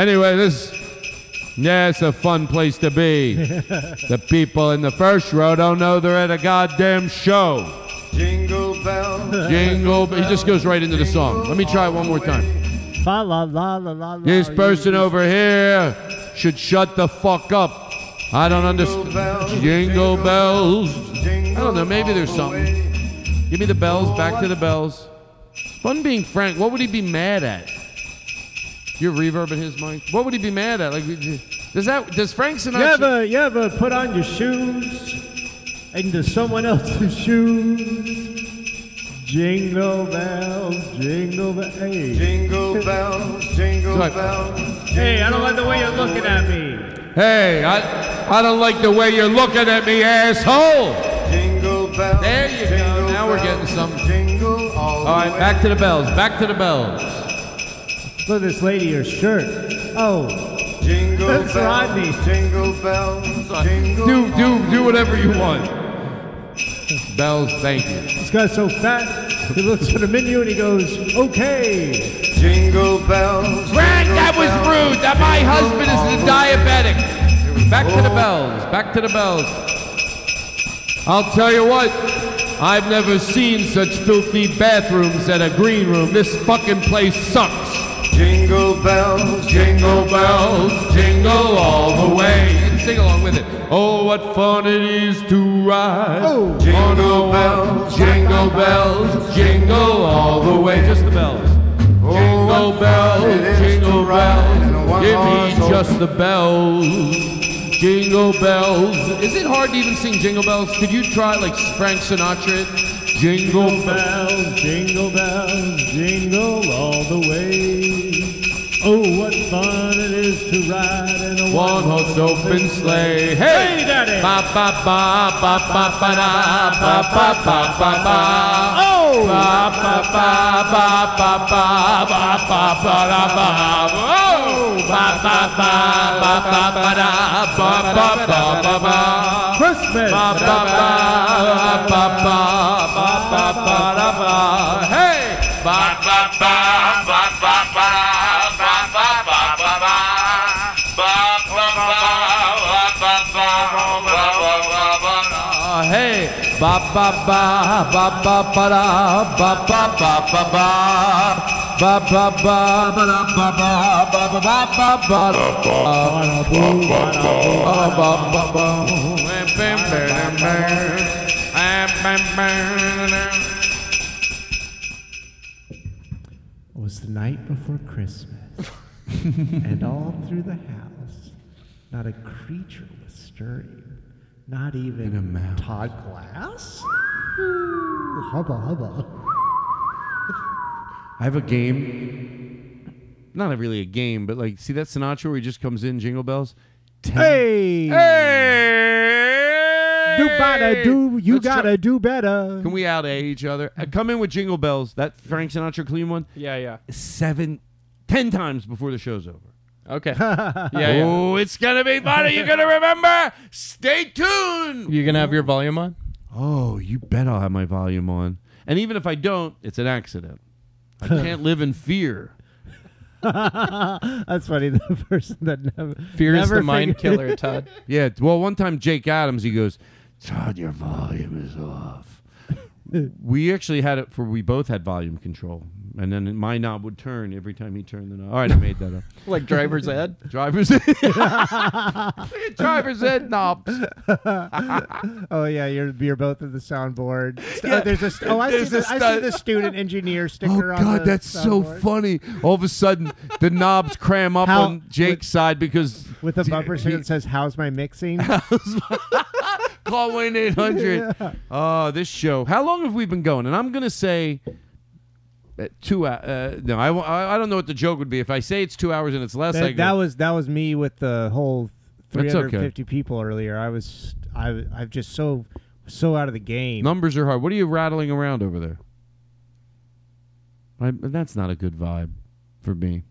[SPEAKER 6] Anyway, this yeah, it's a fun place to be. the people in the first row don't know they're at a goddamn show.
[SPEAKER 4] Jingle bell.
[SPEAKER 6] Jingle, but he just goes right into the song. Let me try it one more time.
[SPEAKER 5] Fa la la la la. la,
[SPEAKER 6] This
[SPEAKER 5] you-
[SPEAKER 6] person over here should shut the fuck up. I don't understand.
[SPEAKER 4] bells,
[SPEAKER 6] Jingle
[SPEAKER 4] jingle
[SPEAKER 6] bells.
[SPEAKER 4] Jingle
[SPEAKER 6] I don't know. Maybe there's something. Give me the bells. Back to the bells. Fun being Frank. What would he be mad at? You're reverbing his mic. What would he be mad at? Like, does that? Does Frank Sinatra?
[SPEAKER 5] You ever, you ever put on your shoes into someone else's shoes? Jingle bells, jingle bells. Hey.
[SPEAKER 4] Jingle bells, jingle
[SPEAKER 6] It's like-
[SPEAKER 4] bells, Hey, I don't like the way you're looking at me.
[SPEAKER 6] Hey, I, I don't like the way you're looking at me, asshole.
[SPEAKER 4] Jingle bells.
[SPEAKER 6] There you go. Now we're getting something.
[SPEAKER 4] Jingle all,
[SPEAKER 6] All right, back to the bells. Back to the bells.
[SPEAKER 5] Look at this lady, her shirt. Oh,
[SPEAKER 4] Jingle
[SPEAKER 5] That's
[SPEAKER 4] bells.
[SPEAKER 5] Rodney.
[SPEAKER 4] Jingle bells. Jingle
[SPEAKER 6] Do do do whatever you want. Bells, thank you.
[SPEAKER 5] this guy's so fat. He looks at a menu and he goes, "Okay."
[SPEAKER 4] Jingle bells.
[SPEAKER 6] Frank,
[SPEAKER 4] jingle
[SPEAKER 6] that was
[SPEAKER 4] bells,
[SPEAKER 6] rude. That my
[SPEAKER 4] jingle
[SPEAKER 6] husband is
[SPEAKER 4] all
[SPEAKER 6] a
[SPEAKER 4] the
[SPEAKER 6] diabetic. Back to the bells. Back to the bells. I'll tell you what. I've never seen such filthy bathrooms and a green room. This fucking place sucks.
[SPEAKER 4] Jingle bells.
[SPEAKER 6] Jingle bells, jingle all the way. You can sing along with it. Oh, what fun it is to ride.
[SPEAKER 5] Oh.
[SPEAKER 4] Jingle
[SPEAKER 6] Oh,
[SPEAKER 4] bells.
[SPEAKER 6] jingle bells, jingle all the way. Just the bells.
[SPEAKER 4] Oh,
[SPEAKER 6] Jingle
[SPEAKER 4] what fun it
[SPEAKER 6] bells,
[SPEAKER 4] is
[SPEAKER 6] jingle
[SPEAKER 4] to ride in a
[SPEAKER 6] bells. Give
[SPEAKER 4] one-horse
[SPEAKER 6] me
[SPEAKER 4] open-
[SPEAKER 6] just the bells. Jingle bells. Is it hard to even sing jingle bells? Could you try like Frank Sinatra? it? Jingle bells.
[SPEAKER 5] bells, jingle bells, jingle all the way. Oh, what fun it is to ride in a
[SPEAKER 6] One horse open sleigh. Hey!
[SPEAKER 5] Hey, Daddy!
[SPEAKER 6] Ba ba ba ba ba ba da ba ba ba ba ba.
[SPEAKER 5] Oh!
[SPEAKER 6] Ba ba ba ba ba ba ba ba ba da ba. Oh! Ba ba ba ba ba ba da ba ba ba ba ba.
[SPEAKER 5] Christmas!
[SPEAKER 6] Ba ba ba ba ba ba ba ba da ba. Hey! Ba ba ba ba ba ba da ba ba ba ba ba. Ba ba ba ba ba ba ba ba ba ba da. Hey! Ba ba ba ba ba ba da ba ba ba ba ba. Ba ba ba ba da ba ba ba ba ba ba ba da. Ba ba ba ba. Bam, bam, bam, bam. Bam, bam, bam.
[SPEAKER 5] It was the night before Christmas, and all through the house, not a creature was stirring, not even
[SPEAKER 2] a mouse.
[SPEAKER 5] Todd Glass. Ooh, hubba hubba.
[SPEAKER 6] I have a game. Not really a game, but like, see that Sinatra where he just comes in, jingle bells.
[SPEAKER 5] Hey,
[SPEAKER 6] Hey,
[SPEAKER 5] you gotta do, you
[SPEAKER 6] Let's try-
[SPEAKER 5] gotta do better.
[SPEAKER 6] Can we out each other? Uh, come in with jingle bells. That Frank Sinatra clean one.
[SPEAKER 7] Yeah, yeah.
[SPEAKER 6] Seven, ten times before the show's over.
[SPEAKER 7] Okay. yeah, yeah.
[SPEAKER 6] Oh, it's gonna be fun. Are you gonna remember? Stay tuned.
[SPEAKER 7] You gonna have your volume on?
[SPEAKER 2] Oh, you
[SPEAKER 6] You bet I'll have my volume on. And even if I don't, it's an accident. I can't live in fear.
[SPEAKER 5] That's funny. The person that never
[SPEAKER 7] Fear is
[SPEAKER 5] never
[SPEAKER 7] the mind
[SPEAKER 5] figured-
[SPEAKER 7] killer, Todd.
[SPEAKER 6] Yeah. Well, one time Jake Adams, he goes, Todd, your volume is off. we actually had it for we both had volume control, and then my knob would turn every time he turned the knob. All right, I made that up.
[SPEAKER 7] like driver's ed.
[SPEAKER 6] Driver's driver's head knobs.
[SPEAKER 5] Oh yeah, you're you're both at the soundboard. St- oh, there's a st- oh I see,
[SPEAKER 6] There's
[SPEAKER 5] the,
[SPEAKER 6] a
[SPEAKER 5] I see
[SPEAKER 6] stu-
[SPEAKER 5] the student engineer
[SPEAKER 6] Oh
[SPEAKER 5] sticker on the
[SPEAKER 6] God, that's so
[SPEAKER 5] soundboard
[SPEAKER 6] funny! All of a sudden, the knobs cram up
[SPEAKER 5] How-
[SPEAKER 6] on Jake's side because
[SPEAKER 5] with a
[SPEAKER 6] d-
[SPEAKER 5] bumper sticker that says "How's my mixing?"
[SPEAKER 6] Call Wayne 800. Oh, this show. How long have we been going? And I'm going to say uh, two hou- Uh, no, I, won't- I, I don't know what the joke would be. If I say it's two hours and it's less, I
[SPEAKER 5] that,
[SPEAKER 6] go,
[SPEAKER 5] that was that was me with the whole
[SPEAKER 6] That's okay.
[SPEAKER 5] 350 people earlier. I was I I'm just so so out of the game.
[SPEAKER 6] numbers are hard. What are you rattling around over there? I, that's not a good vibe for me.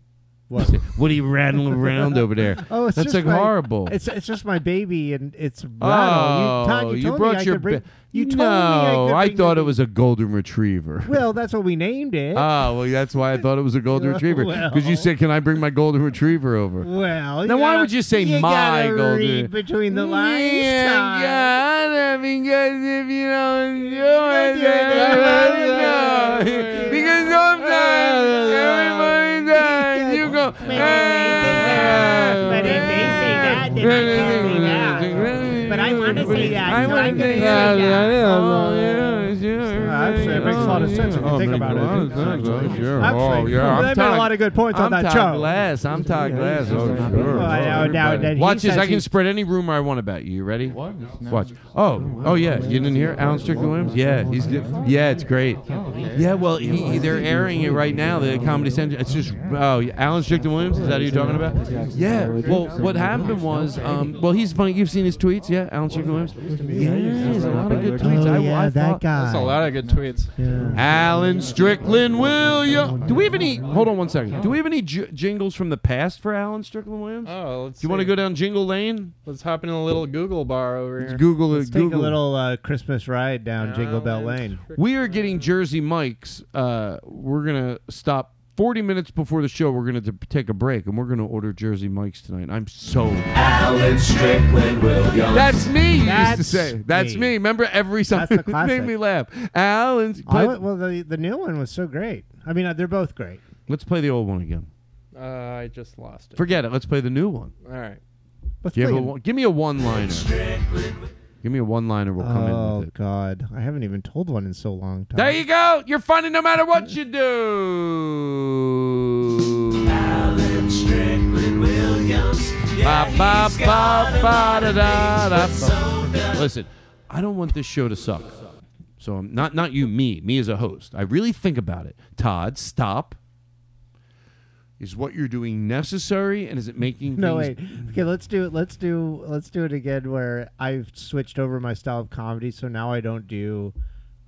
[SPEAKER 5] What?
[SPEAKER 6] What are you rattling around over there?
[SPEAKER 5] Oh, it's
[SPEAKER 6] that's
[SPEAKER 5] just
[SPEAKER 6] like
[SPEAKER 5] my-
[SPEAKER 6] horrible.
[SPEAKER 5] It's it's just my baby and it's rattle.
[SPEAKER 6] oh,
[SPEAKER 5] you, Todd, you, told
[SPEAKER 6] brought
[SPEAKER 5] me
[SPEAKER 6] your.
[SPEAKER 5] I could bring,
[SPEAKER 6] ba-
[SPEAKER 5] you told
[SPEAKER 6] no,
[SPEAKER 5] me
[SPEAKER 6] I,
[SPEAKER 5] I, could bring
[SPEAKER 6] thought
[SPEAKER 5] your
[SPEAKER 6] it was a golden retriever.
[SPEAKER 5] ba- Well, that's what we named it.
[SPEAKER 6] Oh, well, that's why I thought it was a golden retriever. Because you
[SPEAKER 5] Well.
[SPEAKER 6] said, "Can I bring my golden retriever over?"
[SPEAKER 5] well, you
[SPEAKER 6] Now, why
[SPEAKER 5] gotta-
[SPEAKER 6] would you say
[SPEAKER 5] you
[SPEAKER 6] my
[SPEAKER 5] gotta
[SPEAKER 6] golden-
[SPEAKER 5] read between the lines? Todd.
[SPEAKER 6] Yeah, God, because if you don't do it,
[SPEAKER 5] do it,
[SPEAKER 6] then I
[SPEAKER 5] everybody
[SPEAKER 6] don't know.
[SPEAKER 5] knows.
[SPEAKER 6] Because sometimes everybody dies. You go. "Ah."
[SPEAKER 5] But if they say that, then I can't say that. But I wanna say that,
[SPEAKER 6] I
[SPEAKER 5] so
[SPEAKER 6] wanna
[SPEAKER 5] I'm gonna
[SPEAKER 6] say
[SPEAKER 5] say that.
[SPEAKER 6] that. Oh, yeah, sure.
[SPEAKER 5] I actually, it makes a lot of sense if you
[SPEAKER 6] Oh,
[SPEAKER 5] think
[SPEAKER 6] makes
[SPEAKER 5] about
[SPEAKER 6] a lot of
[SPEAKER 5] it.
[SPEAKER 6] sense, oh, sure. Oh,
[SPEAKER 5] Actually,
[SPEAKER 6] yeah.
[SPEAKER 5] they
[SPEAKER 6] I'm
[SPEAKER 5] made a
[SPEAKER 6] Todd-
[SPEAKER 5] lot of good points on
[SPEAKER 6] I'm
[SPEAKER 5] that
[SPEAKER 6] Todd
[SPEAKER 5] show.
[SPEAKER 6] Glass. I'm Todd Glass. Oh, sure.
[SPEAKER 5] Well, now- now that he
[SPEAKER 6] Watch this.
[SPEAKER 5] says
[SPEAKER 6] I can
[SPEAKER 5] he's-
[SPEAKER 6] spread any rumor I want about you. You ready? What? Watch. Oh, oh yeah. You didn't hear Alan Strickland Williams? Yeah, he's di- yeah, it's great. Yeah, well, he, they're airing it right now. The Comedy Central. It's just oh, yeah, Alan Strickland Williams. Is that who you're talking about? Yeah. Well, what happened was, um, well, he's funny. You've seen his tweets, yeah? Alan Strickland Williams. Yeah, he's a lot of
[SPEAKER 5] Oh,
[SPEAKER 6] good tweets. I, I thought-
[SPEAKER 7] That's a lot of good tweets.
[SPEAKER 6] Alan Strickland Williams. Do we have any? Hold on one second. Do we have any j- jingles from the past for Alan Strickland Williams?
[SPEAKER 7] Oh, let's.
[SPEAKER 6] Do you want to
[SPEAKER 7] see.
[SPEAKER 6] go down Jingle Lane?
[SPEAKER 7] Let's hop in a little Google bar over here.
[SPEAKER 6] Google
[SPEAKER 5] Let's
[SPEAKER 6] it. Google.
[SPEAKER 5] take a little uh, Christmas ride down Jingle Bell Lane.
[SPEAKER 6] We are getting Jersey Mike's. Uh, we're gonna stop 40 minutes before the show. We're gonna t- take a break, and we're gonna order Jersey Mike's tonight. I'm so.
[SPEAKER 4] Alan Strickland Williams.
[SPEAKER 6] That's me. You used to
[SPEAKER 5] That's
[SPEAKER 6] say. That's me.
[SPEAKER 5] me.
[SPEAKER 6] Remember every song.
[SPEAKER 5] That's the
[SPEAKER 6] It made
[SPEAKER 5] classic.
[SPEAKER 6] me laugh. Alan's.
[SPEAKER 5] I
[SPEAKER 6] Play,
[SPEAKER 5] wa- well, the, the new one was so great. I mean, uh, they're both great.
[SPEAKER 6] let's play the old one again.
[SPEAKER 7] Uh, I just lost it.
[SPEAKER 6] Forget it. Let's play the new one.
[SPEAKER 7] All right.
[SPEAKER 5] Let's
[SPEAKER 6] Give,
[SPEAKER 5] play
[SPEAKER 6] a,
[SPEAKER 5] them.
[SPEAKER 6] one- give me a one-liner. Give me a one-liner. We'll come in
[SPEAKER 5] Oh
[SPEAKER 6] with it.
[SPEAKER 5] God, I haven't even told one in so long. Tom.
[SPEAKER 6] There you go. You're funny no matter what you do.
[SPEAKER 4] Alan Strickland Williams. Yeah,
[SPEAKER 6] Ba, ba,
[SPEAKER 4] he's
[SPEAKER 6] ba,
[SPEAKER 4] got a
[SPEAKER 6] ba,
[SPEAKER 4] lot of
[SPEAKER 6] da, da,
[SPEAKER 4] things,
[SPEAKER 6] da,
[SPEAKER 4] but so does
[SPEAKER 6] Listen, I don't want this show to suck. So I'm not not you, me, me as a host. I really think about it. Todd, stop. Is what you're doing necessary, and is it making
[SPEAKER 5] No
[SPEAKER 6] things?
[SPEAKER 5] wait. Okay, let's do let's do let's do it again where I've switched over my style of comedy, so now I don't do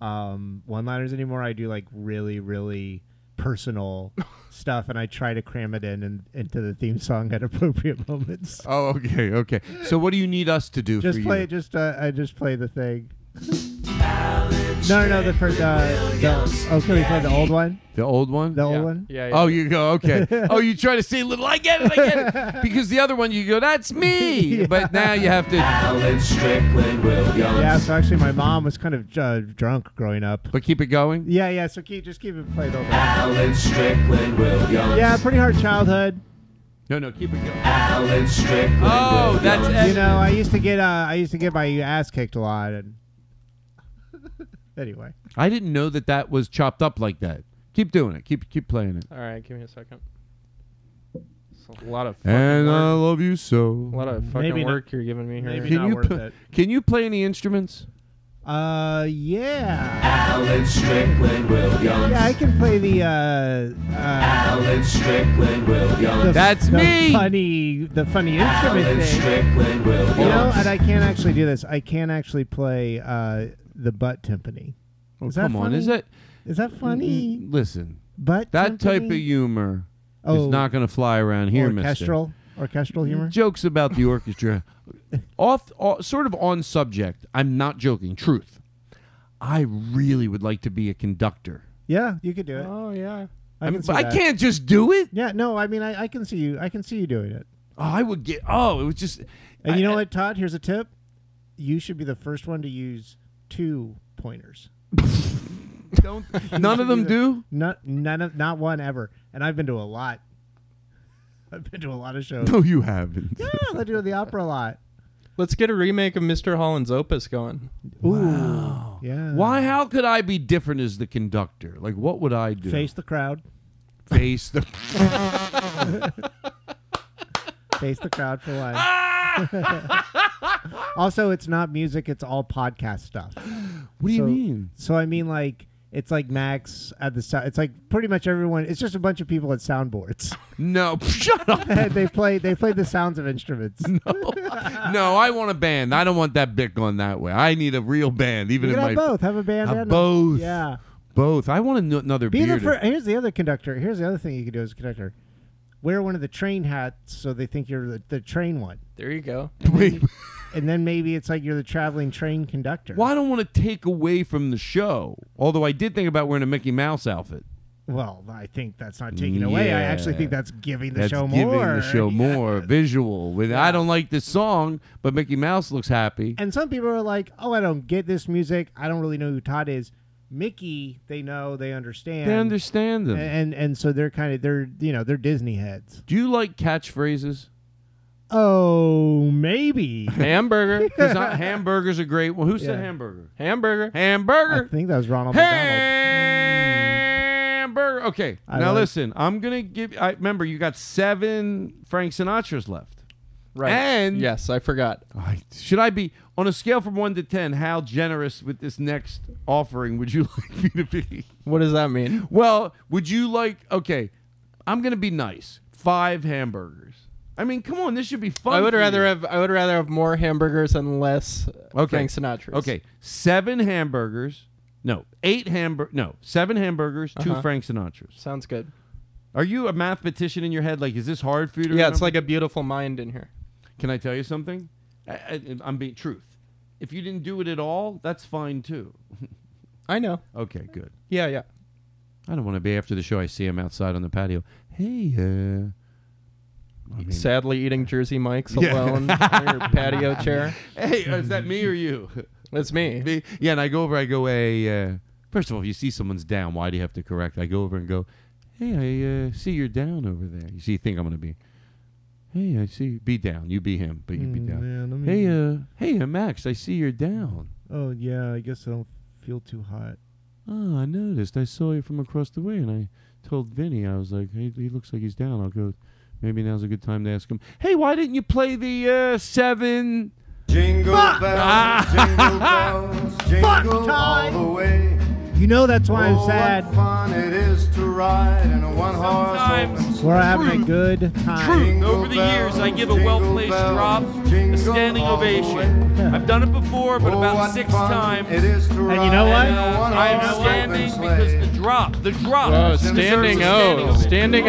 [SPEAKER 5] um, one-liners anymore. I do like really really personal stuff, and I try to cram it in and into the theme song at appropriate moments.
[SPEAKER 6] Oh, okay, okay. So what do you need us to do for
[SPEAKER 5] just play
[SPEAKER 6] you?
[SPEAKER 5] just uh, I just play the thing. No, no, no. The first. Uh, the, oh, can we play the old one?
[SPEAKER 6] The old one.
[SPEAKER 5] The
[SPEAKER 7] Yeah.
[SPEAKER 5] old one.
[SPEAKER 7] Yeah. yeah.
[SPEAKER 6] Oh, you go okay. oh, you try to say little. I get it. I get it. Because the other one, you go, that's me. But now you have to.
[SPEAKER 4] Alan Strickland Williams.
[SPEAKER 5] Yeah. So actually, my mom was kind of uh, drunk growing up.
[SPEAKER 6] But keep it going.
[SPEAKER 5] Yeah, yeah. So keep just keep it played over.
[SPEAKER 4] Alan Strickland Williams.
[SPEAKER 5] Yeah, pretty hard childhood.
[SPEAKER 6] No, no, keep it going.
[SPEAKER 4] Alan Strickland
[SPEAKER 6] Oh,
[SPEAKER 4] Williams.
[SPEAKER 6] that's
[SPEAKER 5] You
[SPEAKER 6] Ed.
[SPEAKER 5] know, I used to get uh, I used to get my ass kicked a lot, and anyway,
[SPEAKER 6] I didn't know that that was chopped up like that. Keep doing it. Keep keep playing it.
[SPEAKER 7] All right. Give me a second. It's a lot of fucking
[SPEAKER 6] And I
[SPEAKER 7] work.
[SPEAKER 6] love you
[SPEAKER 7] A
[SPEAKER 6] so.
[SPEAKER 7] lot of fucking
[SPEAKER 5] Maybe not-
[SPEAKER 7] work you're giving me here.
[SPEAKER 5] maybe
[SPEAKER 6] Can
[SPEAKER 5] not
[SPEAKER 6] you
[SPEAKER 5] worth
[SPEAKER 6] pl-
[SPEAKER 5] it.
[SPEAKER 6] Can you play any instruments?
[SPEAKER 5] Uh, yeah,
[SPEAKER 4] Alan Strickland Williams.
[SPEAKER 5] yeah, I can play the uh, uh
[SPEAKER 4] Alan Strickland Williams.
[SPEAKER 5] the,
[SPEAKER 6] That's
[SPEAKER 5] the
[SPEAKER 6] me!
[SPEAKER 5] funny the funny instrument
[SPEAKER 4] Alan
[SPEAKER 5] thing.
[SPEAKER 4] Strickland Williams.
[SPEAKER 5] You know, and I can't actually do this. I can actually play uh the butt timpani.
[SPEAKER 6] Oh,
[SPEAKER 5] Is that
[SPEAKER 6] come on,
[SPEAKER 5] funny?
[SPEAKER 6] is that
[SPEAKER 5] Is that funny?
[SPEAKER 6] Listen,
[SPEAKER 5] Butt
[SPEAKER 6] that type
[SPEAKER 5] timpani?
[SPEAKER 6] of humor
[SPEAKER 5] Oh.
[SPEAKER 6] is not going to fly around here, Mister.
[SPEAKER 5] orchestral orchestral humor.
[SPEAKER 6] Jokes about the orchestra, off, off, sort of on subject. I'm not joking. Truth. I really would like to be a conductor.
[SPEAKER 5] Yeah, you could do it.
[SPEAKER 7] Oh yeah.
[SPEAKER 5] I,
[SPEAKER 6] I,
[SPEAKER 5] can
[SPEAKER 6] mean,
[SPEAKER 5] see
[SPEAKER 6] but I
[SPEAKER 5] that.
[SPEAKER 6] can't just do it.
[SPEAKER 5] Yeah, no, I mean, I, I can see you. I can see you doing it.
[SPEAKER 6] Oh, I would get. Oh, it was just.
[SPEAKER 5] And
[SPEAKER 6] I-
[SPEAKER 5] you know what, Todd? Here's a tip. You should be the first one to use two pointers.
[SPEAKER 6] None of them do.
[SPEAKER 5] Not none of not one ever. And I've been to a lot. I've been to a lot of shows.
[SPEAKER 6] No, you haven't.
[SPEAKER 5] yeah, I Ah, do the opera a lot.
[SPEAKER 7] Let's get a remake of Mr. Holland's Opus going.
[SPEAKER 5] Ooh. Yeah.
[SPEAKER 6] Why? How could I be different as the conductor? Like, what would I do?
[SPEAKER 5] Face the crowd.
[SPEAKER 6] face the.
[SPEAKER 5] Face the crowd for life. also, it's not music, it's all podcast stuff.
[SPEAKER 6] What do you
[SPEAKER 5] So-
[SPEAKER 6] mean?
[SPEAKER 5] So I mean like it's like Max at the sou- it's like pretty much everyone it's just a bunch of people at soundboards.
[SPEAKER 6] No, shut up.
[SPEAKER 5] they play they play the sounds of instruments.
[SPEAKER 6] No, I want a band. I don't want that bit going that way. I need a real band, even
[SPEAKER 5] You
[SPEAKER 6] in
[SPEAKER 5] can
[SPEAKER 6] my
[SPEAKER 5] have both. Have a band.
[SPEAKER 6] Have
[SPEAKER 5] and a-
[SPEAKER 6] both.
[SPEAKER 5] Yeah.
[SPEAKER 6] both. I want an- another
[SPEAKER 5] Be
[SPEAKER 6] beard.
[SPEAKER 5] the fir- Here's the other conductor. Here's the other thing you can do as a conductor. Wear one of the train hats so they think you're the, the train one,
[SPEAKER 7] There you go.
[SPEAKER 6] Wait,
[SPEAKER 5] and then maybe it's like you're the traveling train conductor.
[SPEAKER 6] well, I don't want to take away from the show. Although I did think about wearing a Mickey Mouse outfit.
[SPEAKER 5] Well, I think that's not taking away. I actually
[SPEAKER 6] Yeah.
[SPEAKER 5] think that's giving the
[SPEAKER 6] That's
[SPEAKER 5] show
[SPEAKER 6] giving
[SPEAKER 5] more.
[SPEAKER 6] the show more visual. With I don't like this song, but Mickey Mouse looks happy.
[SPEAKER 5] And some people are like, "Oh, I don't get this music. I don't really know who Todd is." Mickey, they know, they understand,
[SPEAKER 6] They understand them.
[SPEAKER 5] and and so they're kind of they're you know they're Disney heads.
[SPEAKER 6] Do you like catchphrases?
[SPEAKER 5] Oh, maybe.
[SPEAKER 7] Hamburger.
[SPEAKER 6] 'Cause I- hamburgers are great. Well, who said
[SPEAKER 5] Yeah.
[SPEAKER 6] hamburger?
[SPEAKER 7] Hamburger.
[SPEAKER 5] I
[SPEAKER 6] Hamburger.
[SPEAKER 5] think that was Ronald McDonald.
[SPEAKER 6] Hamburger. Okay.
[SPEAKER 5] I
[SPEAKER 6] now
[SPEAKER 5] like-
[SPEAKER 6] listen, I'm gonna give. I remember you got seven Frank Sinatras left.
[SPEAKER 7] Right.
[SPEAKER 6] And-
[SPEAKER 7] yes, I forgot.
[SPEAKER 6] I, should I be on a scale from one to ten? How generous with this next offering would you like me to be?
[SPEAKER 7] What does that mean?
[SPEAKER 6] Well, would you like? Okay, I'm gonna be nice. Five hamburgers. I mean, come on, this should be fun.
[SPEAKER 7] I would
[SPEAKER 6] for
[SPEAKER 7] rather
[SPEAKER 6] you.
[SPEAKER 7] have I would rather have more hamburgers and less uh,
[SPEAKER 6] Okay.
[SPEAKER 7] Frank Sinatra.
[SPEAKER 6] Okay, seven hamburgers. No, eight hamburger. No, seven hamburgers, 2
[SPEAKER 7] Uh-huh.
[SPEAKER 6] Frank Sinatras.
[SPEAKER 7] Sounds good.
[SPEAKER 6] Are you a mathematician in your head? Like, is this hard for you to?
[SPEAKER 7] Yeah, it's
[SPEAKER 6] remember?
[SPEAKER 7] like a beautiful mind in here.
[SPEAKER 6] Can I tell you something? I, I, I'm being truth. If you didn't do it at all, that's fine too.
[SPEAKER 7] I know.
[SPEAKER 6] Okay, good.
[SPEAKER 7] Yeah, yeah.
[SPEAKER 6] I don't want to be after the show. I see him outside on the patio. Hey, uh, I mean-
[SPEAKER 7] Sadly, eating Jersey Mike's
[SPEAKER 6] Yeah.
[SPEAKER 7] alone on your patio chair.
[SPEAKER 6] hey, is that me or you?
[SPEAKER 7] That's me.
[SPEAKER 6] me? Yeah, and I go over. I go, hey. Uh, first of all, if you see someone's down, why do you have to correct? I go over and go, hey, I uh, see you're down over there. You see, you think I'm gonna be? Hey, I see. Be down. You be him, but you
[SPEAKER 7] Mm,
[SPEAKER 6] be down.
[SPEAKER 5] Yeah, let me-
[SPEAKER 6] Hey, uh, hey, uh, Max. I see you're down.
[SPEAKER 5] Oh, yeah. I guess I don't feel too hot.
[SPEAKER 6] Oh, I noticed. I saw you from across the way, and I told Vinny, I was like, hey, he looks like he's down. I'll go, maybe now's a good time to ask him, hey, why didn't you play the uh, seven?
[SPEAKER 4] Jingle bells, jingle bells, jingle all
[SPEAKER 5] time.
[SPEAKER 4] the way.
[SPEAKER 5] You know that's why
[SPEAKER 4] Oh,
[SPEAKER 5] I'm
[SPEAKER 4] what
[SPEAKER 5] sad.
[SPEAKER 4] fun it is to ride in a one-horse
[SPEAKER 6] Sometimes
[SPEAKER 4] open
[SPEAKER 5] We're having a good time.
[SPEAKER 4] Jingle
[SPEAKER 6] Over the years, I give a well placed
[SPEAKER 4] bells,
[SPEAKER 6] drop, a
[SPEAKER 4] jingle
[SPEAKER 6] standing
[SPEAKER 4] all the
[SPEAKER 6] ovation.
[SPEAKER 5] way.
[SPEAKER 6] I've done it before, but
[SPEAKER 4] Oh,
[SPEAKER 6] about
[SPEAKER 4] what
[SPEAKER 6] six
[SPEAKER 4] fun
[SPEAKER 6] times.
[SPEAKER 4] It is to
[SPEAKER 5] And you know
[SPEAKER 4] ride
[SPEAKER 5] what?
[SPEAKER 4] in a
[SPEAKER 6] Uh,
[SPEAKER 4] one-horse
[SPEAKER 6] I'm
[SPEAKER 4] open
[SPEAKER 6] standing
[SPEAKER 4] sleigh.
[SPEAKER 6] because the drop, the drop.
[SPEAKER 7] Oh,
[SPEAKER 6] deserves a
[SPEAKER 7] standing O, standing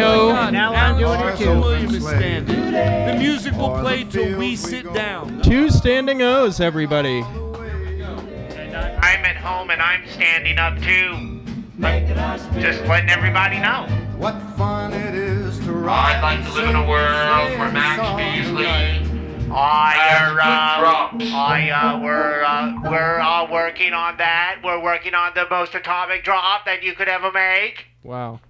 [SPEAKER 6] Oh my
[SPEAKER 7] O.
[SPEAKER 6] God,
[SPEAKER 5] Now I'm
[SPEAKER 6] Alan
[SPEAKER 5] doing it
[SPEAKER 6] Parson
[SPEAKER 5] too.
[SPEAKER 6] William is standing. The music will
[SPEAKER 4] O'er the
[SPEAKER 6] play till we
[SPEAKER 4] fields we
[SPEAKER 6] sit
[SPEAKER 4] go.
[SPEAKER 6] down.
[SPEAKER 7] Two standing O's, everybody.
[SPEAKER 9] I'm at home and I'm standing up too. Just letting everybody know.
[SPEAKER 4] What fun it is to
[SPEAKER 8] Oh,
[SPEAKER 4] ride.
[SPEAKER 8] I'd like to live in a world where Max Beasley.
[SPEAKER 9] I, uh,
[SPEAKER 8] Drops.
[SPEAKER 9] I, uh, we're, uh, we're all working on that. We're working on the most atomic drop that you could ever make.
[SPEAKER 7] Wow.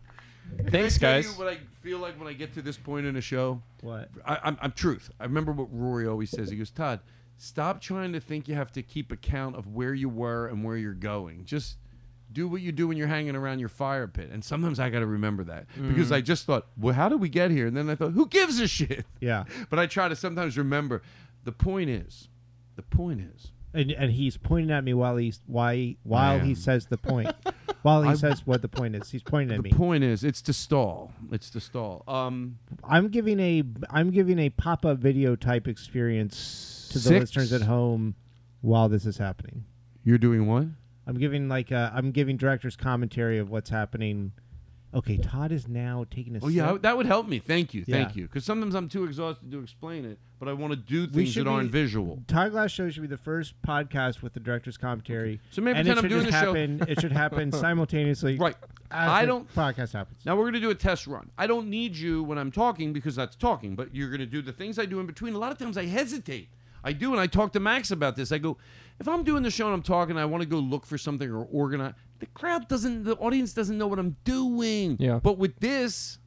[SPEAKER 7] Thanks,
[SPEAKER 6] Can I
[SPEAKER 7] guys.
[SPEAKER 6] tell you what I feel like when I get to this point in a show?
[SPEAKER 5] What?
[SPEAKER 6] I, I'm, I'm truth. I remember what Rory always says. He goes, Todd, stop trying to think you have to keep account of where you were and where you're going. Just do what you do when you're hanging around your fire pit. And sometimes I got to remember that because I just thought, well, how did we get here? And then I thought, who gives a shit?
[SPEAKER 5] Yeah.
[SPEAKER 6] But I try to sometimes remember. The point is, the point is,
[SPEAKER 5] And, and he's pointing at me while he's why
[SPEAKER 6] I
[SPEAKER 5] while
[SPEAKER 6] am.
[SPEAKER 5] he says the point, while he
[SPEAKER 6] I-
[SPEAKER 5] says what the point is. He's pointing at
[SPEAKER 6] the
[SPEAKER 5] me.
[SPEAKER 6] point is, it's to stall. It's to stall. Um,
[SPEAKER 5] I'm giving a I'm giving a pop up video type experience to the
[SPEAKER 6] Six.
[SPEAKER 5] listeners at home while this is happening.
[SPEAKER 6] you're doing what?
[SPEAKER 5] I'm giving like i I'm giving director's commentary of what's happening. Okay, Todd is now taking a.
[SPEAKER 6] Oh yeah,
[SPEAKER 5] sip.
[SPEAKER 6] that would help me. Thank you, thank
[SPEAKER 5] Yeah.
[SPEAKER 6] you. Because sometimes I'm too exhausted to explain it, but I want to do
[SPEAKER 5] We
[SPEAKER 6] things that
[SPEAKER 5] should
[SPEAKER 6] aren't
[SPEAKER 5] be-
[SPEAKER 6] visual.
[SPEAKER 5] Todd Glass Show should be the first podcast with the director's commentary.
[SPEAKER 6] So maybe
[SPEAKER 5] and it
[SPEAKER 6] pretend I'm
[SPEAKER 5] should
[SPEAKER 6] doing
[SPEAKER 5] just
[SPEAKER 6] the show.
[SPEAKER 5] happen. it should happen simultaneously.
[SPEAKER 6] Right.
[SPEAKER 5] As
[SPEAKER 6] I
[SPEAKER 5] the
[SPEAKER 6] don't-
[SPEAKER 5] Podcast happens.
[SPEAKER 6] Now we're gonna do a test run. I don't need you when I'm talking because that's talking, but you're gonna do the things I do in between. A lot of times I hesitate. I do, and I talk to Max about this. I go, if I'm doing the show and I'm talking, I want to go look for something or organize. The crowd doesn't, the audience doesn't know what I'm doing.
[SPEAKER 7] Yeah.
[SPEAKER 6] But with this,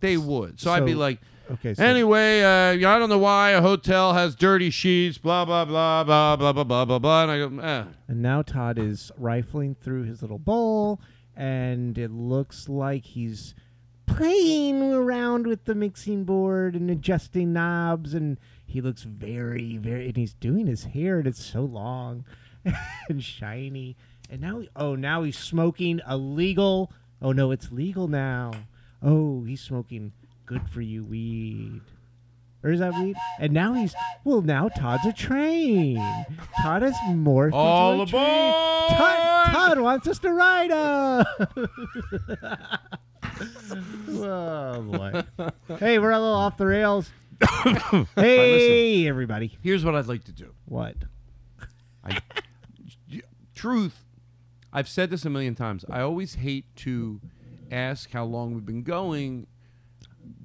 [SPEAKER 6] they would. So, I'd be
[SPEAKER 5] So-
[SPEAKER 6] like,
[SPEAKER 5] Okay. So
[SPEAKER 6] Anyway, uh, yeah, I don't know why a hotel has dirty sheets, blah blah blah blah blah blah blah blah blah. And I go, eh.
[SPEAKER 5] And now Todd is rifling through his little bowl, and it looks like he's playing around with the mixing board and adjusting knobs. And he looks very, very, and he's doing his hair, and it's so long and shiny. And now, he, oh, now he's smoking illegal. Oh no, it's legal now. Oh, he's smoking good for you weed. Or is that weed? And now he's well. Now Todd's a train. Todd is morphed
[SPEAKER 6] all
[SPEAKER 5] into a
[SPEAKER 6] aboard!
[SPEAKER 5] train. Todd, Todd wants us to ride up. oh boy! Hey, we're a little off the rails. hey, everybody!
[SPEAKER 6] Here's what I'd like to do.
[SPEAKER 5] What?
[SPEAKER 6] Truth, I've said this a million times. I always hate to ask how long we've been going,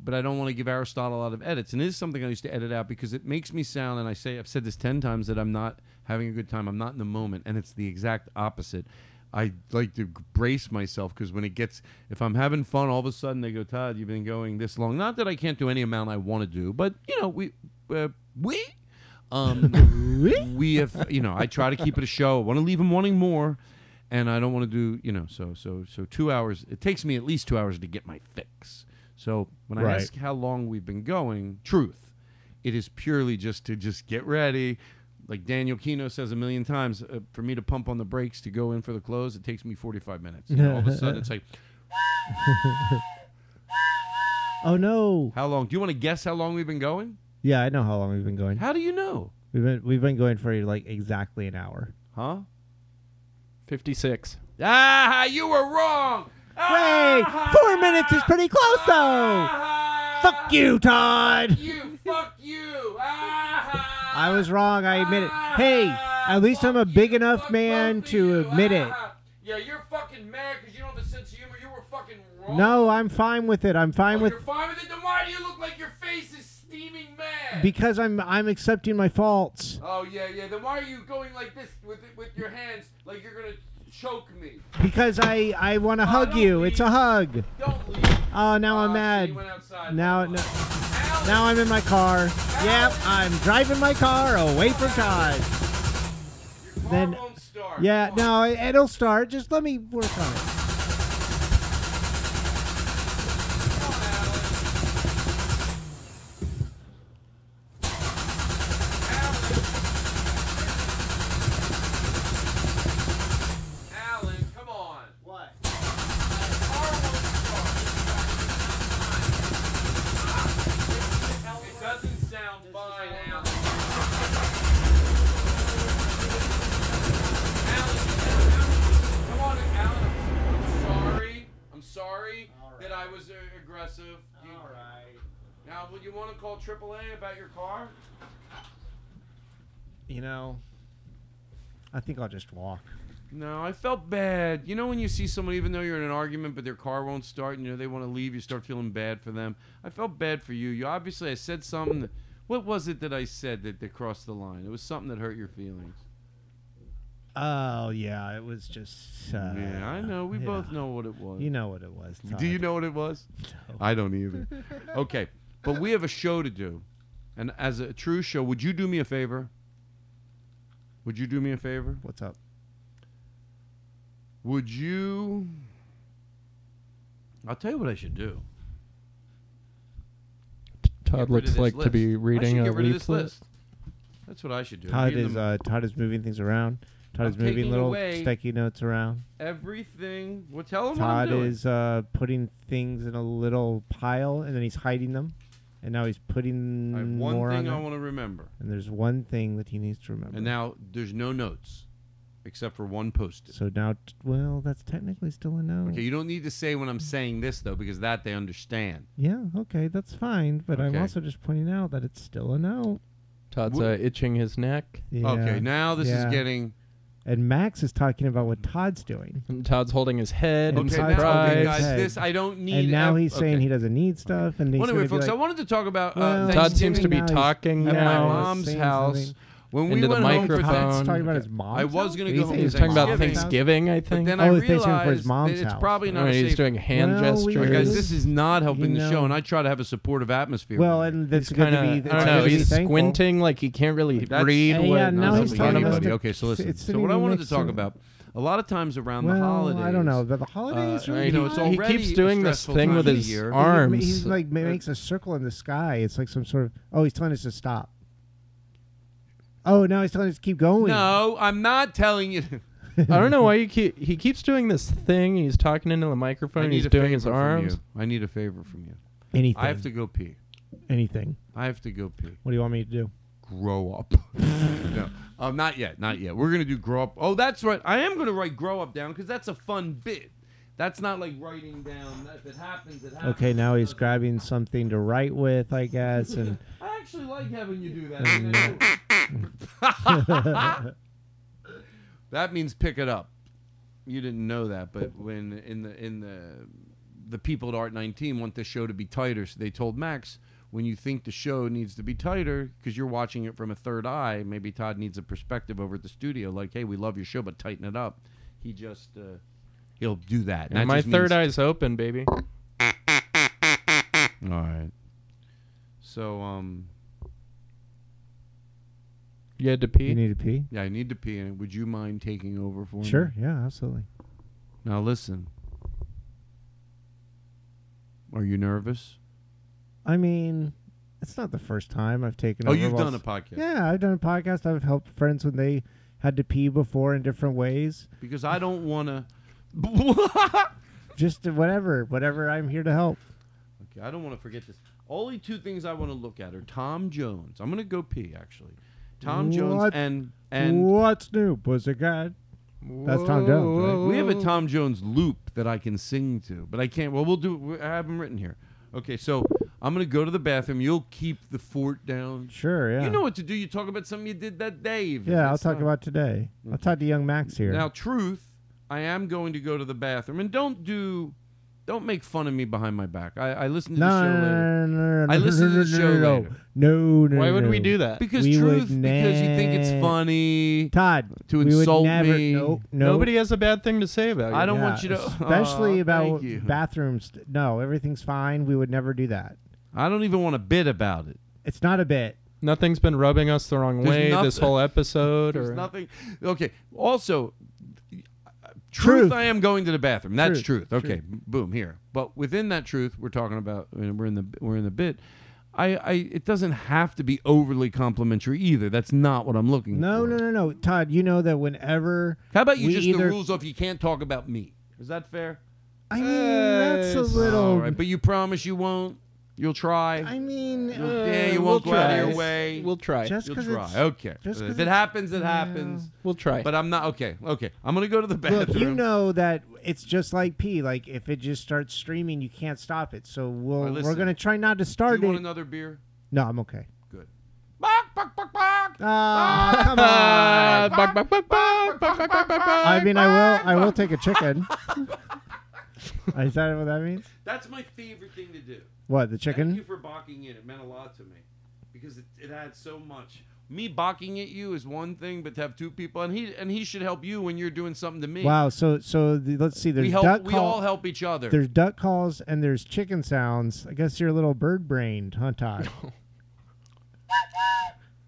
[SPEAKER 6] but I don't want to give Aristotle a lot of edits. And it is something I used to edit out because it makes me sound. And I say I've said this ten times that I'm not having a good time. I'm not in the moment, and it's the exact opposite. I like to brace myself because when it gets, if I'm having fun, all of a sudden they go, Todd, you've been going this long. Not that I can't do any amount I want to do, but you know, we uh, we. Um, we have, you know, I try to keep it a show. I want to leave them wanting more, and I don't want to do, you know, so so so two hours. It takes me at least two hours to get my fix. So when I
[SPEAKER 11] Right.
[SPEAKER 6] ask how long we've been going, truth, it is purely just to just get ready. Like Daniel Kino says a million times, uh, for me to pump on the brakes to go in for the close, it takes me 45 minutes. And all of a sudden, it's like,
[SPEAKER 5] oh no!
[SPEAKER 6] how long? Do you want to guess how long we've been going?
[SPEAKER 5] Yeah, I know how long we've been going.
[SPEAKER 6] How do you know?
[SPEAKER 5] We've been we've been going for like exactly an hour.
[SPEAKER 6] Huh?
[SPEAKER 7] 56.
[SPEAKER 6] Ah, you were wrong.
[SPEAKER 5] Hey, four minutes is pretty close though. Fuck you, Todd.
[SPEAKER 6] Ah, You, fuck you. Ah,
[SPEAKER 5] I was wrong. I admit it. Hey, at least I'm a big enough man to admit it.
[SPEAKER 6] Ah, yeah, you're fucking mad because you don't have a sense of humor. You were fucking wrong.
[SPEAKER 5] No, I'm fine with it. I'm fine with
[SPEAKER 6] You're fine with it. Then why do you look like your face is steaming mad?
[SPEAKER 5] because I'm I'm accepting my faults.
[SPEAKER 6] Oh yeah, yeah. Then why are you going like this with with your hands like you're gonna choke me?
[SPEAKER 5] Because I I want to hug you. It's a hug. Oh, now
[SPEAKER 6] Ah,
[SPEAKER 5] I'm mad. Now no, now I'm in my car. Yep, I'm driving my car away from Todd. Then yeah, no, it- it'll start. Just let me work on it.
[SPEAKER 6] Alan, come on. What? It doesn't sound fine, Alan. Alan, come on, Alan. I'm sorry. I'm sorry that I was uh, aggressive. All right. Now, would you want to call AAA about your car?
[SPEAKER 5] You know, I think I'll just walk.
[SPEAKER 6] No, I felt bad. You know when you see someone, even though you're in an argument, but their car won't start, and you know they want to leave, you start feeling bad for them. I felt bad for you. You obviously, I said something. That, what was it that I said that, that crossed the line? It was something that hurt your feelings.
[SPEAKER 5] Oh yeah, it was just. Uh,
[SPEAKER 6] yeah, I know. We
[SPEAKER 5] yeah.
[SPEAKER 6] both know what it was.
[SPEAKER 5] You know what it was. Todd.
[SPEAKER 6] Do you know what it was? I don't either. okay, but we have a show to do, and as a true show, would you do me a favor? Would you do me a favor?
[SPEAKER 5] What's up?
[SPEAKER 6] Would you? I'll tell you what I should do. Get
[SPEAKER 7] Todd
[SPEAKER 6] rid of
[SPEAKER 7] looks
[SPEAKER 6] this
[SPEAKER 7] like to
[SPEAKER 6] list.
[SPEAKER 7] be
[SPEAKER 6] I
[SPEAKER 7] reading
[SPEAKER 6] should
[SPEAKER 7] a
[SPEAKER 6] get rid of this
[SPEAKER 7] leaflet.
[SPEAKER 6] list. That's what I should do.
[SPEAKER 5] Todd
[SPEAKER 6] Be in
[SPEAKER 5] is
[SPEAKER 6] the-
[SPEAKER 5] uh, Todd is moving things around. Todd
[SPEAKER 6] I'm
[SPEAKER 5] is moving
[SPEAKER 6] taking
[SPEAKER 5] little
[SPEAKER 6] away-
[SPEAKER 5] sticky notes around.
[SPEAKER 6] everything. Well, tell him what I'm
[SPEAKER 5] uh, Todd
[SPEAKER 6] doing.
[SPEAKER 5] is uh, putting things in a little pile, and then he's hiding them, and now he's putting
[SPEAKER 6] I have one
[SPEAKER 5] more on
[SPEAKER 6] thing I
[SPEAKER 5] them.
[SPEAKER 6] want to remember,
[SPEAKER 5] and there's one thing that he needs to remember.
[SPEAKER 6] and now there's no notes, except for one post.
[SPEAKER 5] so now, t- well, that's technically still a no.
[SPEAKER 6] Okay, you don't need to say when I'm saying this though, because that they understand.
[SPEAKER 5] Yeah, okay, that's fine. But I'm
[SPEAKER 6] Okay.
[SPEAKER 5] also just pointing out that it's still a no.
[SPEAKER 7] Todd's
[SPEAKER 6] Wo-
[SPEAKER 7] uh, itching his neck.
[SPEAKER 5] Yeah,
[SPEAKER 6] Okay, now this
[SPEAKER 5] yeah.
[SPEAKER 6] is getting
[SPEAKER 5] And Max is talking about what Todd's doing.
[SPEAKER 7] And Todd's holding his head in
[SPEAKER 5] Okay,
[SPEAKER 6] okay.
[SPEAKER 5] now-
[SPEAKER 6] Now,
[SPEAKER 7] surprise.
[SPEAKER 6] okay,
[SPEAKER 5] Surprise.
[SPEAKER 6] guys, this I don't need.
[SPEAKER 5] and now
[SPEAKER 6] ev-
[SPEAKER 5] he's saying
[SPEAKER 6] okay.
[SPEAKER 5] he doesn't need stuff. And he's
[SPEAKER 6] Well, anyway,
[SPEAKER 5] gonna be
[SPEAKER 6] folks,
[SPEAKER 5] like,
[SPEAKER 6] I wanted to talk about. Uh,
[SPEAKER 5] well,
[SPEAKER 7] Todd seems to be
[SPEAKER 5] Now he's-
[SPEAKER 7] talking
[SPEAKER 6] at my
[SPEAKER 7] now.
[SPEAKER 6] mom's
[SPEAKER 5] saying
[SPEAKER 6] house.
[SPEAKER 5] something.
[SPEAKER 6] When we
[SPEAKER 7] Into the
[SPEAKER 6] went home for
[SPEAKER 7] microphone.
[SPEAKER 5] Max
[SPEAKER 6] Thanksgiving-
[SPEAKER 5] talking about his mom.
[SPEAKER 6] I was gonna
[SPEAKER 5] Did he
[SPEAKER 6] go
[SPEAKER 5] say
[SPEAKER 6] home
[SPEAKER 7] He was
[SPEAKER 5] his
[SPEAKER 7] talking about
[SPEAKER 5] mom's house?
[SPEAKER 7] Thanksgiving, I
[SPEAKER 6] But
[SPEAKER 7] think.
[SPEAKER 6] then
[SPEAKER 5] Oh,
[SPEAKER 6] I
[SPEAKER 5] he's thanks
[SPEAKER 6] realized
[SPEAKER 5] him for his mom's
[SPEAKER 6] that it's
[SPEAKER 5] house.
[SPEAKER 6] probably not
[SPEAKER 7] Alright,
[SPEAKER 6] a
[SPEAKER 7] he's
[SPEAKER 6] safe.
[SPEAKER 7] doing hand
[SPEAKER 5] Well, we
[SPEAKER 7] gestures.
[SPEAKER 5] were
[SPEAKER 6] Guys,
[SPEAKER 5] Yes.
[SPEAKER 6] this is not helping
[SPEAKER 5] You
[SPEAKER 6] the
[SPEAKER 5] know.
[SPEAKER 6] show, and I try to have a supportive atmosphere.
[SPEAKER 5] Well, and that's
[SPEAKER 7] he's
[SPEAKER 5] good
[SPEAKER 7] kind
[SPEAKER 5] to
[SPEAKER 7] of,
[SPEAKER 5] be.
[SPEAKER 7] I
[SPEAKER 5] it's
[SPEAKER 7] don't
[SPEAKER 5] good
[SPEAKER 7] know,
[SPEAKER 5] to be
[SPEAKER 7] he's
[SPEAKER 5] thankful.
[SPEAKER 7] squinting like he can't really
[SPEAKER 6] That's-
[SPEAKER 7] read
[SPEAKER 5] Hey,
[SPEAKER 7] what
[SPEAKER 5] yeah, now
[SPEAKER 7] is
[SPEAKER 5] he's talking
[SPEAKER 7] in front of
[SPEAKER 5] about
[SPEAKER 7] him.
[SPEAKER 6] anybody.
[SPEAKER 5] the-
[SPEAKER 6] Okay, so listen.
[SPEAKER 5] it's
[SPEAKER 6] So
[SPEAKER 5] sitting
[SPEAKER 6] what I wanted to
[SPEAKER 5] next
[SPEAKER 6] talk
[SPEAKER 5] to-
[SPEAKER 6] about a lot of times around the
[SPEAKER 5] Well,
[SPEAKER 6] holidays.
[SPEAKER 5] I don't know. But the
[SPEAKER 6] Uh,
[SPEAKER 5] holidays, really
[SPEAKER 6] you know, it's
[SPEAKER 5] hard.
[SPEAKER 7] He
[SPEAKER 6] already
[SPEAKER 7] keeps
[SPEAKER 6] a
[SPEAKER 7] doing this
[SPEAKER 6] stressful
[SPEAKER 7] thing
[SPEAKER 6] time
[SPEAKER 7] with
[SPEAKER 6] of
[SPEAKER 7] his
[SPEAKER 6] year.
[SPEAKER 5] He-
[SPEAKER 7] arms.
[SPEAKER 5] He's like ma- makes a circle in the sky. It's like some sort of. Oh, he's telling us to stop. Oh, now he's telling us to keep going.
[SPEAKER 6] No, I'm not telling you.
[SPEAKER 7] I don't know why you keep, he keeps doing this thing. He's talking into the microphone.
[SPEAKER 6] I
[SPEAKER 7] and
[SPEAKER 6] need
[SPEAKER 7] He's
[SPEAKER 6] a
[SPEAKER 7] doing
[SPEAKER 6] favor
[SPEAKER 7] his
[SPEAKER 6] from
[SPEAKER 7] arms.
[SPEAKER 6] you. I need a favor from you.
[SPEAKER 5] anything.
[SPEAKER 6] I have to go pee.
[SPEAKER 5] anything.
[SPEAKER 6] I have to go pee.
[SPEAKER 5] What do you want me to do?
[SPEAKER 6] Grow up. no, um, not yet. Not yet. We're gonna do grow up. Oh, that's right. I am gonna write grow up down because that's a fun bit. That's not like writing down that, that happens. It happens.
[SPEAKER 5] Okay, now he's
[SPEAKER 6] It doesn't.
[SPEAKER 5] grabbing something to write with, I guess, and
[SPEAKER 6] I actually like having you do that. and then I- that means pick it up. You didn't know that, but when in the in the the people at Art 19 want the show to be tighter, so they told Max when you think the show needs to be tighter because you're watching it from a third eye, maybe Todd needs a perspective over at the studio, like, hey, we love your show, but tighten it up. He just uh, he'll do that. And that
[SPEAKER 7] And my
[SPEAKER 6] just
[SPEAKER 7] third
[SPEAKER 6] means-
[SPEAKER 7] eye's open, baby.
[SPEAKER 6] All right. So um,
[SPEAKER 7] You had to pee?
[SPEAKER 5] You need to pee?
[SPEAKER 6] Yeah, I need to pee, and would you mind taking over for me?
[SPEAKER 5] Sure. Yeah, absolutely.
[SPEAKER 6] Now listen. Are you nervous?
[SPEAKER 5] I mean, it's not the first time I've taken.
[SPEAKER 6] Oh,
[SPEAKER 5] over
[SPEAKER 6] you've
[SPEAKER 5] while-
[SPEAKER 6] done a podcast.
[SPEAKER 5] Yeah, I've done a podcast. I've helped friends when they had to pee before in different ways.
[SPEAKER 6] Because I don't want to.
[SPEAKER 5] Just whatever, whatever. I'm here to help.
[SPEAKER 6] Okay, I don't want to forget this. Only two things I want to look at are Tom Jones. I'm gonna go pee actually. Tom Jones
[SPEAKER 5] What?
[SPEAKER 6] and and
[SPEAKER 5] what's new, pussycat? That's Tom Jones. Right?
[SPEAKER 6] we have a Tom Jones loop that I can sing to, but I can't. Well, we'll do. I have them written here. Okay, so I'm gonna go to the bathroom. You'll keep the fort down.
[SPEAKER 5] Sure. Yeah.
[SPEAKER 6] You know what to do. You talk about something you did that day. even.
[SPEAKER 5] yeah, I'll
[SPEAKER 6] It's
[SPEAKER 5] talk
[SPEAKER 6] not- Mm-hmm.
[SPEAKER 5] about today. I'll talk to young Max here.
[SPEAKER 6] Now, truth, I am going to go to the bathroom, and don't do, don't make fun of me behind my back. I, I listen to
[SPEAKER 5] no,
[SPEAKER 6] the show later
[SPEAKER 5] no, no, no, no,
[SPEAKER 6] I
[SPEAKER 5] no,
[SPEAKER 6] listen
[SPEAKER 5] no,
[SPEAKER 6] to
[SPEAKER 5] no,
[SPEAKER 6] the show
[SPEAKER 5] no, no,
[SPEAKER 6] later.
[SPEAKER 5] No, no.
[SPEAKER 7] Why would
[SPEAKER 5] no.
[SPEAKER 7] we do that?
[SPEAKER 6] because
[SPEAKER 5] we
[SPEAKER 6] truth,
[SPEAKER 5] would
[SPEAKER 6] because you think it's
[SPEAKER 5] ne-
[SPEAKER 6] funny.
[SPEAKER 5] Todd,
[SPEAKER 6] To
[SPEAKER 5] we would
[SPEAKER 6] insult
[SPEAKER 5] never-
[SPEAKER 6] me.
[SPEAKER 5] Nope, nope.
[SPEAKER 7] Nobody has a bad thing to say about you.
[SPEAKER 6] I don't want you
[SPEAKER 5] Yeah,
[SPEAKER 6] to,
[SPEAKER 5] especially
[SPEAKER 6] Aw,
[SPEAKER 5] about
[SPEAKER 6] thank you.
[SPEAKER 5] bathrooms. No, everything's fine. We would never do that.
[SPEAKER 6] I don't even want a bit about it.
[SPEAKER 5] It's not a bit.
[SPEAKER 7] Nothing's been rubbing us the wrong
[SPEAKER 6] There's
[SPEAKER 7] way this
[SPEAKER 6] nothing-
[SPEAKER 7] whole episode.
[SPEAKER 6] There's
[SPEAKER 7] or
[SPEAKER 6] nothing. Okay. Also, truth,
[SPEAKER 5] Truth.
[SPEAKER 6] I am going to the bathroom. That's
[SPEAKER 5] Truth,
[SPEAKER 6] truth. Okay. Boom. Here. But within that truth, we're talking about. And we're in the. We're in the bit. I, I. It doesn't have to be overly complimentary either. That's not what I'm looking
[SPEAKER 5] No,
[SPEAKER 6] for.
[SPEAKER 5] no, no, no. Todd, you know that whenever
[SPEAKER 6] How about you
[SPEAKER 5] we
[SPEAKER 6] just
[SPEAKER 5] either-
[SPEAKER 6] the rules of you can't talk about me? Is that fair?
[SPEAKER 5] I mean, that's a little.
[SPEAKER 6] All right. But you promise you won't. You'll try.
[SPEAKER 5] I mean, uh,
[SPEAKER 6] yeah. You
[SPEAKER 7] we'll
[SPEAKER 6] won't go out of
[SPEAKER 7] try.
[SPEAKER 6] your way.
[SPEAKER 7] We'll try.
[SPEAKER 5] just
[SPEAKER 6] You'll
[SPEAKER 5] because
[SPEAKER 6] try.
[SPEAKER 5] it's
[SPEAKER 6] Okay.
[SPEAKER 5] just 'cause
[SPEAKER 6] If
[SPEAKER 5] it-
[SPEAKER 6] it happens, it
[SPEAKER 5] yeah.
[SPEAKER 6] happens.
[SPEAKER 7] we'll try.
[SPEAKER 6] But I'm not okay. Okay, I'm gonna go to the bathroom.
[SPEAKER 5] Look, you know that it's just like pee. Like if it just starts streaming, you can't stop it. So we'll
[SPEAKER 6] right,
[SPEAKER 5] we're
[SPEAKER 6] listen.
[SPEAKER 5] gonna try not to
[SPEAKER 6] Do
[SPEAKER 5] start
[SPEAKER 6] you want
[SPEAKER 5] it.
[SPEAKER 6] another beer?
[SPEAKER 5] No, I'm okay.
[SPEAKER 6] Good. Bark, bark, bark, bark.
[SPEAKER 5] Ah, come on.
[SPEAKER 7] Bug, bug, bug, bug, bug, bug, bug, bug, bug.
[SPEAKER 5] I mean, I will. I will take a chicken. Is that what that means?
[SPEAKER 6] That's my favorite thing to do.
[SPEAKER 5] What the
[SPEAKER 6] Thank you
[SPEAKER 5] chicken?
[SPEAKER 6] for balking in. It meant a lot to me because it, it had so much. Me balking at you is one thing, but to have two people and he and he should help you when you're doing something to me.
[SPEAKER 5] Wow. So so the, let's see. There's
[SPEAKER 6] we help.
[SPEAKER 5] duck
[SPEAKER 6] We
[SPEAKER 5] call-
[SPEAKER 6] all help each other.
[SPEAKER 5] There's duck calls and there's chicken sounds. I guess you're a little bird brained, huh, Todd?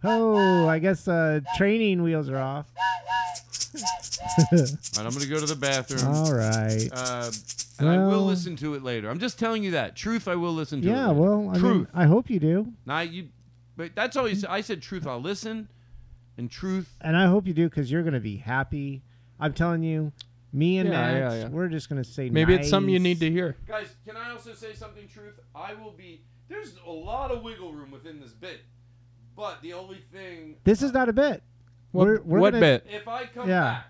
[SPEAKER 5] oh, I guess uh, training wheels are off.
[SPEAKER 6] All right, I'm gonna go to the bathroom.
[SPEAKER 5] All right.
[SPEAKER 6] uh, and I
[SPEAKER 5] Oh. well-
[SPEAKER 6] will listen to it later. I'm just telling you that truth. I will listen to. it
[SPEAKER 5] Yeah,
[SPEAKER 6] later.
[SPEAKER 5] well, I,
[SPEAKER 6] truth.
[SPEAKER 5] mean, I hope you do.
[SPEAKER 6] Now you, but that's all you said. I said truth. I'll listen, and truth.
[SPEAKER 5] And I hope you do because you're going to be happy. I'm telling you, me and
[SPEAKER 7] Yeah,
[SPEAKER 5] Max,
[SPEAKER 7] yeah, yeah.
[SPEAKER 5] we're just going to say
[SPEAKER 7] Maybe it's something you
[SPEAKER 5] nice.
[SPEAKER 7] need to hear.
[SPEAKER 6] Guys, can I also say something? Truth. I will be. There's a lot of wiggle room within this bit, but the only thing
[SPEAKER 5] This is not a bit.
[SPEAKER 7] What,
[SPEAKER 5] We're- we're
[SPEAKER 7] what
[SPEAKER 5] gonna-
[SPEAKER 7] bit?
[SPEAKER 6] if I come
[SPEAKER 5] Yeah.
[SPEAKER 6] back.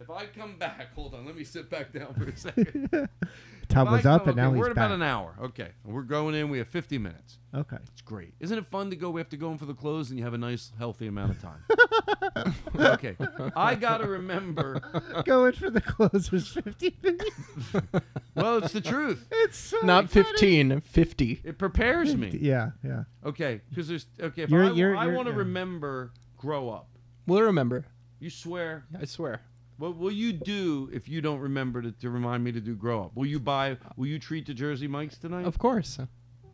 [SPEAKER 6] If I come back, hold on. Let me sit back down for a second. If
[SPEAKER 5] Todd was
[SPEAKER 6] I
[SPEAKER 5] up
[SPEAKER 6] come-
[SPEAKER 5] and
[SPEAKER 6] okay,
[SPEAKER 5] now
[SPEAKER 6] we're
[SPEAKER 5] he's
[SPEAKER 6] at
[SPEAKER 5] back.
[SPEAKER 6] about an hour. Okay, we're going in. We have 50 minutes.
[SPEAKER 5] okay.
[SPEAKER 6] It's great. Isn't it fun to go? We have to go in for the close, and you have a nice, healthy amount of time. okay, I gotta remember.
[SPEAKER 5] Going for the close was 50 minutes.
[SPEAKER 6] Well, it's the truth.
[SPEAKER 5] It's so
[SPEAKER 7] Not
[SPEAKER 5] funny.
[SPEAKER 7] 15, 50.
[SPEAKER 6] It prepares me.
[SPEAKER 5] Yeah, yeah.
[SPEAKER 6] Okay, because there's okay. If
[SPEAKER 5] You're-
[SPEAKER 6] I,
[SPEAKER 5] you're- you're-
[SPEAKER 6] want to
[SPEAKER 5] yeah.
[SPEAKER 6] remember, grow up.
[SPEAKER 7] We'll remember.
[SPEAKER 6] You swear.
[SPEAKER 7] I swear.
[SPEAKER 6] What will you do if you don't remember to, to remind me to do grow up? Will you buy? Will you treat to Jersey Mike's tonight?
[SPEAKER 7] Of course.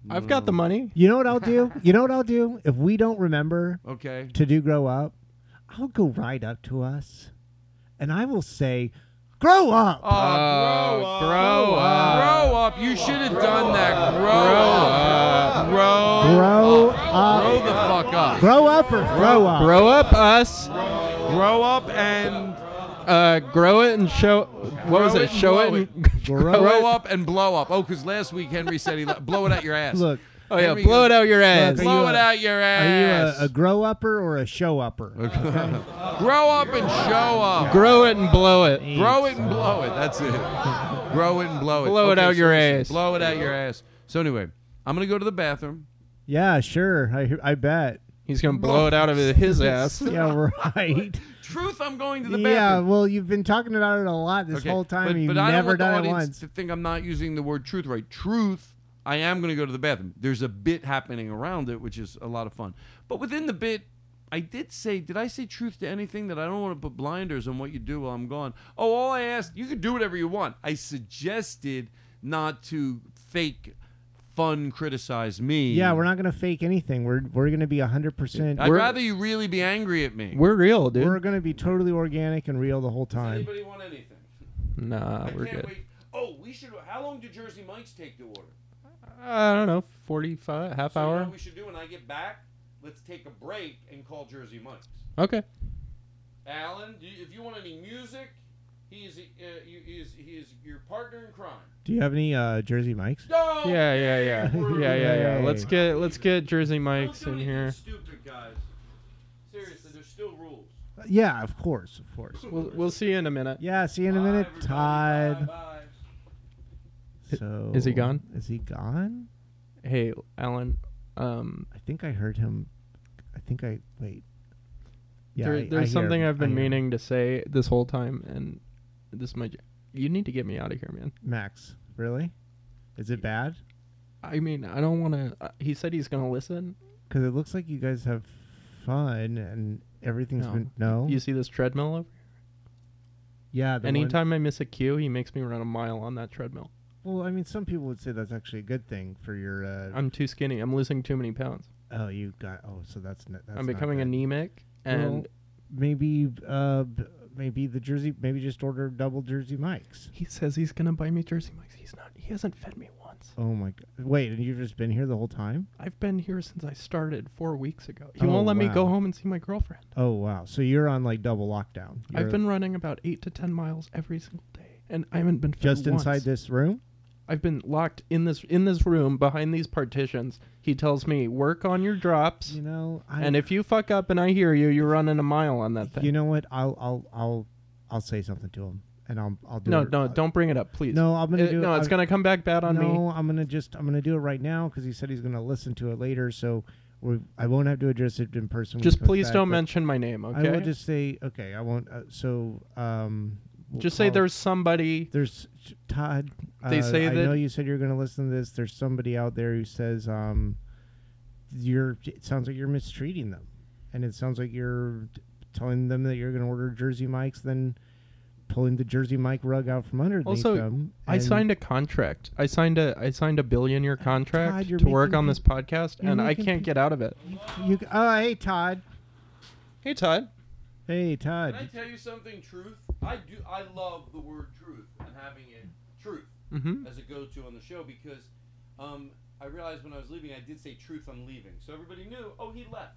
[SPEAKER 7] I've got the money.
[SPEAKER 5] You know what I'll do? You know what I'll do? If we don't remember
[SPEAKER 6] Okay.
[SPEAKER 5] to do grow up, I'll go right up to us and I will say, Grow up!
[SPEAKER 6] Oh, grow up. Grow up. Grow up. You should have done that. Grow, up. Grow.
[SPEAKER 5] grow
[SPEAKER 6] Grow
[SPEAKER 5] up.
[SPEAKER 6] the fuck up.
[SPEAKER 5] Grow up or grow up?
[SPEAKER 7] Grow up us.
[SPEAKER 6] Grow up and
[SPEAKER 7] Uh, grow it and show. What was
[SPEAKER 6] Grow
[SPEAKER 7] it?
[SPEAKER 6] it and
[SPEAKER 7] show it
[SPEAKER 6] blow
[SPEAKER 7] and grow,
[SPEAKER 6] grow
[SPEAKER 7] it.
[SPEAKER 6] up and blow up. Oh, because last week Henry said he let- blow it out your ass.
[SPEAKER 5] Look,
[SPEAKER 7] Oh yeah,
[SPEAKER 6] Henry
[SPEAKER 7] blow
[SPEAKER 6] goes,
[SPEAKER 7] it out your ass.
[SPEAKER 5] Look,
[SPEAKER 6] Blow
[SPEAKER 5] Are
[SPEAKER 6] it
[SPEAKER 5] you a-
[SPEAKER 6] out your
[SPEAKER 5] are you
[SPEAKER 6] ass.
[SPEAKER 5] a, a grow upper or a show upper?
[SPEAKER 6] grow up and show up.
[SPEAKER 7] grow it and blow it.
[SPEAKER 6] Grow it and blow it. That's it. Grow it and blow it.
[SPEAKER 7] Blow it out
[SPEAKER 6] so
[SPEAKER 7] your
[SPEAKER 6] listen,
[SPEAKER 7] ass.
[SPEAKER 6] Blow it out your ass. So anyway, I'm gonna go to the bathroom.
[SPEAKER 5] Yeah, sure. I, I bet.
[SPEAKER 7] He's gonna blow it out of his ass.
[SPEAKER 5] Yeah, right.
[SPEAKER 6] Truth, I'm going to the
[SPEAKER 5] yeah,
[SPEAKER 6] bathroom.
[SPEAKER 5] well, you've been talking about it a lot this
[SPEAKER 6] okay.
[SPEAKER 5] whole time.
[SPEAKER 6] but,
[SPEAKER 5] and you've
[SPEAKER 6] but I don't
[SPEAKER 5] never
[SPEAKER 6] want the
[SPEAKER 5] done it
[SPEAKER 6] audience
[SPEAKER 5] once.
[SPEAKER 6] to think I'm not using the word truth right. Truth, I am gonna go to the bathroom. There's a bit happening around it, which is a lot of fun. But within the bit. I did say, did I say truth to anything that I don't want to put blinders on what you do while I'm gone? Oh, all I asked, you could do whatever you want. I suggested not to fake fun criticize me.
[SPEAKER 5] Yeah, we're not gonna fake anything. We're we're gonna be hundred percent.
[SPEAKER 6] I'd rather you really be angry at me.
[SPEAKER 7] We're real, dude.
[SPEAKER 5] We're gonna be totally organic and real the whole time.
[SPEAKER 6] Anybody want anything?
[SPEAKER 7] nah,
[SPEAKER 6] I
[SPEAKER 7] we're
[SPEAKER 6] can't
[SPEAKER 7] good.
[SPEAKER 6] wait. Oh, we should. How long do Jersey Mike's take to order?
[SPEAKER 7] I don't know, forty-five, half
[SPEAKER 6] So you know
[SPEAKER 7] hour.
[SPEAKER 6] what we should do when I get back? Let's take a break and call Jersey Mike's.
[SPEAKER 7] Okay.
[SPEAKER 6] Alan, do you, if you want any music, he is, uh, you, he is he is your partner in crime.
[SPEAKER 5] Do you have any uh, Jersey mics?
[SPEAKER 6] No.
[SPEAKER 7] Yeah, yeah, yeah, yeah, yeah, yeah. Let's get let's get Jersey
[SPEAKER 6] Don't
[SPEAKER 7] Mike's
[SPEAKER 6] do
[SPEAKER 7] in
[SPEAKER 6] anything
[SPEAKER 7] here.
[SPEAKER 6] Stupid guys. Seriously, there's still rules.
[SPEAKER 5] Yeah, of course, of course.
[SPEAKER 7] We'll we'll see you in a minute.
[SPEAKER 5] Yeah, see you in a
[SPEAKER 6] Bye,
[SPEAKER 5] minute,
[SPEAKER 6] everybody.
[SPEAKER 5] Todd.
[SPEAKER 6] Bye,
[SPEAKER 5] So
[SPEAKER 7] is he gone?
[SPEAKER 5] Is he gone?
[SPEAKER 7] Hey, Alan. Um,
[SPEAKER 5] I think I heard him. I think I wait. Yeah,
[SPEAKER 7] there-
[SPEAKER 5] I- I
[SPEAKER 7] there's
[SPEAKER 5] hear
[SPEAKER 7] something
[SPEAKER 5] him.
[SPEAKER 7] I've
[SPEAKER 5] I
[SPEAKER 7] been
[SPEAKER 5] hear him.
[SPEAKER 7] meaning to say this whole time, and this might. You need to get me out of here, man.
[SPEAKER 5] Max, really? Is it bad?
[SPEAKER 7] I mean, I don't want to. he said he's gonna listen.
[SPEAKER 5] Because it looks like you guys have fun and everything's
[SPEAKER 7] No.
[SPEAKER 5] been no.
[SPEAKER 7] You see this treadmill over? here?
[SPEAKER 5] yeah. the one-
[SPEAKER 7] Anytime I miss a cue, he makes me run a mile on that treadmill.
[SPEAKER 5] well, I mean, some people would say that's actually a good thing for your. Uh,
[SPEAKER 7] I'm too skinny. I'm losing too many pounds.
[SPEAKER 5] oh, you got. Oh, so that's. n- that's
[SPEAKER 7] I'm
[SPEAKER 5] not
[SPEAKER 7] becoming
[SPEAKER 5] good.
[SPEAKER 7] anemic, and
[SPEAKER 5] Well, maybe uh, b- maybe the Jersey. Maybe just order double Jersey mics.
[SPEAKER 7] he says he's gonna buy me Jersey Mike's. He's not. He hasn't fed me once.
[SPEAKER 5] Oh my god! Wait, and you've just been here the whole time?
[SPEAKER 7] I've been here since I started four weeks ago. He
[SPEAKER 5] Oh,
[SPEAKER 7] won't let me go
[SPEAKER 5] wow.
[SPEAKER 7] home and see my girlfriend.
[SPEAKER 5] Oh wow! So you're on like double lockdown. You're
[SPEAKER 7] I've been running about eight to ten miles every single day, and I haven't been fed
[SPEAKER 5] just
[SPEAKER 7] once.
[SPEAKER 5] inside this room.
[SPEAKER 7] I've been locked in this in this room behind these partitions. He tells me work on your drops,
[SPEAKER 5] You know, I,
[SPEAKER 7] and if you fuck up and I hear you, you're running a mile on that thing.
[SPEAKER 5] you know what, I'll I'll I'll I'll say something to him, and I'll I'll do
[SPEAKER 7] no,
[SPEAKER 5] it.
[SPEAKER 7] no, don't bring it up, please.
[SPEAKER 5] No, I'm gonna
[SPEAKER 7] It-
[SPEAKER 5] do it.
[SPEAKER 7] no, it's
[SPEAKER 5] I'm-
[SPEAKER 7] gonna come back bad on me.
[SPEAKER 5] no, I'm gonna just I'm gonna do it right now because he said he's gonna listen to it later, so we I won't have to address it in person. when he
[SPEAKER 7] Just
[SPEAKER 5] comes
[SPEAKER 7] please
[SPEAKER 5] back,
[SPEAKER 7] don't
[SPEAKER 5] but
[SPEAKER 7] mention my name, okay?
[SPEAKER 5] I will just say okay. I won't. Uh, so um, we'll
[SPEAKER 7] Just say
[SPEAKER 5] call-
[SPEAKER 7] there's somebody.
[SPEAKER 5] there's Todd.
[SPEAKER 7] They
[SPEAKER 5] uh,
[SPEAKER 7] say
[SPEAKER 5] I
[SPEAKER 7] that-
[SPEAKER 5] know you said you're going to listen to this. There's somebody out there who says um, you're. It sounds like you're mistreating them, and it sounds like you're t- telling them that you're going to order Jersey Mike's, then pulling the Jersey Mike rug out from underneath
[SPEAKER 7] Also,
[SPEAKER 5] them.
[SPEAKER 7] I
[SPEAKER 5] and
[SPEAKER 7] signed a contract. I signed a I signed a billion year
[SPEAKER 5] Todd,
[SPEAKER 7] contract
[SPEAKER 5] you're
[SPEAKER 7] to work
[SPEAKER 5] making
[SPEAKER 7] on this podcast,
[SPEAKER 5] you're
[SPEAKER 7] and I
[SPEAKER 5] making
[SPEAKER 7] can't
[SPEAKER 5] peop-
[SPEAKER 7] get out of it.
[SPEAKER 5] You, oh, hey Todd.
[SPEAKER 7] Hey, Todd.
[SPEAKER 5] Hey
[SPEAKER 6] bye. Can I
[SPEAKER 5] Todd.
[SPEAKER 6] tell you something? Truth. I do. I love the word truth and having it truth
[SPEAKER 7] Mm-hmm.
[SPEAKER 6] as a go-to on the show because um, I realized when I was leaving, I did say truth. I'm leaving, so everybody knew. Oh, he left,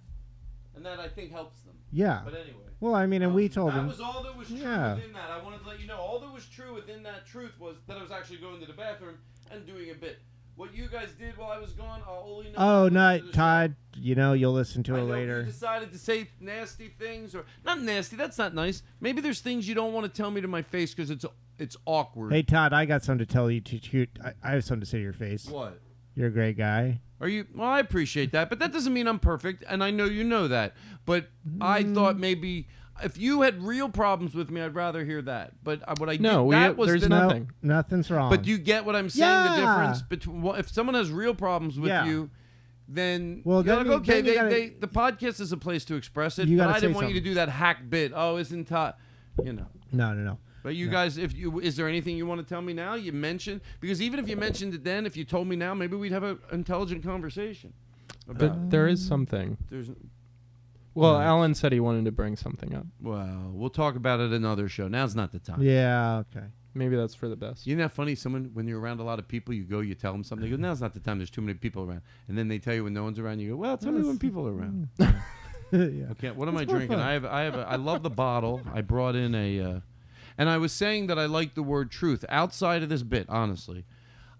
[SPEAKER 6] and that I think helps them.
[SPEAKER 5] Yeah.
[SPEAKER 6] But anyway.
[SPEAKER 5] Well, I mean, and we
[SPEAKER 6] Um,
[SPEAKER 5] told
[SPEAKER 6] that
[SPEAKER 5] him.
[SPEAKER 6] was all that was true
[SPEAKER 5] Yeah.
[SPEAKER 6] within that. I wanted to let you know all that was true within that truth was that I was actually going to the bathroom and doing a bit. What you guys did while I was gone, I'll only know.
[SPEAKER 5] Oh,
[SPEAKER 6] when
[SPEAKER 5] no,
[SPEAKER 6] I listen to the show.
[SPEAKER 5] Todd. You know, you'll listen to it
[SPEAKER 6] I know You
[SPEAKER 5] later.
[SPEAKER 6] decided to say nasty things or not nasty. That's not nice. Maybe there's things you don't want to tell me to my face because it's it's awkward.
[SPEAKER 5] Hey Todd, I got something to tell you. To, to, I, I have something to say to your face.
[SPEAKER 6] What?
[SPEAKER 5] You're a great guy.
[SPEAKER 6] Are you? Well, I appreciate that, but that doesn't mean I'm perfect, and I know you know that. But I
[SPEAKER 5] Mm.
[SPEAKER 6] thought maybe if you had real problems with me, I'd rather hear that. But uh, what I
[SPEAKER 7] No,
[SPEAKER 6] did,
[SPEAKER 7] we-
[SPEAKER 6] that was
[SPEAKER 7] there's
[SPEAKER 6] the-
[SPEAKER 7] no-
[SPEAKER 5] No,
[SPEAKER 7] Nothing.
[SPEAKER 5] nothing's wrong.
[SPEAKER 6] But do you get what I'm saying?
[SPEAKER 5] Yeah.
[SPEAKER 6] The difference between well, if someone has real problems with
[SPEAKER 5] Yeah.
[SPEAKER 6] you, then
[SPEAKER 5] Well,
[SPEAKER 6] you're
[SPEAKER 5] then
[SPEAKER 6] like,
[SPEAKER 5] you-
[SPEAKER 6] okay,
[SPEAKER 5] then you
[SPEAKER 6] they,
[SPEAKER 5] gotta-
[SPEAKER 6] they, the podcast is a place to express it.
[SPEAKER 5] You
[SPEAKER 6] but
[SPEAKER 5] gotta
[SPEAKER 6] I didn't
[SPEAKER 5] say
[SPEAKER 6] want you to
[SPEAKER 5] something.
[SPEAKER 6] do that hack bit. Oh, isn't Todd? You know.
[SPEAKER 5] No, no, no.
[SPEAKER 6] But you guys, if you is there anything you want to tell me now? You mentioned because even if you mentioned it then, if you told me now, maybe we'd have an intelligent conversation.
[SPEAKER 7] But there
[SPEAKER 5] Oh.
[SPEAKER 7] is something.
[SPEAKER 6] There's
[SPEAKER 7] Well, Alan said he wanted to bring something up.
[SPEAKER 6] well, we'll talk about it another show. Now's not the time.
[SPEAKER 5] Yeah, okay.
[SPEAKER 7] Maybe that's for the best.
[SPEAKER 6] Isn't that funny? Someone when you're around a lot of people, you go, you tell them something. They go, now's not the time. There's too many people around. And then they tell you when no one's around. You go, well, tell me when people are around.
[SPEAKER 5] yeah.
[SPEAKER 6] Okay, what am I drinking? I have, I have, a, I love the bottle. I brought in a, uh, and I was saying that I like the word truth. Outside of this bit, honestly,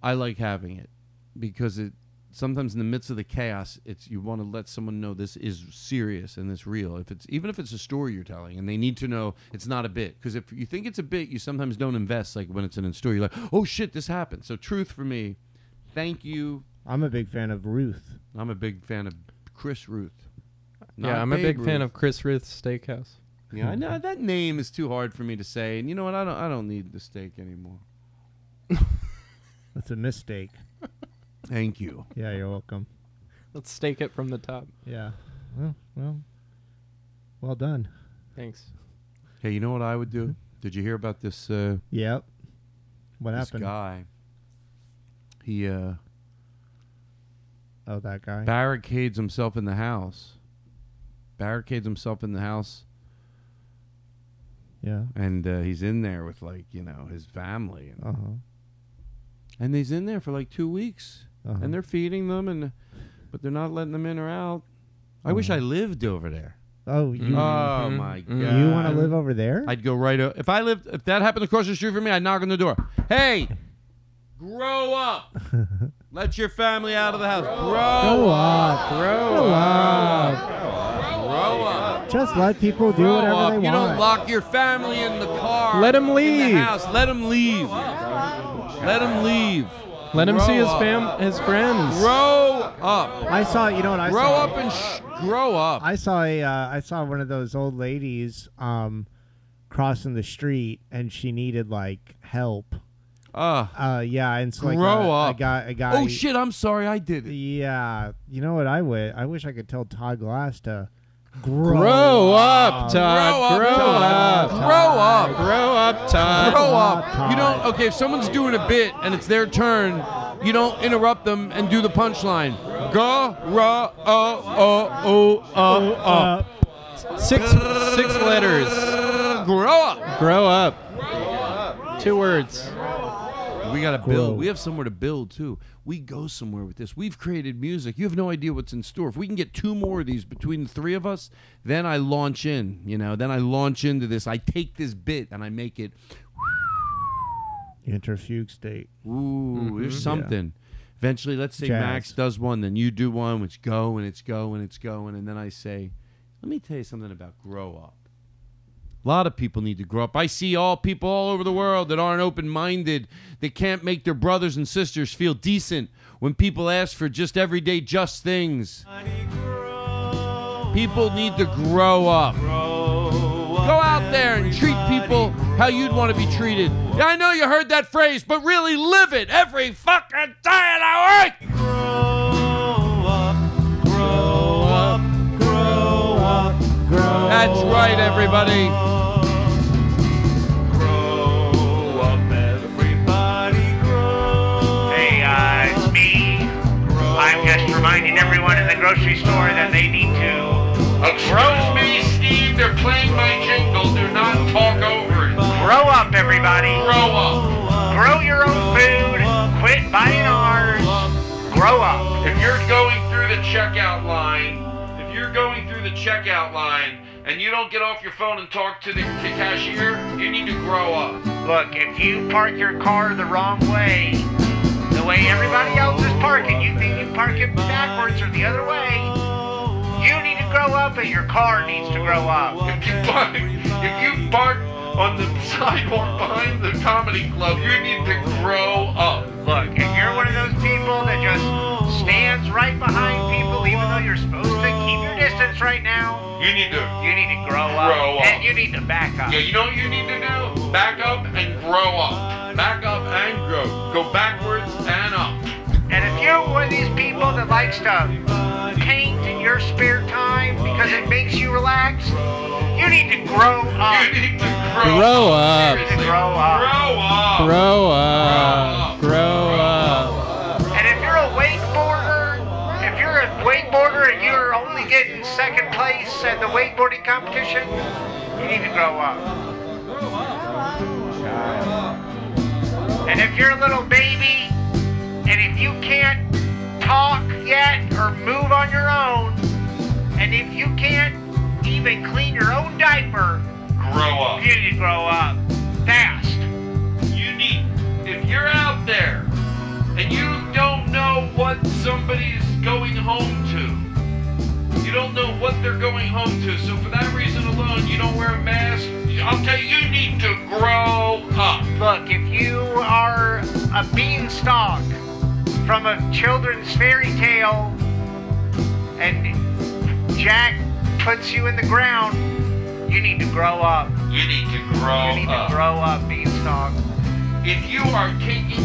[SPEAKER 6] I like having it because it sometimes in the midst of the chaos, it's you want to let someone know this is serious and this real. If it's even if it's a story you're telling, and they need to know it's not a bit. Because if you think it's a bit, you sometimes don't invest. Like when it's in a story, you're like, oh shit, this happened. So truth for me, thank you.
[SPEAKER 5] I'm a big fan of Ruth.
[SPEAKER 6] I'm a big fan of Chris Ruth. Not
[SPEAKER 7] yeah, I'm a big
[SPEAKER 6] Babe
[SPEAKER 7] fan
[SPEAKER 6] Ruth.
[SPEAKER 7] of Chris Ruth's Steakhouse.
[SPEAKER 6] Yeah, I know that name is too hard for me to say, and you know what? I don't. I don't need the steak anymore.
[SPEAKER 5] That's a mistake.
[SPEAKER 6] Thank you.
[SPEAKER 5] Yeah, you're welcome.
[SPEAKER 7] Let's stake it from the top.
[SPEAKER 5] Yeah. Well, well, well done.
[SPEAKER 7] Thanks.
[SPEAKER 6] Hey, you know what I would do? Did you hear about this? Uh,
[SPEAKER 5] Yep. What
[SPEAKER 6] this
[SPEAKER 5] happened?
[SPEAKER 6] guy. He uh,
[SPEAKER 5] Oh, that guy.
[SPEAKER 6] barricades himself in the house. Barricades himself in the house,
[SPEAKER 5] yeah.
[SPEAKER 6] and uh, he's in there with like you know his family, and,
[SPEAKER 5] Uh huh.
[SPEAKER 6] and he's in there for like two weeks,
[SPEAKER 5] Uh-huh.
[SPEAKER 6] and they're feeding them, and but they're not letting them in or out. I wish
[SPEAKER 5] Uh-huh.
[SPEAKER 6] I lived over there.
[SPEAKER 5] Oh, you
[SPEAKER 6] Oh
[SPEAKER 7] Mhm.
[SPEAKER 6] my god!
[SPEAKER 7] Mhm.
[SPEAKER 5] Mm-hmm. you want to live over there?
[SPEAKER 6] I'd go right. O- if I lived, if that happened across the street from me, I'd knock on the door. Hey, grow up. Let your family out of the house. Grow,
[SPEAKER 5] Go
[SPEAKER 6] up.
[SPEAKER 5] up. Grow up.
[SPEAKER 6] Grow up.
[SPEAKER 5] Just let people do
[SPEAKER 6] Grow
[SPEAKER 5] whatever
[SPEAKER 6] up.
[SPEAKER 5] they
[SPEAKER 6] You don't
[SPEAKER 5] want.
[SPEAKER 6] lock your family in the car.
[SPEAKER 7] Let him
[SPEAKER 6] in
[SPEAKER 7] leave.
[SPEAKER 6] the house. Let him leave. Let him leave.
[SPEAKER 7] Let him see
[SPEAKER 6] Grow
[SPEAKER 7] his
[SPEAKER 6] up.
[SPEAKER 7] fam, his friends.
[SPEAKER 6] Grow up.
[SPEAKER 5] I saw. You know what I
[SPEAKER 6] Grow
[SPEAKER 5] saw?
[SPEAKER 6] up and sh- grow up.
[SPEAKER 5] I saw a, uh, I saw one of those old ladies um, crossing the street, and she needed like help.
[SPEAKER 6] Uh,
[SPEAKER 5] Uh, yeah, and so like uh, a,
[SPEAKER 6] Grow up.
[SPEAKER 5] a guy, a guy.
[SPEAKER 6] oh shit! I'm sorry. I did it.
[SPEAKER 5] Yeah, you know what I would? I wish I could tell Todd Glass to grow,
[SPEAKER 7] Grow up,
[SPEAKER 6] Grow up,
[SPEAKER 7] Todd. Grow
[SPEAKER 6] Todd.
[SPEAKER 7] up.
[SPEAKER 6] Grow up.
[SPEAKER 7] Grow up, Todd.
[SPEAKER 6] grow up.
[SPEAKER 5] Todd.
[SPEAKER 6] You don't. Okay, if someone's doing a bit and it's their turn, you don't interrupt them and do the punchline. Go, ra, oh, oh, oh, oh, up.
[SPEAKER 7] Six six letters.
[SPEAKER 6] Grow up.
[SPEAKER 7] Grow up. Two words.
[SPEAKER 6] We got to
[SPEAKER 5] Grow.
[SPEAKER 6] build. We have somewhere to build too. We go somewhere with this. We've created music. You have no idea what's in store. If we can get two more of these between the three of us, then I launch in. You know, then I launch into this. I take this bit and I make it.
[SPEAKER 5] Interfugue state.
[SPEAKER 6] Ooh, there's something. Eventually, let's say
[SPEAKER 5] Jazz.
[SPEAKER 6] Max does one, then you do one, which go and it's going, it's going, and then I say, let me tell you something about grow up. A lot of people need to grow up. I see all people all over the world that aren't open minded, that can't make their brothers and sisters feel decent when people ask for just everyday just things. People need to grow up. Go out there and treat people how you'd want to be treated. Yeah, I know you heard that phrase, but really live it every fucking day of the week. That's right, everybody.
[SPEAKER 4] Hey,
[SPEAKER 9] Hey, uh, it's me. I'm just reminding everyone in the grocery store that they need to
[SPEAKER 8] Excuse me, Steve. They're playing my jingle. Do not talk over it.
[SPEAKER 9] grow up, everybody.
[SPEAKER 8] Grow up.
[SPEAKER 9] Grow your own food. Quit buying ours. Grow up.
[SPEAKER 8] If you're going through the checkout line, if you're going through the checkout line and you don't get off your phone and talk to the to cashier, you need to grow up.
[SPEAKER 9] Look, if you park your car the wrong way, the way everybody else is parking, you think you park it backwards or the other way, you need to grow up and your car needs to grow up.
[SPEAKER 8] If you park, if you park on the sidewalk behind the comedy club, you need to grow up.
[SPEAKER 9] Look, if you're one of those people that just stands right behind people, even though you're supposed to keep your distance right now,
[SPEAKER 8] You need to.
[SPEAKER 9] you need to grow up.
[SPEAKER 8] Grow up.
[SPEAKER 9] And you need to back up.
[SPEAKER 8] Yeah, you know what you need to do? Back up and grow up. Back up and grow. Go backwards and up.
[SPEAKER 9] And if you're one of these people that likes to paint in your spare time because it makes you relax, you need to grow up.
[SPEAKER 8] You need to grow,
[SPEAKER 7] Grow up.
[SPEAKER 8] Seriously,
[SPEAKER 9] Grow up.
[SPEAKER 8] Grow up.
[SPEAKER 7] Grow up. Grow up.
[SPEAKER 9] And if you're a wakeboarder, if you're a wakeboarder and you're only getting second place at the wakeboarding competition, you need to grow up. And if you're a little baby and if you can't talk yet or move on your own, and if you can't even clean your own diaper,
[SPEAKER 8] Grow up.
[SPEAKER 9] you need to grow up fast.
[SPEAKER 8] You need, if you're out there and you don't know what somebody's going home to, you don't know what they're going home to, so for that reason alone, you don't wear a mask. I'll tell you, you need to grow up.
[SPEAKER 9] Look, if you are a beanstalk from a children's fairy tale and Jack puts you in the ground, you need to grow up.
[SPEAKER 8] You need to grow
[SPEAKER 9] You need
[SPEAKER 8] up.
[SPEAKER 9] to grow up, beanstalk.
[SPEAKER 8] if you are taking,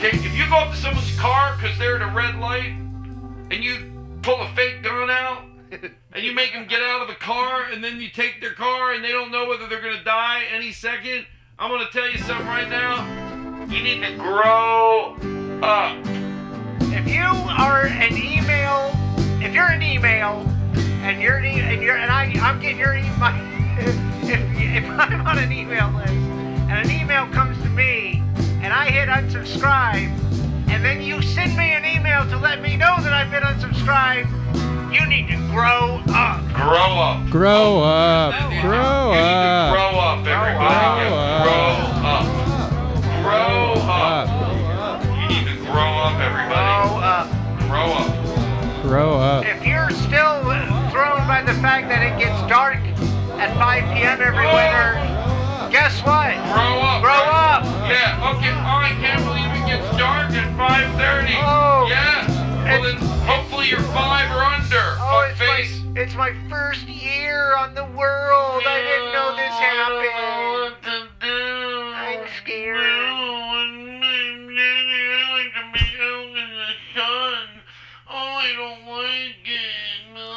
[SPEAKER 8] take, if you go up to someone's car because they're at a red light and you pull a fake gun out and you make them get out of the car and then you take their car and they don't know whether they're going to die any second, I'm going to tell you something right now. You need to grow up.
[SPEAKER 9] If you are an email, if you're an email, and you're an e- and you're and I I'm getting your email. If, if I'm on an email list and an email comes to me and I hit unsubscribe and then you send me an email to let me know that I've been unsubscribed, you need to grow up.
[SPEAKER 8] Grow up.
[SPEAKER 6] Grow up. Grow
[SPEAKER 8] You need to
[SPEAKER 6] up.
[SPEAKER 8] grow up, everybody.
[SPEAKER 6] Grow
[SPEAKER 8] Yeah,
[SPEAKER 6] up.
[SPEAKER 8] Grow up. Grow up.
[SPEAKER 6] Up.
[SPEAKER 8] You need to grow up, everybody.
[SPEAKER 9] Grow up.
[SPEAKER 8] Grow up.
[SPEAKER 6] Grow up.
[SPEAKER 9] If you're still thrown by the fact that it gets dark at 5 p.m. every winter, guess what?
[SPEAKER 8] Grow up.
[SPEAKER 9] Grow up.
[SPEAKER 8] Yeah. Okay. Oh, I can't believe it gets dark at 5:30.
[SPEAKER 9] Oh.
[SPEAKER 8] Yeah. Well, then
[SPEAKER 9] It's-
[SPEAKER 8] hopefully you're five or under.
[SPEAKER 9] Oh, it's
[SPEAKER 8] fuckface.
[SPEAKER 9] my, it's my first year on the world. I oh, didn't know this happened.
[SPEAKER 8] I don't know what to do.
[SPEAKER 9] I'm
[SPEAKER 8] No,
[SPEAKER 9] scared.
[SPEAKER 8] I'm- I'm scared. I like to be out in the sun. Oh, I don't like it. No.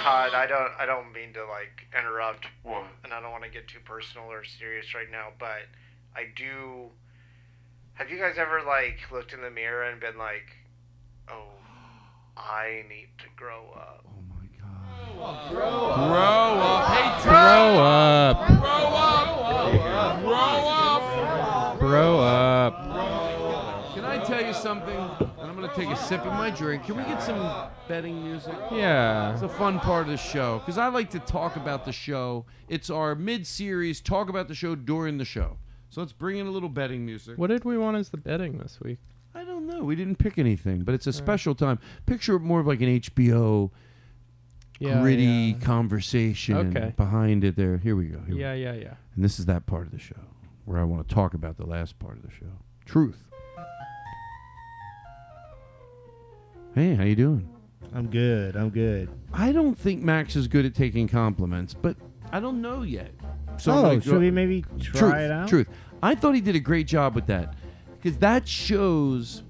[SPEAKER 9] Todd, I don't, I don't mean to like interrupt,
[SPEAKER 8] What?
[SPEAKER 9] and I don't want to get too personal or serious right now, but I do. Have you guys ever like looked in the mirror and been like, "Oh, I need to grow up."
[SPEAKER 2] Oh my god.
[SPEAKER 6] Grow up. Hey, grow up.
[SPEAKER 8] Grow up. Grow up.
[SPEAKER 6] Grow up. Can I tell you something? And I'm going to take a sip of my drink. Can we get some betting music? It's
[SPEAKER 7] Yeah.
[SPEAKER 6] a fun part of the show because I like to talk about the show. It's our mid-series talk about the show during the show. So let's bring in a little betting music.
[SPEAKER 7] What did we want as the betting this week?
[SPEAKER 6] I don't know. We didn't pick anything, but it's a special time. Picture it more of like an HBO
[SPEAKER 7] Yeah.
[SPEAKER 6] gritty conversation
[SPEAKER 7] Okay.
[SPEAKER 6] behind it. There, here we go. Here we
[SPEAKER 7] Yeah, yeah, yeah.
[SPEAKER 6] And this is that part of the show where I want to talk about the last part of the show. Truth. Hey, how you doing?
[SPEAKER 5] I'm good. I'm good.
[SPEAKER 6] I don't think Max is good at taking compliments, but I don't know yet. So I'm
[SPEAKER 5] oh,
[SPEAKER 6] gonna go-
[SPEAKER 5] should we maybe try
[SPEAKER 6] truth,
[SPEAKER 5] it out?
[SPEAKER 6] Truth. I thought he did a great job with that because that shows.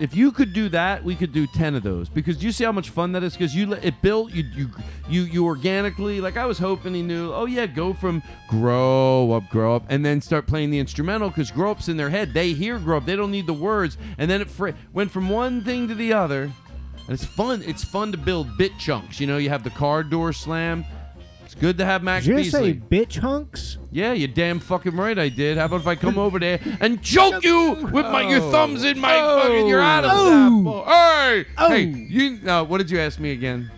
[SPEAKER 6] If you could do that, we could do ten of those because do you see how much fun that is. Because you let- it built you you you you organically. Like I was hoping he knew. Oh yeah, go from grow up, grow up, and then start playing the instrumental because grow ups in their head. They hear grow up. They don't need the words. And then it fr- went from one thing to the other. And it's fun. It's fun to build bit chunks. You know, you have the car door slam. It's good to have Max
[SPEAKER 5] Did you just
[SPEAKER 6] Beasley.
[SPEAKER 5] say bitch hunks?
[SPEAKER 6] Yeah, you're damn fucking right I did. How about if I come over there and choke you with my your thumbs in my
[SPEAKER 5] Oh.
[SPEAKER 6] fucking your Adam's apple? Hey, hey, you. Uh, what did you ask me again?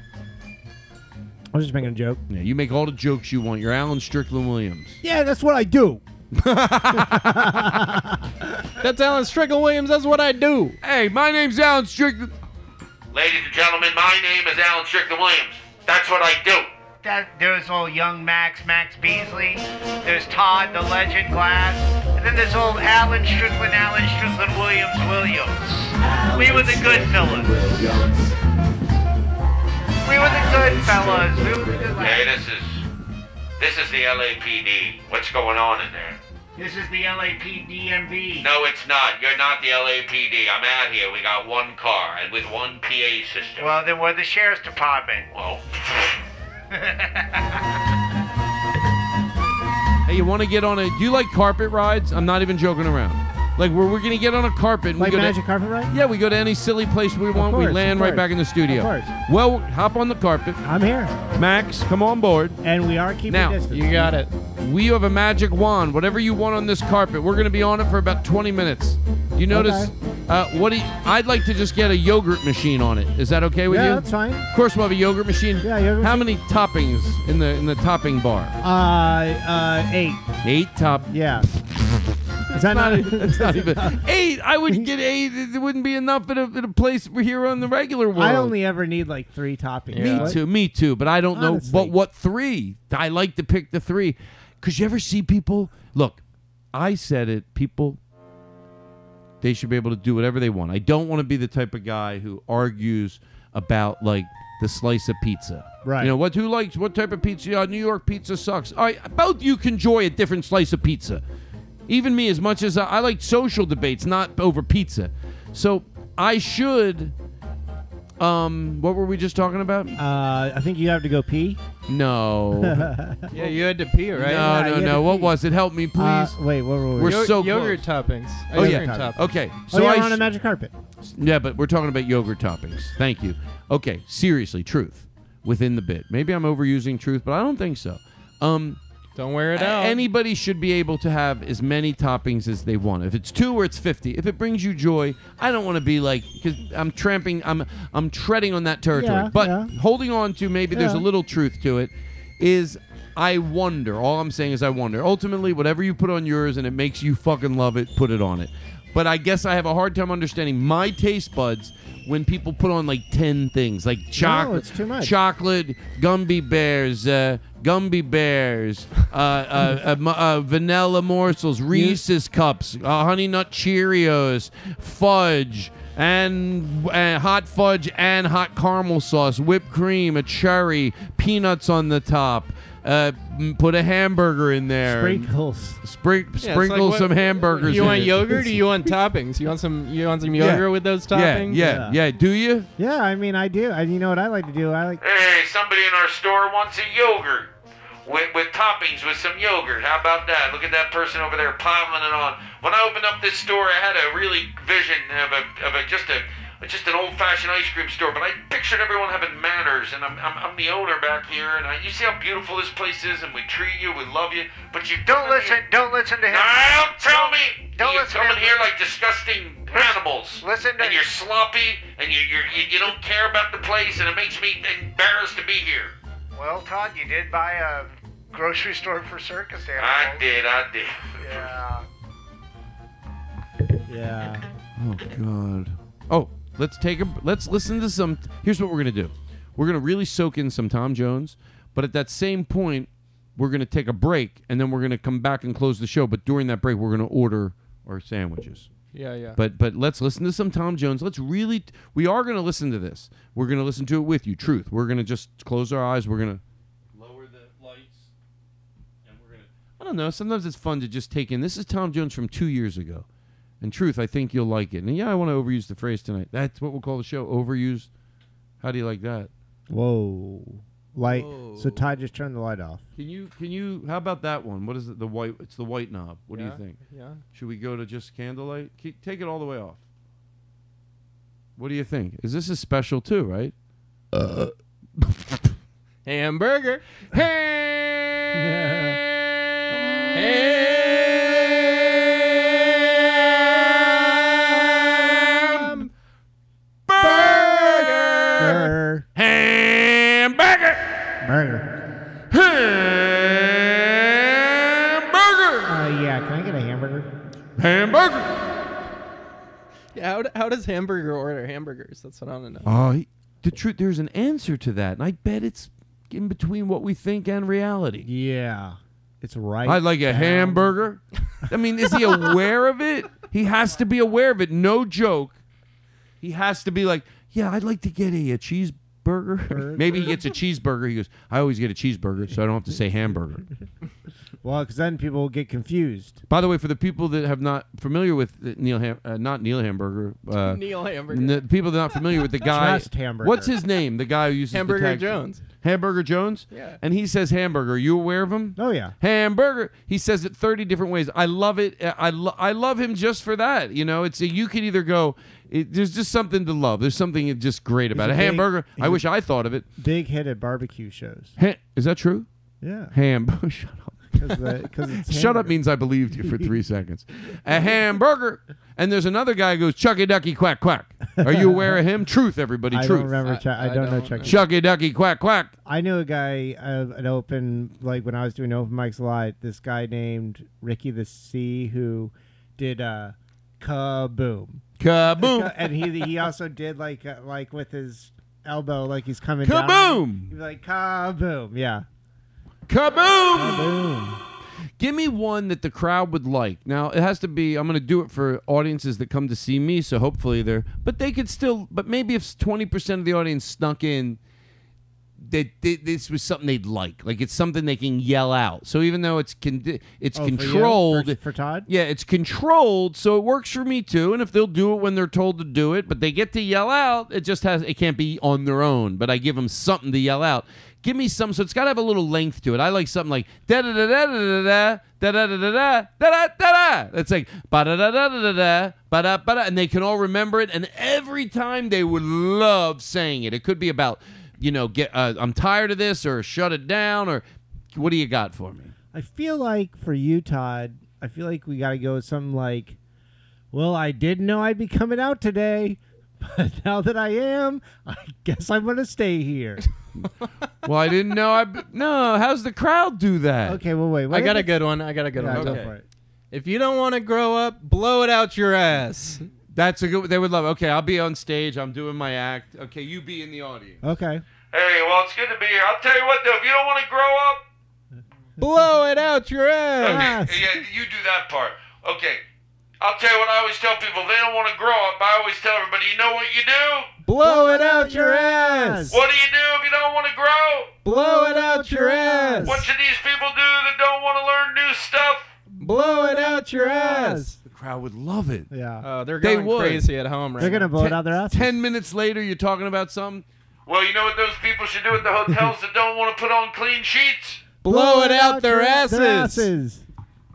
[SPEAKER 5] I was just making a joke.
[SPEAKER 6] Yeah, you make all the jokes you want. You're Alan Strickland Williams.
[SPEAKER 5] Yeah, that's what I do.
[SPEAKER 7] That's Alan Strickland Williams. That's what I do.
[SPEAKER 6] Hey, my name's Alan Strickland.
[SPEAKER 8] Ladies and gentlemen, my name is Alan Strickland Williams. That's what I do.
[SPEAKER 9] That there's old young Max, Max Beasley. There's Todd, the Legend Glass, and then there's old Alan Strickland, Alan Strickland Williams, Williams. we were the good fellas. We were the good fellas. We were the good.
[SPEAKER 8] Hey, this is this is the LAPD. What's going on in there?
[SPEAKER 9] This is the LAPDMV.
[SPEAKER 8] No, it's not. You're not the LAPD. I'm out here. We got one car and with one PA system.
[SPEAKER 9] Well, then we're the sheriff's department.
[SPEAKER 8] Well,
[SPEAKER 6] Hey, you want to get on a? Do you like carpet rides? I'm not even joking around. Like we're, we're gonna get on a carpet. And
[SPEAKER 5] Like
[SPEAKER 6] we go to-
[SPEAKER 5] magic carpet ride?
[SPEAKER 6] yeah, we go to any silly place we want. we
[SPEAKER 5] course,
[SPEAKER 6] land
[SPEAKER 5] of
[SPEAKER 6] right
[SPEAKER 5] course,
[SPEAKER 6] back in the studio.
[SPEAKER 5] of course.
[SPEAKER 6] Well, hop on the carpet.
[SPEAKER 5] I'm here,
[SPEAKER 6] Max, come on board.
[SPEAKER 5] and we are keeping
[SPEAKER 6] Now,
[SPEAKER 5] distance.
[SPEAKER 7] You got it.
[SPEAKER 6] We have a magic wand. Whatever you want on this carpet, we're going to be on it for about 20 minutes. Do you notice? Uh, what do you, I'd like to just get a yogurt machine on it. Is that okay with
[SPEAKER 5] yeah,
[SPEAKER 6] you?
[SPEAKER 5] that's fine.
[SPEAKER 6] Of course, we'll have a yogurt machine.
[SPEAKER 5] Yeah, yogurt
[SPEAKER 6] How many toppings in the in the topping
[SPEAKER 5] Uh,
[SPEAKER 6] bar?
[SPEAKER 5] uh, eight.
[SPEAKER 6] Eight top.
[SPEAKER 5] Yeah. Is that not?
[SPEAKER 6] That's not even eight. I wouldn't get eight. It wouldn't be enough at a, at a place we're here on the regular world.
[SPEAKER 5] I only ever need like three toppings.
[SPEAKER 7] Me
[SPEAKER 5] What?
[SPEAKER 6] Me too, me too. But I don't
[SPEAKER 5] Honestly.
[SPEAKER 6] know. But what three? I like to pick the three. Cause you ever see people? Look, I said it. People, they should be able to do whatever they want. I don't want to be the type of guy who argues about like the slice of pizza.
[SPEAKER 5] Right.
[SPEAKER 6] You know what? Who likes what type of pizza? Uh, New York pizza sucks. All right, both you can enjoy a different slice of pizza. Even me, as much as I, I like social debates, not over pizza. So I should Um, what were we just talking about?
[SPEAKER 5] Uh, I think you have to go pee.
[SPEAKER 6] No.
[SPEAKER 7] Yeah, you had to pee, right?
[SPEAKER 6] No,
[SPEAKER 5] you
[SPEAKER 6] no,
[SPEAKER 5] had to
[SPEAKER 6] no. What
[SPEAKER 5] pee.
[SPEAKER 6] was it? Help me, please.
[SPEAKER 5] Uh, wait, what were we?
[SPEAKER 6] We're
[SPEAKER 7] Yo-
[SPEAKER 6] so
[SPEAKER 7] yogurt toppings.
[SPEAKER 6] oh
[SPEAKER 7] Ice
[SPEAKER 6] yeah.
[SPEAKER 7] cream toppings.
[SPEAKER 6] Okay.
[SPEAKER 5] oh,
[SPEAKER 6] So
[SPEAKER 5] yeah,
[SPEAKER 6] I
[SPEAKER 5] we're on a
[SPEAKER 6] sh-
[SPEAKER 5] magic carpet.
[SPEAKER 6] Yeah, but we're talking about yogurt toppings. Thank you. Okay, seriously, truth within the bit. Maybe I'm overusing truth, but I don't think so. Um,
[SPEAKER 7] Don't wear it
[SPEAKER 6] a-
[SPEAKER 7] out.
[SPEAKER 6] anybody should be able to have as many toppings as they want. If it's two or it's fifty, if it brings you joy, I don't want to be like because I'm tramping, I'm I'm treading on that territory.
[SPEAKER 5] Yeah,
[SPEAKER 6] but
[SPEAKER 5] yeah.
[SPEAKER 6] holding on to maybe there's a
[SPEAKER 5] Yeah.
[SPEAKER 6] little truth to it. Is I wonder. All I'm saying is I wonder. Ultimately, whatever you put on yours and it makes you fucking love it, put it on it. But I guess I have a hard time understanding my taste buds when people put on like ten things, like chocolate,
[SPEAKER 5] it's too much.
[SPEAKER 6] chocolate Gumby Bears, uh, Gumby Bears, uh, uh, uh, mu- uh, vanilla morsels, Reese's cups, uh, Honey Nut Cheerios, fudge, and uh, hot fudge and hot caramel sauce, whipped cream, a cherry, peanuts on the top. Uh, m- put a hamburger in there.
[SPEAKER 5] Sprinkles.
[SPEAKER 6] Sprink-
[SPEAKER 7] Yeah, it's
[SPEAKER 6] sprinkle
[SPEAKER 7] like what-
[SPEAKER 6] some hamburgers.
[SPEAKER 7] You
[SPEAKER 6] in
[SPEAKER 7] want
[SPEAKER 6] it.
[SPEAKER 7] yogurt or you want toppings? You want some? You want some
[SPEAKER 6] Yeah.
[SPEAKER 7] yogurt with those
[SPEAKER 6] Yeah,
[SPEAKER 7] toppings?
[SPEAKER 6] yeah, yeah. Do you?
[SPEAKER 5] Yeah, I mean, I do. I, you know what I like to do? I like.
[SPEAKER 8] Hey, somebody in our store wants a yogurt with, with toppings with some yogurt. How about that? Look at that person over there piling it on. When I opened up this store, I had a really vision of a, of a just a just an old-fashioned ice cream store, but I pictured everyone having manners, and I'm, I'm, I'm the owner back here, and I, you see how beautiful this place is, and we treat you, we love you, but you
[SPEAKER 9] Don't listen. Don't listen to him.
[SPEAKER 8] Now, don't tell me
[SPEAKER 9] Don't
[SPEAKER 8] you
[SPEAKER 9] listen
[SPEAKER 8] come in
[SPEAKER 9] to-
[SPEAKER 8] here like disgusting animals.
[SPEAKER 9] Listen to-
[SPEAKER 8] and you're sloppy, and you you're, you you don't care about the place, and it makes me embarrassed to be here.
[SPEAKER 9] Well, Todd, you did buy a grocery store for circus animals.
[SPEAKER 8] I did, I did.
[SPEAKER 9] Yeah.
[SPEAKER 5] Yeah.
[SPEAKER 2] Oh God.
[SPEAKER 6] Oh, let's take a let's listen to some. Here's what we're gonna do. We're gonna really soak in some Tom Jones, but at that same point, we're gonna take a break, and then we're gonna come back and close the show. But during that break, we're gonna order our sandwiches.
[SPEAKER 7] yeah, yeah.
[SPEAKER 6] But but let's listen to some Tom Jones. Let's really we are gonna listen to this. We're gonna listen to it with you. Truth. We're gonna just close our eyes. We're gonna lower the lights, and we're gonna. I don't know. Sometimes it's fun to just take in. This is Tom Jones from two years ago. And truth, I think you'll like it. And yeah, I want to overuse the phrase tonight. That's what we'll call the show. Overused. How do you like that?
[SPEAKER 5] Whoa. Light. So
[SPEAKER 7] Whoa.
[SPEAKER 5] Todd just turned the light off.
[SPEAKER 6] Can you can you how about that one? What is it? The white it's the white knob. What
[SPEAKER 7] Yeah,
[SPEAKER 6] do you think?
[SPEAKER 7] Yeah.
[SPEAKER 6] Should we go to just candlelight? Keep, take it all the way off. What do you think? Is this a special too, right?
[SPEAKER 7] Hamburger. Ham. Burger.
[SPEAKER 5] Burger.
[SPEAKER 6] Hamburger.
[SPEAKER 5] Burger.
[SPEAKER 6] Hamburger.
[SPEAKER 5] Uh, yeah. Can I get a hamburger?
[SPEAKER 6] Hamburger.
[SPEAKER 7] Yeah, how, d- how does hamburger order hamburgers? That's what I want to know.
[SPEAKER 6] Oh, he- the truth. There's an answer to that, and I bet it's in between what we think and reality.
[SPEAKER 5] Yeah. It's right.
[SPEAKER 6] I like a hamburger. I mean, is he aware of it? He has to be aware of it. No joke. He has to be like, yeah, I'd like to get a, a cheeseburger. Maybe he gets a cheeseburger. He goes, I always get a cheeseburger, so I don't have to say hamburger.
[SPEAKER 5] Well, because then people will get confused.
[SPEAKER 6] By the way, for the people that have not familiar with uh, Neil, Ham- uh, not Neil Hamburger, uh,
[SPEAKER 7] Neil Hamburger.
[SPEAKER 6] n- the people that are not familiar with the guy,
[SPEAKER 5] Just Hamburger.
[SPEAKER 6] what's his name? The guy who uses the
[SPEAKER 7] Hamburger
[SPEAKER 6] tag-
[SPEAKER 7] Jones.
[SPEAKER 6] Hamburger Jones.
[SPEAKER 7] Yeah.
[SPEAKER 6] And he says hamburger. Are you aware of him?
[SPEAKER 5] Oh yeah.
[SPEAKER 6] hamburger. He says it 30 different ways. I love it. Uh, I, lo- I love him just for that. You know, it's a, you can either go, it, there's just something to love. There's something just great about
[SPEAKER 5] a
[SPEAKER 6] it.
[SPEAKER 5] big-
[SPEAKER 6] Hamburger. I wish I thought of it.
[SPEAKER 5] Big hit at barbecue shows.
[SPEAKER 6] Ha- is that true?
[SPEAKER 5] Yeah.
[SPEAKER 6] Ham. Shut up.
[SPEAKER 5] Because it's
[SPEAKER 6] Shut up
[SPEAKER 5] hamburger.
[SPEAKER 6] means I believed you for three seconds. A hamburger. And there's another guy who goes, Chucky Ducky Quack Quack. Are you aware of him? Truth, everybody.
[SPEAKER 5] I
[SPEAKER 6] truth.
[SPEAKER 5] don't remember. Chuck. I,
[SPEAKER 7] I
[SPEAKER 5] don't know
[SPEAKER 7] don't
[SPEAKER 5] Chuck. E.
[SPEAKER 6] Chucky Ducky Quack Quack.
[SPEAKER 5] I knew a guy of an open like when I was doing open mics a lot. This guy named Ricky the C who did uh, kaboom,
[SPEAKER 6] Kaboom.
[SPEAKER 5] and he he also did like uh, like with his elbow like he's coming down.
[SPEAKER 6] Kaboom.
[SPEAKER 5] He'd be like kaboom, yeah,
[SPEAKER 6] Kaboom.
[SPEAKER 5] boom.
[SPEAKER 6] Give me one that the crowd would like. Now it has to be. I'm going to do it for audiences that come to see me, so hopefully they're. But they could still. But maybe if 20 percent of the audience snuck in, that thi- this was something they'd like. Like it's something they can yell out. So even though it's con- it's
[SPEAKER 5] Oh, for you? For-
[SPEAKER 6] controlled
[SPEAKER 5] for Todd?
[SPEAKER 6] yeah, it's controlled, so it works for me too. And if they'll do it when they're told to do it, but they get to yell out, it just has it can't be on their own. But I give them something to yell out. Give me some, so it's got to have a little length to it. I like something like da da da da da da da da da da da da da da da. It's like ba da da da da da da ba da ba da, and they can all remember it. And every time they would love saying it. It could be about, you know, get uh, I'm tired of this, or shut it down, or what do you got for me?
[SPEAKER 5] I feel like for you, Todd, I feel like we got to go with something like, well, I didn't know I'd be coming out today, but now that I am, I guess I'm going to stay here.
[SPEAKER 6] Well, I didn't know. I no. How's the crowd do that?
[SPEAKER 5] Okay, well, wait.
[SPEAKER 7] I
[SPEAKER 5] what
[SPEAKER 7] got
[SPEAKER 5] if
[SPEAKER 7] a
[SPEAKER 5] it's-
[SPEAKER 7] good one. I got a good
[SPEAKER 5] Yeah,
[SPEAKER 7] one.
[SPEAKER 5] go
[SPEAKER 7] Okay.
[SPEAKER 5] for it.
[SPEAKER 7] If you don't want to grow up, blow it out your ass.
[SPEAKER 6] That's a good. They would love. it. Okay, I'll be on stage. I'm doing my act. Okay, you be in the audience.
[SPEAKER 5] Okay.
[SPEAKER 8] Hey, well, it's good to be here. I'll tell you what, though, if you don't want to grow up,
[SPEAKER 7] blow it out your
[SPEAKER 8] okay,
[SPEAKER 7] ass.
[SPEAKER 5] Yes.
[SPEAKER 8] yeah, you do that part. Okay, I'll tell you what I always tell people. If they don't want to grow up, I always tell everybody, you know what you do?
[SPEAKER 7] Blow it out your ass.
[SPEAKER 8] What do you do if you don't want to grow?
[SPEAKER 7] Blow it out your ass.
[SPEAKER 8] What should these people do that don't want to learn new stuff?
[SPEAKER 7] Blow it out your ass.
[SPEAKER 6] The crowd would love it.
[SPEAKER 5] Yeah.
[SPEAKER 7] Oh, they're
[SPEAKER 6] They
[SPEAKER 7] going
[SPEAKER 6] would.
[SPEAKER 7] crazy at home right
[SPEAKER 5] They're going to
[SPEAKER 7] now.
[SPEAKER 5] blow it out their ass.
[SPEAKER 6] Ten minutes later, you're talking about something.
[SPEAKER 8] Well, you know what those people should do at the hotels that don't want to put on clean sheets?
[SPEAKER 7] blow it out their asses.
[SPEAKER 5] asses.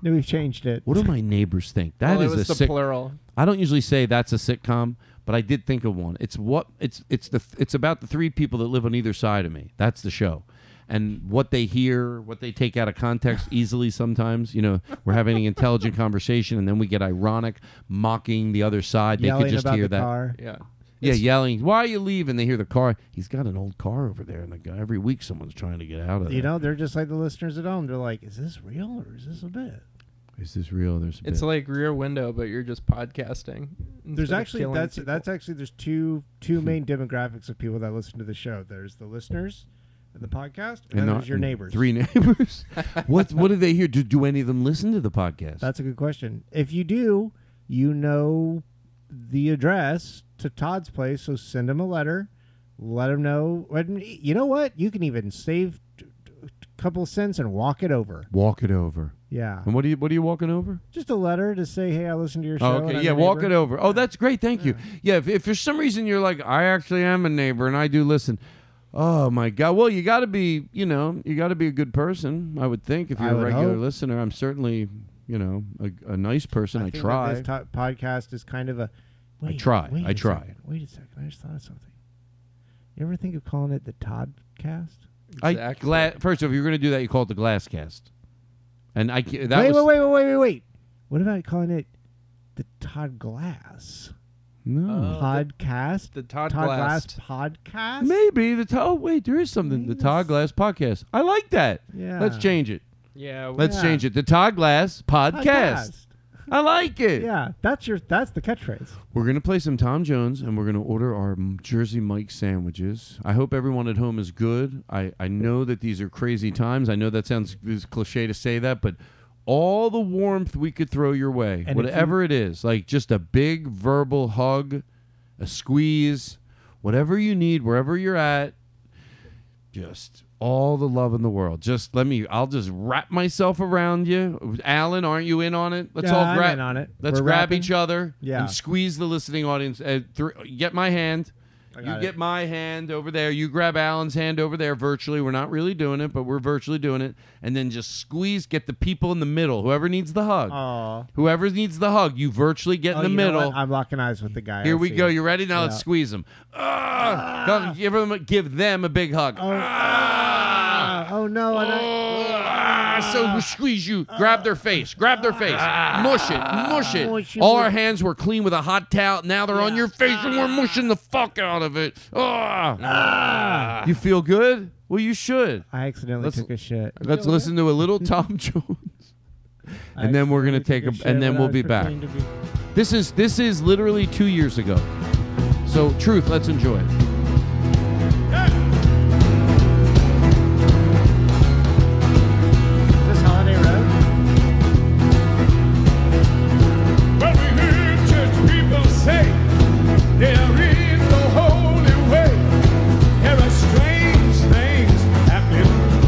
[SPEAKER 5] No, we've changed it.
[SPEAKER 6] What do my neighbors think? That
[SPEAKER 7] Well,
[SPEAKER 6] is
[SPEAKER 7] it was
[SPEAKER 6] a
[SPEAKER 7] the
[SPEAKER 6] sick.
[SPEAKER 7] plural.
[SPEAKER 6] I don't usually say that's a sitcom, but I did think of one. It's what it's it's the it's about the three people that live on either side of me. That's the show. And what they hear, what they take out of context easily sometimes, you know, we're having an intelligent conversation and then we get ironic, mocking the other side. They
[SPEAKER 5] Yelling
[SPEAKER 6] could just
[SPEAKER 5] about
[SPEAKER 6] hear
[SPEAKER 5] the
[SPEAKER 6] that.
[SPEAKER 5] car.
[SPEAKER 7] Yeah.
[SPEAKER 6] Yeah, yelling, "Why are you leaving?" They hear the car. He's got an old car over there, and the guy, every week someone's trying to get out of it.
[SPEAKER 5] You know, they're just like the listeners at home. They're like, is this real or is this a bit?
[SPEAKER 6] is this real? There's a
[SPEAKER 7] It's
[SPEAKER 6] bit.
[SPEAKER 7] like Rear Window, but you're just podcasting.
[SPEAKER 5] There's
[SPEAKER 7] instead of
[SPEAKER 5] actually
[SPEAKER 7] killing
[SPEAKER 5] that's
[SPEAKER 7] people.
[SPEAKER 5] that's actually there's two two main demographics of people that listen to the show. There's the listeners and the podcast, and, then
[SPEAKER 6] not-
[SPEAKER 5] there's your neighbors.
[SPEAKER 6] Three neighbors. what What do they hear? Do Do any of them listen to the podcast?
[SPEAKER 5] That's a good question. If you do, you know the address to Todd's place, so send him a letter. Let him know. and You know what? You can even save t- t- a couple cents and walk it over.
[SPEAKER 6] walk it over.
[SPEAKER 5] Yeah,
[SPEAKER 6] And what are you What are you walking over?
[SPEAKER 5] just a letter to say, "Hey, I listened to your show."
[SPEAKER 6] Hmm. Oh,
[SPEAKER 5] and
[SPEAKER 6] okay.
[SPEAKER 5] I'm
[SPEAKER 6] Yeah,
[SPEAKER 5] your
[SPEAKER 6] walk it
[SPEAKER 5] neighbor."
[SPEAKER 6] over. Oh, that's great. Thank you. Yeah, if, if for some reason you're like, I actually am a neighbor and I do listen. Oh my God! Well, you got to be, you know, you got to be a good person. I would think if
[SPEAKER 5] I
[SPEAKER 6] you're a
[SPEAKER 5] would
[SPEAKER 6] regular
[SPEAKER 5] hope.
[SPEAKER 6] listener, I'm certainly, you know, a, a nice person. I,
[SPEAKER 5] think that
[SPEAKER 6] try.
[SPEAKER 5] This to- podcast is kind of a. Wait,
[SPEAKER 6] try.
[SPEAKER 5] Wait
[SPEAKER 6] I
[SPEAKER 5] a
[SPEAKER 6] try.
[SPEAKER 5] second, Wait a second. I just thought of something. You ever think of calling it the Toddcast?
[SPEAKER 6] I
[SPEAKER 7] Exactly.
[SPEAKER 6] gla- first off, if you're going to do that, you call it the glass cast. And I ca- that
[SPEAKER 5] Wait,
[SPEAKER 6] was
[SPEAKER 5] wait, wait, wait, wait, wait, wait. What about calling it the Todd Glass Oh,
[SPEAKER 6] no.
[SPEAKER 5] podcast?
[SPEAKER 7] the Todd,
[SPEAKER 5] Uh, Todd Glass
[SPEAKER 7] Glass.
[SPEAKER 5] podcast.
[SPEAKER 6] Maybe the to- oh wait, there is something the Todd Glass podcast. I like that.
[SPEAKER 5] Yeah.
[SPEAKER 6] Let's change it.
[SPEAKER 7] Yeah. w-
[SPEAKER 6] Let's
[SPEAKER 5] Yeah.
[SPEAKER 6] change it. The Todd Glass podcast.
[SPEAKER 5] podcast.
[SPEAKER 6] I like it.
[SPEAKER 5] Yeah, that's your that's the catchphrase.
[SPEAKER 6] We're gonna play some Tom Jones, and we're gonna order our m- Jersey Mike sandwiches. I hope everyone at home is good. I I know that these are crazy times. I know that sounds it's cliche to say that, but all the warmth we could throw your way,
[SPEAKER 5] if you-
[SPEAKER 6] whatever it is, like just a big verbal hug, a squeeze, whatever you need, wherever you're at, just all the love in the world. Just let me. I'll just wrap myself around you. Alan, aren't you in on it? Let's
[SPEAKER 5] Yeah,
[SPEAKER 6] all
[SPEAKER 5] I'm
[SPEAKER 6] grab
[SPEAKER 5] in on it.
[SPEAKER 6] Let's
[SPEAKER 5] We're
[SPEAKER 6] grab
[SPEAKER 5] wrapping.
[SPEAKER 6] each other.
[SPEAKER 5] Yeah.
[SPEAKER 6] And squeeze the listening audience. Uh, thr get my hand. You
[SPEAKER 5] got
[SPEAKER 6] get my hand over there. You grab Alan's hand over there virtually. We're not really doing it, but we're virtually doing it. And then just squeeze. Get the people in the middle. Whoever needs the hug.
[SPEAKER 5] Aw.
[SPEAKER 6] Whoever needs the hug, you virtually get
[SPEAKER 5] Oh,
[SPEAKER 6] in the
[SPEAKER 5] you know
[SPEAKER 6] middle.
[SPEAKER 5] what? I'm locking eyes with the guy. I
[SPEAKER 6] Here we
[SPEAKER 5] see.
[SPEAKER 6] go. You ready? Now
[SPEAKER 5] Yeah.
[SPEAKER 6] let's squeeze them. Ah! Come, give them, give them a big hug. Ah!
[SPEAKER 5] Oh no! And I,
[SPEAKER 6] Ah, so we squeeze you, grab their face, grab their face,
[SPEAKER 5] Ah.
[SPEAKER 6] mush it, mush it.
[SPEAKER 5] Mush it.
[SPEAKER 6] All our hands were clean with a hot towel. Now they're on your face and we're mushing the fuck out of it. Ah. You feel good? Well, you should.
[SPEAKER 5] Ah. I accidentally
[SPEAKER 6] Let's-
[SPEAKER 5] took a shit.
[SPEAKER 6] Let's listen to a little Tom Jones,
[SPEAKER 5] I
[SPEAKER 6] and then we're gonna
[SPEAKER 5] accidentally
[SPEAKER 6] take a,
[SPEAKER 5] took shit
[SPEAKER 6] and then
[SPEAKER 5] when I
[SPEAKER 6] we'll
[SPEAKER 5] was
[SPEAKER 6] be back.
[SPEAKER 5] pretending to be-
[SPEAKER 6] This is this is literally two years ago. So, truth, let's enjoy it.
[SPEAKER 5] Is this Holiday Road?
[SPEAKER 10] When we hear church people say there is no holy way, there are strange things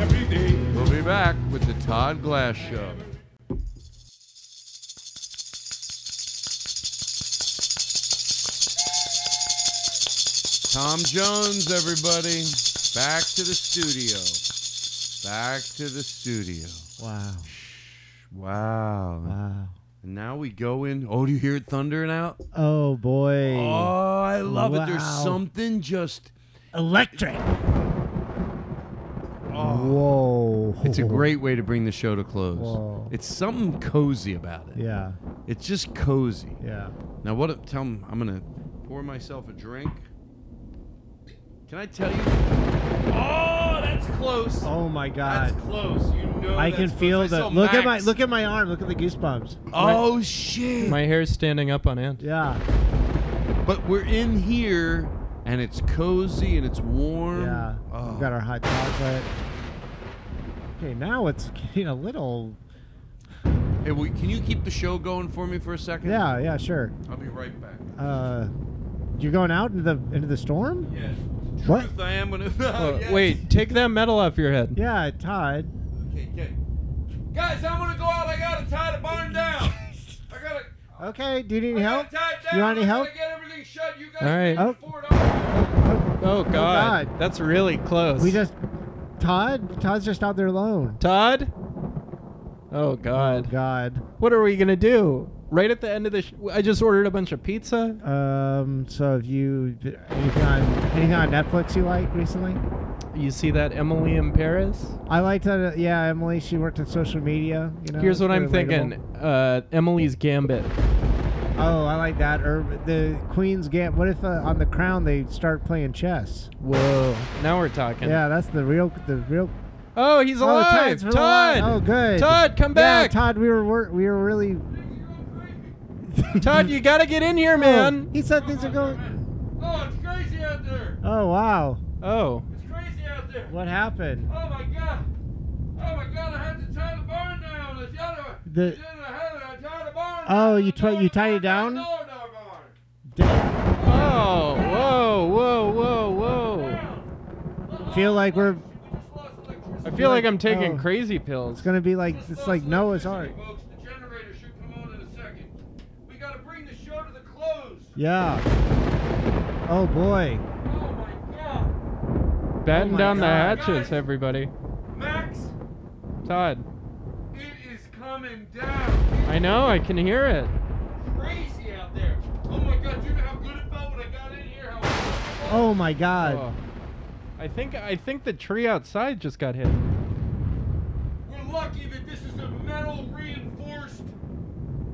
[SPEAKER 10] every day.
[SPEAKER 6] We'll be back with the Todd Glass Show. Tom Jones, everybody. Back to the studio. Back to the studio.
[SPEAKER 5] Wow.
[SPEAKER 6] Wow.
[SPEAKER 5] Wow.
[SPEAKER 6] And now we go in. Oh, do you hear it thundering out?
[SPEAKER 5] Oh boy.
[SPEAKER 6] Oh, I love it. There's
[SPEAKER 5] Wow.
[SPEAKER 6] something just.
[SPEAKER 5] Electric.
[SPEAKER 6] Oh.
[SPEAKER 5] Whoa.
[SPEAKER 6] It's a great way to bring the show to close.
[SPEAKER 5] Whoa.
[SPEAKER 6] It's something cozy about it.
[SPEAKER 5] Yeah.
[SPEAKER 6] It's just cozy.
[SPEAKER 5] Yeah.
[SPEAKER 6] Now, what? if- Tell 'em I'm gonna pour myself a drink. Can I tell you? Oh, that's close.
[SPEAKER 5] Oh my
[SPEAKER 6] that's
[SPEAKER 5] God.
[SPEAKER 6] close. You know.
[SPEAKER 5] I
[SPEAKER 6] that's
[SPEAKER 5] can
[SPEAKER 6] close.
[SPEAKER 5] feel
[SPEAKER 6] I saw
[SPEAKER 5] the look at my
[SPEAKER 6] Max.
[SPEAKER 5] look at my arm. Look at the goosebumps.
[SPEAKER 6] Oh shit!
[SPEAKER 7] My hair's standing up on end.
[SPEAKER 5] Yeah.
[SPEAKER 6] but we're in here, and it's cozy and it's
[SPEAKER 7] Mm.
[SPEAKER 6] warm.
[SPEAKER 5] Yeah.
[SPEAKER 6] Oh.
[SPEAKER 5] We got our hot chocolate. Okay, now it's getting a little.
[SPEAKER 6] Hey, will- can you keep the show going for me for a second?
[SPEAKER 5] Yeah. Yeah. Sure.
[SPEAKER 6] I'll be right back.
[SPEAKER 5] Uh, you're going out into the into the storm.
[SPEAKER 6] Yeah.
[SPEAKER 5] What?
[SPEAKER 6] Truth, I am gonna.
[SPEAKER 7] Uh,
[SPEAKER 6] yes.
[SPEAKER 7] Wait, take that metal off your head.
[SPEAKER 5] Yeah, Todd.
[SPEAKER 6] Okay, okay. Guys, I'm gonna go out. I gotta tie the barn down. I gotta.
[SPEAKER 5] Okay. Do you need
[SPEAKER 6] I
[SPEAKER 5] any help?
[SPEAKER 6] gotta tie it down.
[SPEAKER 5] You want any
[SPEAKER 6] I gotta
[SPEAKER 5] help?
[SPEAKER 6] Get everything shut. You guys.
[SPEAKER 7] All right.
[SPEAKER 6] can afford all-
[SPEAKER 7] Oh God.
[SPEAKER 5] God.
[SPEAKER 7] that's really close.
[SPEAKER 5] We just Todd. Todd's just out there alone.
[SPEAKER 7] Todd. Oh God.
[SPEAKER 5] God.
[SPEAKER 7] What are we gonna do? Right at the end of the, sh- I just ordered a bunch of pizza.
[SPEAKER 5] Um. So have you anything on anything on Netflix you like recently?
[SPEAKER 7] You see that Emily in Paris?
[SPEAKER 5] I liked that. Uh, yeah, Emily. She worked in social media. You know.
[SPEAKER 7] Here's
[SPEAKER 5] it's
[SPEAKER 7] what I'm
[SPEAKER 5] very
[SPEAKER 7] thinking.
[SPEAKER 5] relatable.
[SPEAKER 7] Uh, Emily's Gambit.
[SPEAKER 5] Oh, I like that. Or the Queen's Gambit. What if uh, on the Crown they start playing chess?
[SPEAKER 7] Whoa. Now we're talking.
[SPEAKER 5] Yeah, that's the real. The real.
[SPEAKER 7] Oh, he's
[SPEAKER 5] Oh,
[SPEAKER 7] alive.
[SPEAKER 5] Todd's really
[SPEAKER 7] Todd.
[SPEAKER 5] alive. Oh, good.
[SPEAKER 7] Todd, come
[SPEAKER 5] Yeah,
[SPEAKER 7] back.
[SPEAKER 5] Todd. We were wor- we were really.
[SPEAKER 7] Todd, you gotta get in here, man.
[SPEAKER 5] Oh, He said things are going.
[SPEAKER 6] Oh, it's crazy out there.
[SPEAKER 5] Oh wow.
[SPEAKER 7] Oh.
[SPEAKER 6] It's crazy out there.
[SPEAKER 5] What happened?
[SPEAKER 6] Oh my god. Oh my god. I had to tie the barn down. It's yellow.
[SPEAKER 5] The-
[SPEAKER 6] It's yellow. I had to tie the barn
[SPEAKER 5] Oh,
[SPEAKER 6] down.
[SPEAKER 5] you twi-
[SPEAKER 6] No,
[SPEAKER 5] you
[SPEAKER 6] no,
[SPEAKER 5] tied it
[SPEAKER 6] no,
[SPEAKER 5] down?
[SPEAKER 6] no, no, barn.
[SPEAKER 7] Oh. Whoa. Whoa. Whoa. Whoa.
[SPEAKER 5] Feel like we're.
[SPEAKER 6] We just lost electricity.
[SPEAKER 7] I feel like I'm taking
[SPEAKER 5] Oh.
[SPEAKER 7] crazy pills.
[SPEAKER 5] It's gonna be like
[SPEAKER 6] Just
[SPEAKER 5] it's
[SPEAKER 6] lost
[SPEAKER 5] like Noah's Ark.
[SPEAKER 6] electricity, Folks, the generator should come on in a second. We gotta bring the show to the close.
[SPEAKER 5] Yeah. Oh boy.
[SPEAKER 6] Oh my god.
[SPEAKER 7] Batten
[SPEAKER 5] Oh my
[SPEAKER 7] down the
[SPEAKER 5] God.
[SPEAKER 7] hatches, everybody.
[SPEAKER 6] Max,
[SPEAKER 7] Todd.
[SPEAKER 6] it is coming down.
[SPEAKER 7] I know. I can hear it.
[SPEAKER 6] crazy out there. Oh my god, do you know how good it felt when I got in here? How
[SPEAKER 5] Oh my God.
[SPEAKER 7] Oh. I think I think the tree outside just got hit.
[SPEAKER 6] we're lucky that this is a metal reinforced.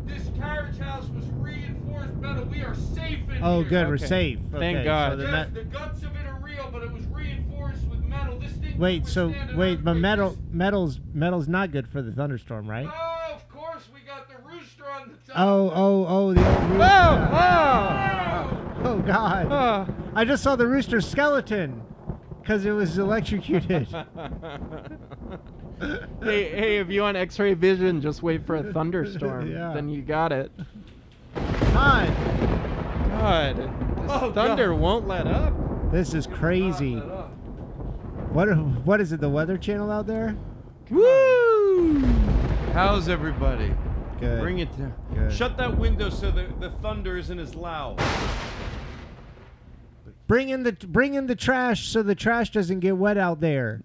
[SPEAKER 6] This carriage house was reinforced metal. We are safe in
[SPEAKER 5] Oh,
[SPEAKER 6] here.
[SPEAKER 5] good. We're
[SPEAKER 7] Okay.
[SPEAKER 5] safe.
[SPEAKER 7] Thank
[SPEAKER 5] Okay, So
[SPEAKER 7] God.
[SPEAKER 5] the
[SPEAKER 6] Yes,
[SPEAKER 5] net-
[SPEAKER 6] the guts of it are real, but it was reinforced with metal. This thing.
[SPEAKER 5] wait.
[SPEAKER 6] could
[SPEAKER 5] So
[SPEAKER 6] withstand an
[SPEAKER 5] wait, but
[SPEAKER 6] earthquake.
[SPEAKER 5] metal
[SPEAKER 6] This-
[SPEAKER 5] metal's metal's not good for the thunderstorm, right?
[SPEAKER 6] Oh, of course we got the rooster on the top.
[SPEAKER 5] Oh oh oh the old rooster.
[SPEAKER 7] Oh, oh,
[SPEAKER 5] Oh God.
[SPEAKER 7] oh.
[SPEAKER 5] I just saw the rooster's skeleton because it was electrocuted.
[SPEAKER 7] hey, hey, if you want X-ray vision, just wait for a thunderstorm.
[SPEAKER 5] Yeah.
[SPEAKER 7] Then you got it.
[SPEAKER 5] Todd,
[SPEAKER 7] God, this
[SPEAKER 6] Oh,
[SPEAKER 7] thunder
[SPEAKER 6] God.
[SPEAKER 7] won't let up.
[SPEAKER 5] this is crazy. What what is it? The Weather Channel out there?
[SPEAKER 6] Woo! How's everybody?
[SPEAKER 5] Good.
[SPEAKER 6] Bring it down.
[SPEAKER 5] Good.
[SPEAKER 6] Shut that window so the, the thunder isn't as loud.
[SPEAKER 5] Bring in the bring in the trash so the trash doesn't get wet out there.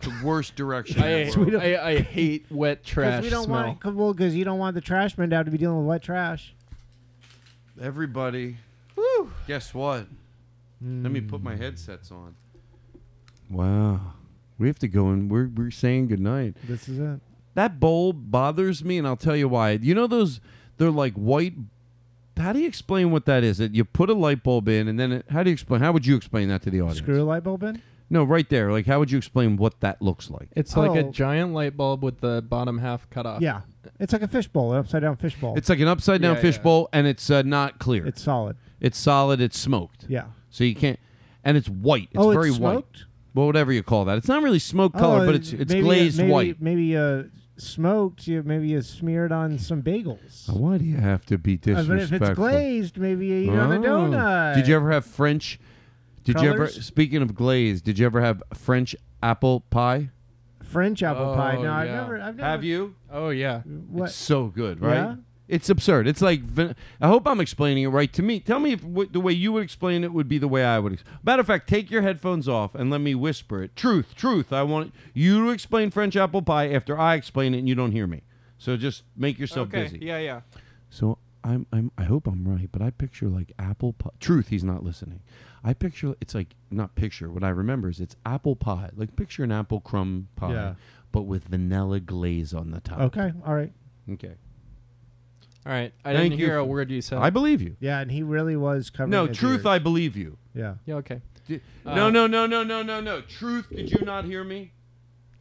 [SPEAKER 6] The worst direction.
[SPEAKER 7] I, I, I hate wet trash
[SPEAKER 5] we don't
[SPEAKER 7] smell.
[SPEAKER 5] want cause, well because you don't want the trash man down to be dealing with wet trash.
[SPEAKER 6] Everybody, guess what? Let me put my headsets on.
[SPEAKER 2] Wow. We have to go and we're, we're saying goodnight.
[SPEAKER 5] This is it.
[SPEAKER 6] That bowl bothers me, and I'll tell you why. You know those? They're like white. How do you explain what that is? That you put a light bulb in, and then it, how do you explain? How would you explain that to the audience?
[SPEAKER 5] Screw a light bulb in.
[SPEAKER 6] No, right there. Like, how would you explain what that looks like?
[SPEAKER 7] It's like a
[SPEAKER 5] Oh.
[SPEAKER 7] giant light bulb with the bottom half cut off.
[SPEAKER 5] Yeah, it's like a fishbowl, an upside down fishbowl.
[SPEAKER 6] It's like an upside down
[SPEAKER 7] Yeah, yeah.
[SPEAKER 6] fishbowl, and it's uh, not clear.
[SPEAKER 5] it's
[SPEAKER 6] It's,
[SPEAKER 5] solid.
[SPEAKER 6] solid. It's smoked.
[SPEAKER 5] Yeah.
[SPEAKER 6] So you can't, and it's white. It's
[SPEAKER 5] oh,
[SPEAKER 6] very
[SPEAKER 5] it's
[SPEAKER 6] white.
[SPEAKER 5] smoked.
[SPEAKER 6] Well, whatever you call that. It's not really smoke color,
[SPEAKER 5] Oh,
[SPEAKER 6] but it's it's
[SPEAKER 5] maybe, uh,
[SPEAKER 6] glazed
[SPEAKER 5] maybe,
[SPEAKER 6] white.
[SPEAKER 5] Maybe uh, smoked. You maybe you smeared on some bagels.
[SPEAKER 6] Oh,
[SPEAKER 2] Why do you have to be
[SPEAKER 5] Uh,
[SPEAKER 2] disrespectful?
[SPEAKER 5] but if it's glazed, maybe you eat it on a
[SPEAKER 6] Oh.
[SPEAKER 5] donut.
[SPEAKER 6] Did you ever have French? Did you ever?
[SPEAKER 5] Colors?
[SPEAKER 6] Speaking of glaze, did you ever have French apple pie?
[SPEAKER 5] French apple pie.
[SPEAKER 7] Oh,
[SPEAKER 5] No, I've
[SPEAKER 7] yeah.
[SPEAKER 5] never. I've never.
[SPEAKER 6] Have you?
[SPEAKER 7] Oh yeah.
[SPEAKER 5] What?
[SPEAKER 6] It's so good, right?
[SPEAKER 5] Yeah.
[SPEAKER 6] It's absurd. It's like van- I hope I'm explaining it right. To me, tell me if w- the way you would explain it would be the way I would. Ex- Matter of fact, take your headphones off and let me whisper it. Truth, truth. I want you to explain French apple pie after I explain it, and you don't hear me. So just make yourself
[SPEAKER 7] okay.
[SPEAKER 6] busy.
[SPEAKER 7] Yeah, yeah.
[SPEAKER 2] So
[SPEAKER 6] I'm, I'm, I hope I'm right, but I picture like apple pie. Truth, he's not listening. I picture it's like not picture. What I remember is it's apple pie. Like picture an apple crumb pie,
[SPEAKER 5] Yeah.
[SPEAKER 6] but with vanilla glaze on the top.
[SPEAKER 5] Okay. All right.
[SPEAKER 6] Okay.
[SPEAKER 7] All right. I
[SPEAKER 6] Thank
[SPEAKER 7] didn't
[SPEAKER 6] you
[SPEAKER 7] hear a
[SPEAKER 6] for-
[SPEAKER 7] word you said.
[SPEAKER 6] I believe you.
[SPEAKER 5] Yeah, and he really was covering.
[SPEAKER 6] No,
[SPEAKER 5] his
[SPEAKER 6] truth,
[SPEAKER 5] ears.
[SPEAKER 6] I believe you.
[SPEAKER 5] Yeah.
[SPEAKER 7] yeah. Okay.
[SPEAKER 6] D-
[SPEAKER 7] Uh,
[SPEAKER 6] no, no, no, no, no, no, no. Truth, did you not hear me?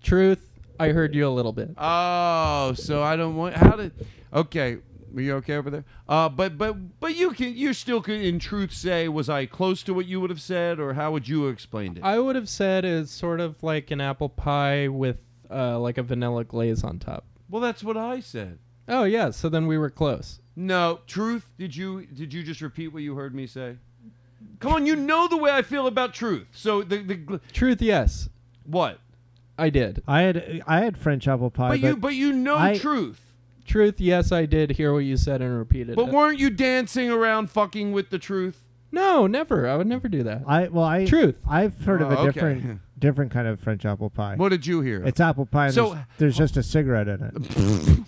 [SPEAKER 7] Truth. I heard you a little bit.
[SPEAKER 6] Oh, so I don't want. How did? Okay, were you okay over there? Uh, but but but you can you still could in truth say was I close to what you would have said or how would you have explained it?
[SPEAKER 7] I would have said is sort of like an apple pie with uh, like a vanilla glaze on top.
[SPEAKER 6] well, that's what I said.
[SPEAKER 7] Oh yeah. So then we were close.
[SPEAKER 6] No, truth. Did you did you just repeat what you heard me say? Come on, you know the way I feel about truth. So the the gl-
[SPEAKER 7] Truth. Yes.
[SPEAKER 6] what?
[SPEAKER 7] I did.
[SPEAKER 5] I had I had French apple pie,
[SPEAKER 6] But
[SPEAKER 5] but,
[SPEAKER 6] you but you know
[SPEAKER 5] I-
[SPEAKER 6] truth.
[SPEAKER 7] Truth. Yes, I did hear what you said and repeated
[SPEAKER 6] But
[SPEAKER 7] it.
[SPEAKER 6] weren't you dancing around fucking with the truth?
[SPEAKER 7] no, never. I would never do that.
[SPEAKER 5] I well I
[SPEAKER 7] Truth.
[SPEAKER 5] I've heard of
[SPEAKER 6] Oh,
[SPEAKER 5] a
[SPEAKER 6] okay.
[SPEAKER 5] different different kind of French apple pie.
[SPEAKER 6] What did you hear?
[SPEAKER 5] It's apple pie. And
[SPEAKER 6] So-
[SPEAKER 5] there's, there's just a cigarette in it.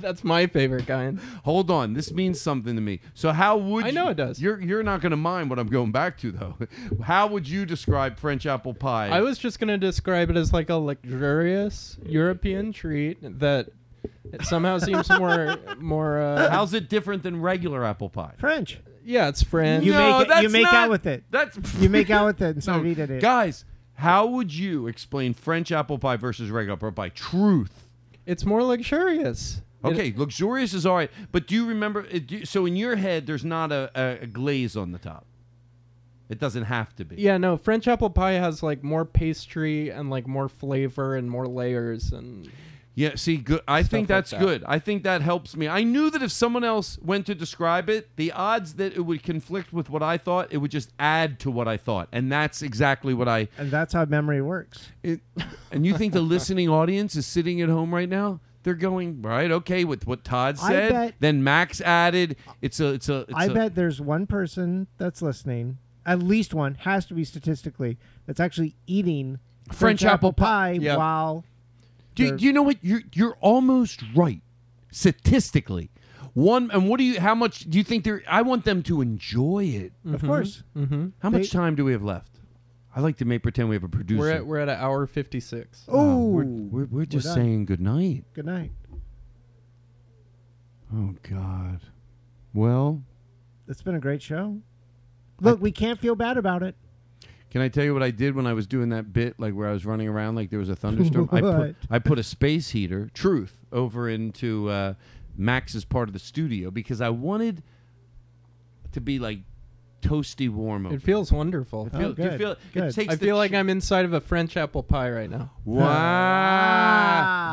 [SPEAKER 7] That's my favorite kind.
[SPEAKER 6] Hold on, this means something to me. So how would
[SPEAKER 7] I know
[SPEAKER 6] you-
[SPEAKER 7] it does.
[SPEAKER 6] You're you're not going to mind what I'm going back to though. How would you describe French apple pie?
[SPEAKER 7] I was just gonna describe it as like a luxurious European treat that it somehow seems more more. Uh,
[SPEAKER 6] How's it different than regular apple pie?
[SPEAKER 5] French.
[SPEAKER 7] yeah, it's French.
[SPEAKER 5] You
[SPEAKER 6] no,
[SPEAKER 5] make it- you
[SPEAKER 6] that's
[SPEAKER 5] make
[SPEAKER 6] not,
[SPEAKER 5] out with it.
[SPEAKER 6] That's
[SPEAKER 5] You make out with it instead of eating it.
[SPEAKER 6] guys. How would you explain French apple pie versus regular apple pie? Truth.
[SPEAKER 7] It's more luxurious. It-
[SPEAKER 6] Okay, luxurious is all right, but do you remember? uh, do- So in your head, there's not a, a, a glaze on the top. It doesn't have to be.
[SPEAKER 7] yeah, no. French apple pie has like more pastry and like more flavor and more layers and
[SPEAKER 6] Yeah, see, good. I think
[SPEAKER 7] like
[SPEAKER 6] that's
[SPEAKER 7] that.
[SPEAKER 6] good. I think that helps me. I knew that if someone else went to describe it, the odds that it would conflict with what I thought, it would just add to what I thought, and that's exactly what I.
[SPEAKER 5] And that's how memory works.
[SPEAKER 6] It, and you think the listening audience is sitting at home right now? They're going right, okay, with what Todd
[SPEAKER 5] I
[SPEAKER 6] said.
[SPEAKER 5] bet-
[SPEAKER 6] then Max added, "It's a, it's a." It's
[SPEAKER 5] I
[SPEAKER 6] a-
[SPEAKER 5] bet there's one person that's listening, at least one has to be statistically that's actually eating French,
[SPEAKER 6] apple
[SPEAKER 5] apple
[SPEAKER 6] pie.
[SPEAKER 5] pie,
[SPEAKER 6] Yeah.
[SPEAKER 5] while
[SPEAKER 6] Do,
[SPEAKER 5] They're-
[SPEAKER 6] do you know what you're you're almost right statistically. One and what do you how much do you think they're I want them to enjoy it.
[SPEAKER 5] of course
[SPEAKER 7] Mm-hmm.
[SPEAKER 6] How much time do we have left? I like to make pretend we have a producer.
[SPEAKER 7] we're at we're at an hour fifty six.
[SPEAKER 5] oh
[SPEAKER 6] we're, we're, we're just
[SPEAKER 5] done.
[SPEAKER 6] saying goodnight.
[SPEAKER 5] good night.
[SPEAKER 2] oh god. Well,
[SPEAKER 5] It's been a great show. Look, we can't feel bad about it.
[SPEAKER 6] Can I tell you what I did when I was doing that bit, like where I was running around like there was a thunderstorm? I put
[SPEAKER 5] What?
[SPEAKER 6] I put a space heater, truth, over into uh, Max's part of the studio because I wanted to be like toasty warm. Over.
[SPEAKER 7] It feels wonderful.
[SPEAKER 5] Oh,
[SPEAKER 6] Feel- do you
[SPEAKER 5] good,
[SPEAKER 6] feel- it
[SPEAKER 5] good.
[SPEAKER 6] takes
[SPEAKER 7] I
[SPEAKER 6] the
[SPEAKER 7] feel like
[SPEAKER 6] chi-
[SPEAKER 7] I'm inside of a French apple pie right now.
[SPEAKER 6] Wow.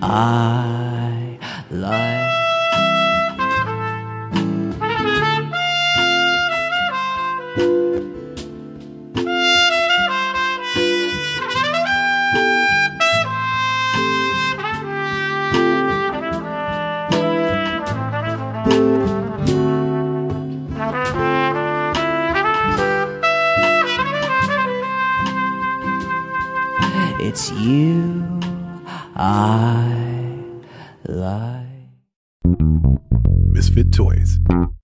[SPEAKER 11] I like. It's you I like.
[SPEAKER 12] Misfit Toys.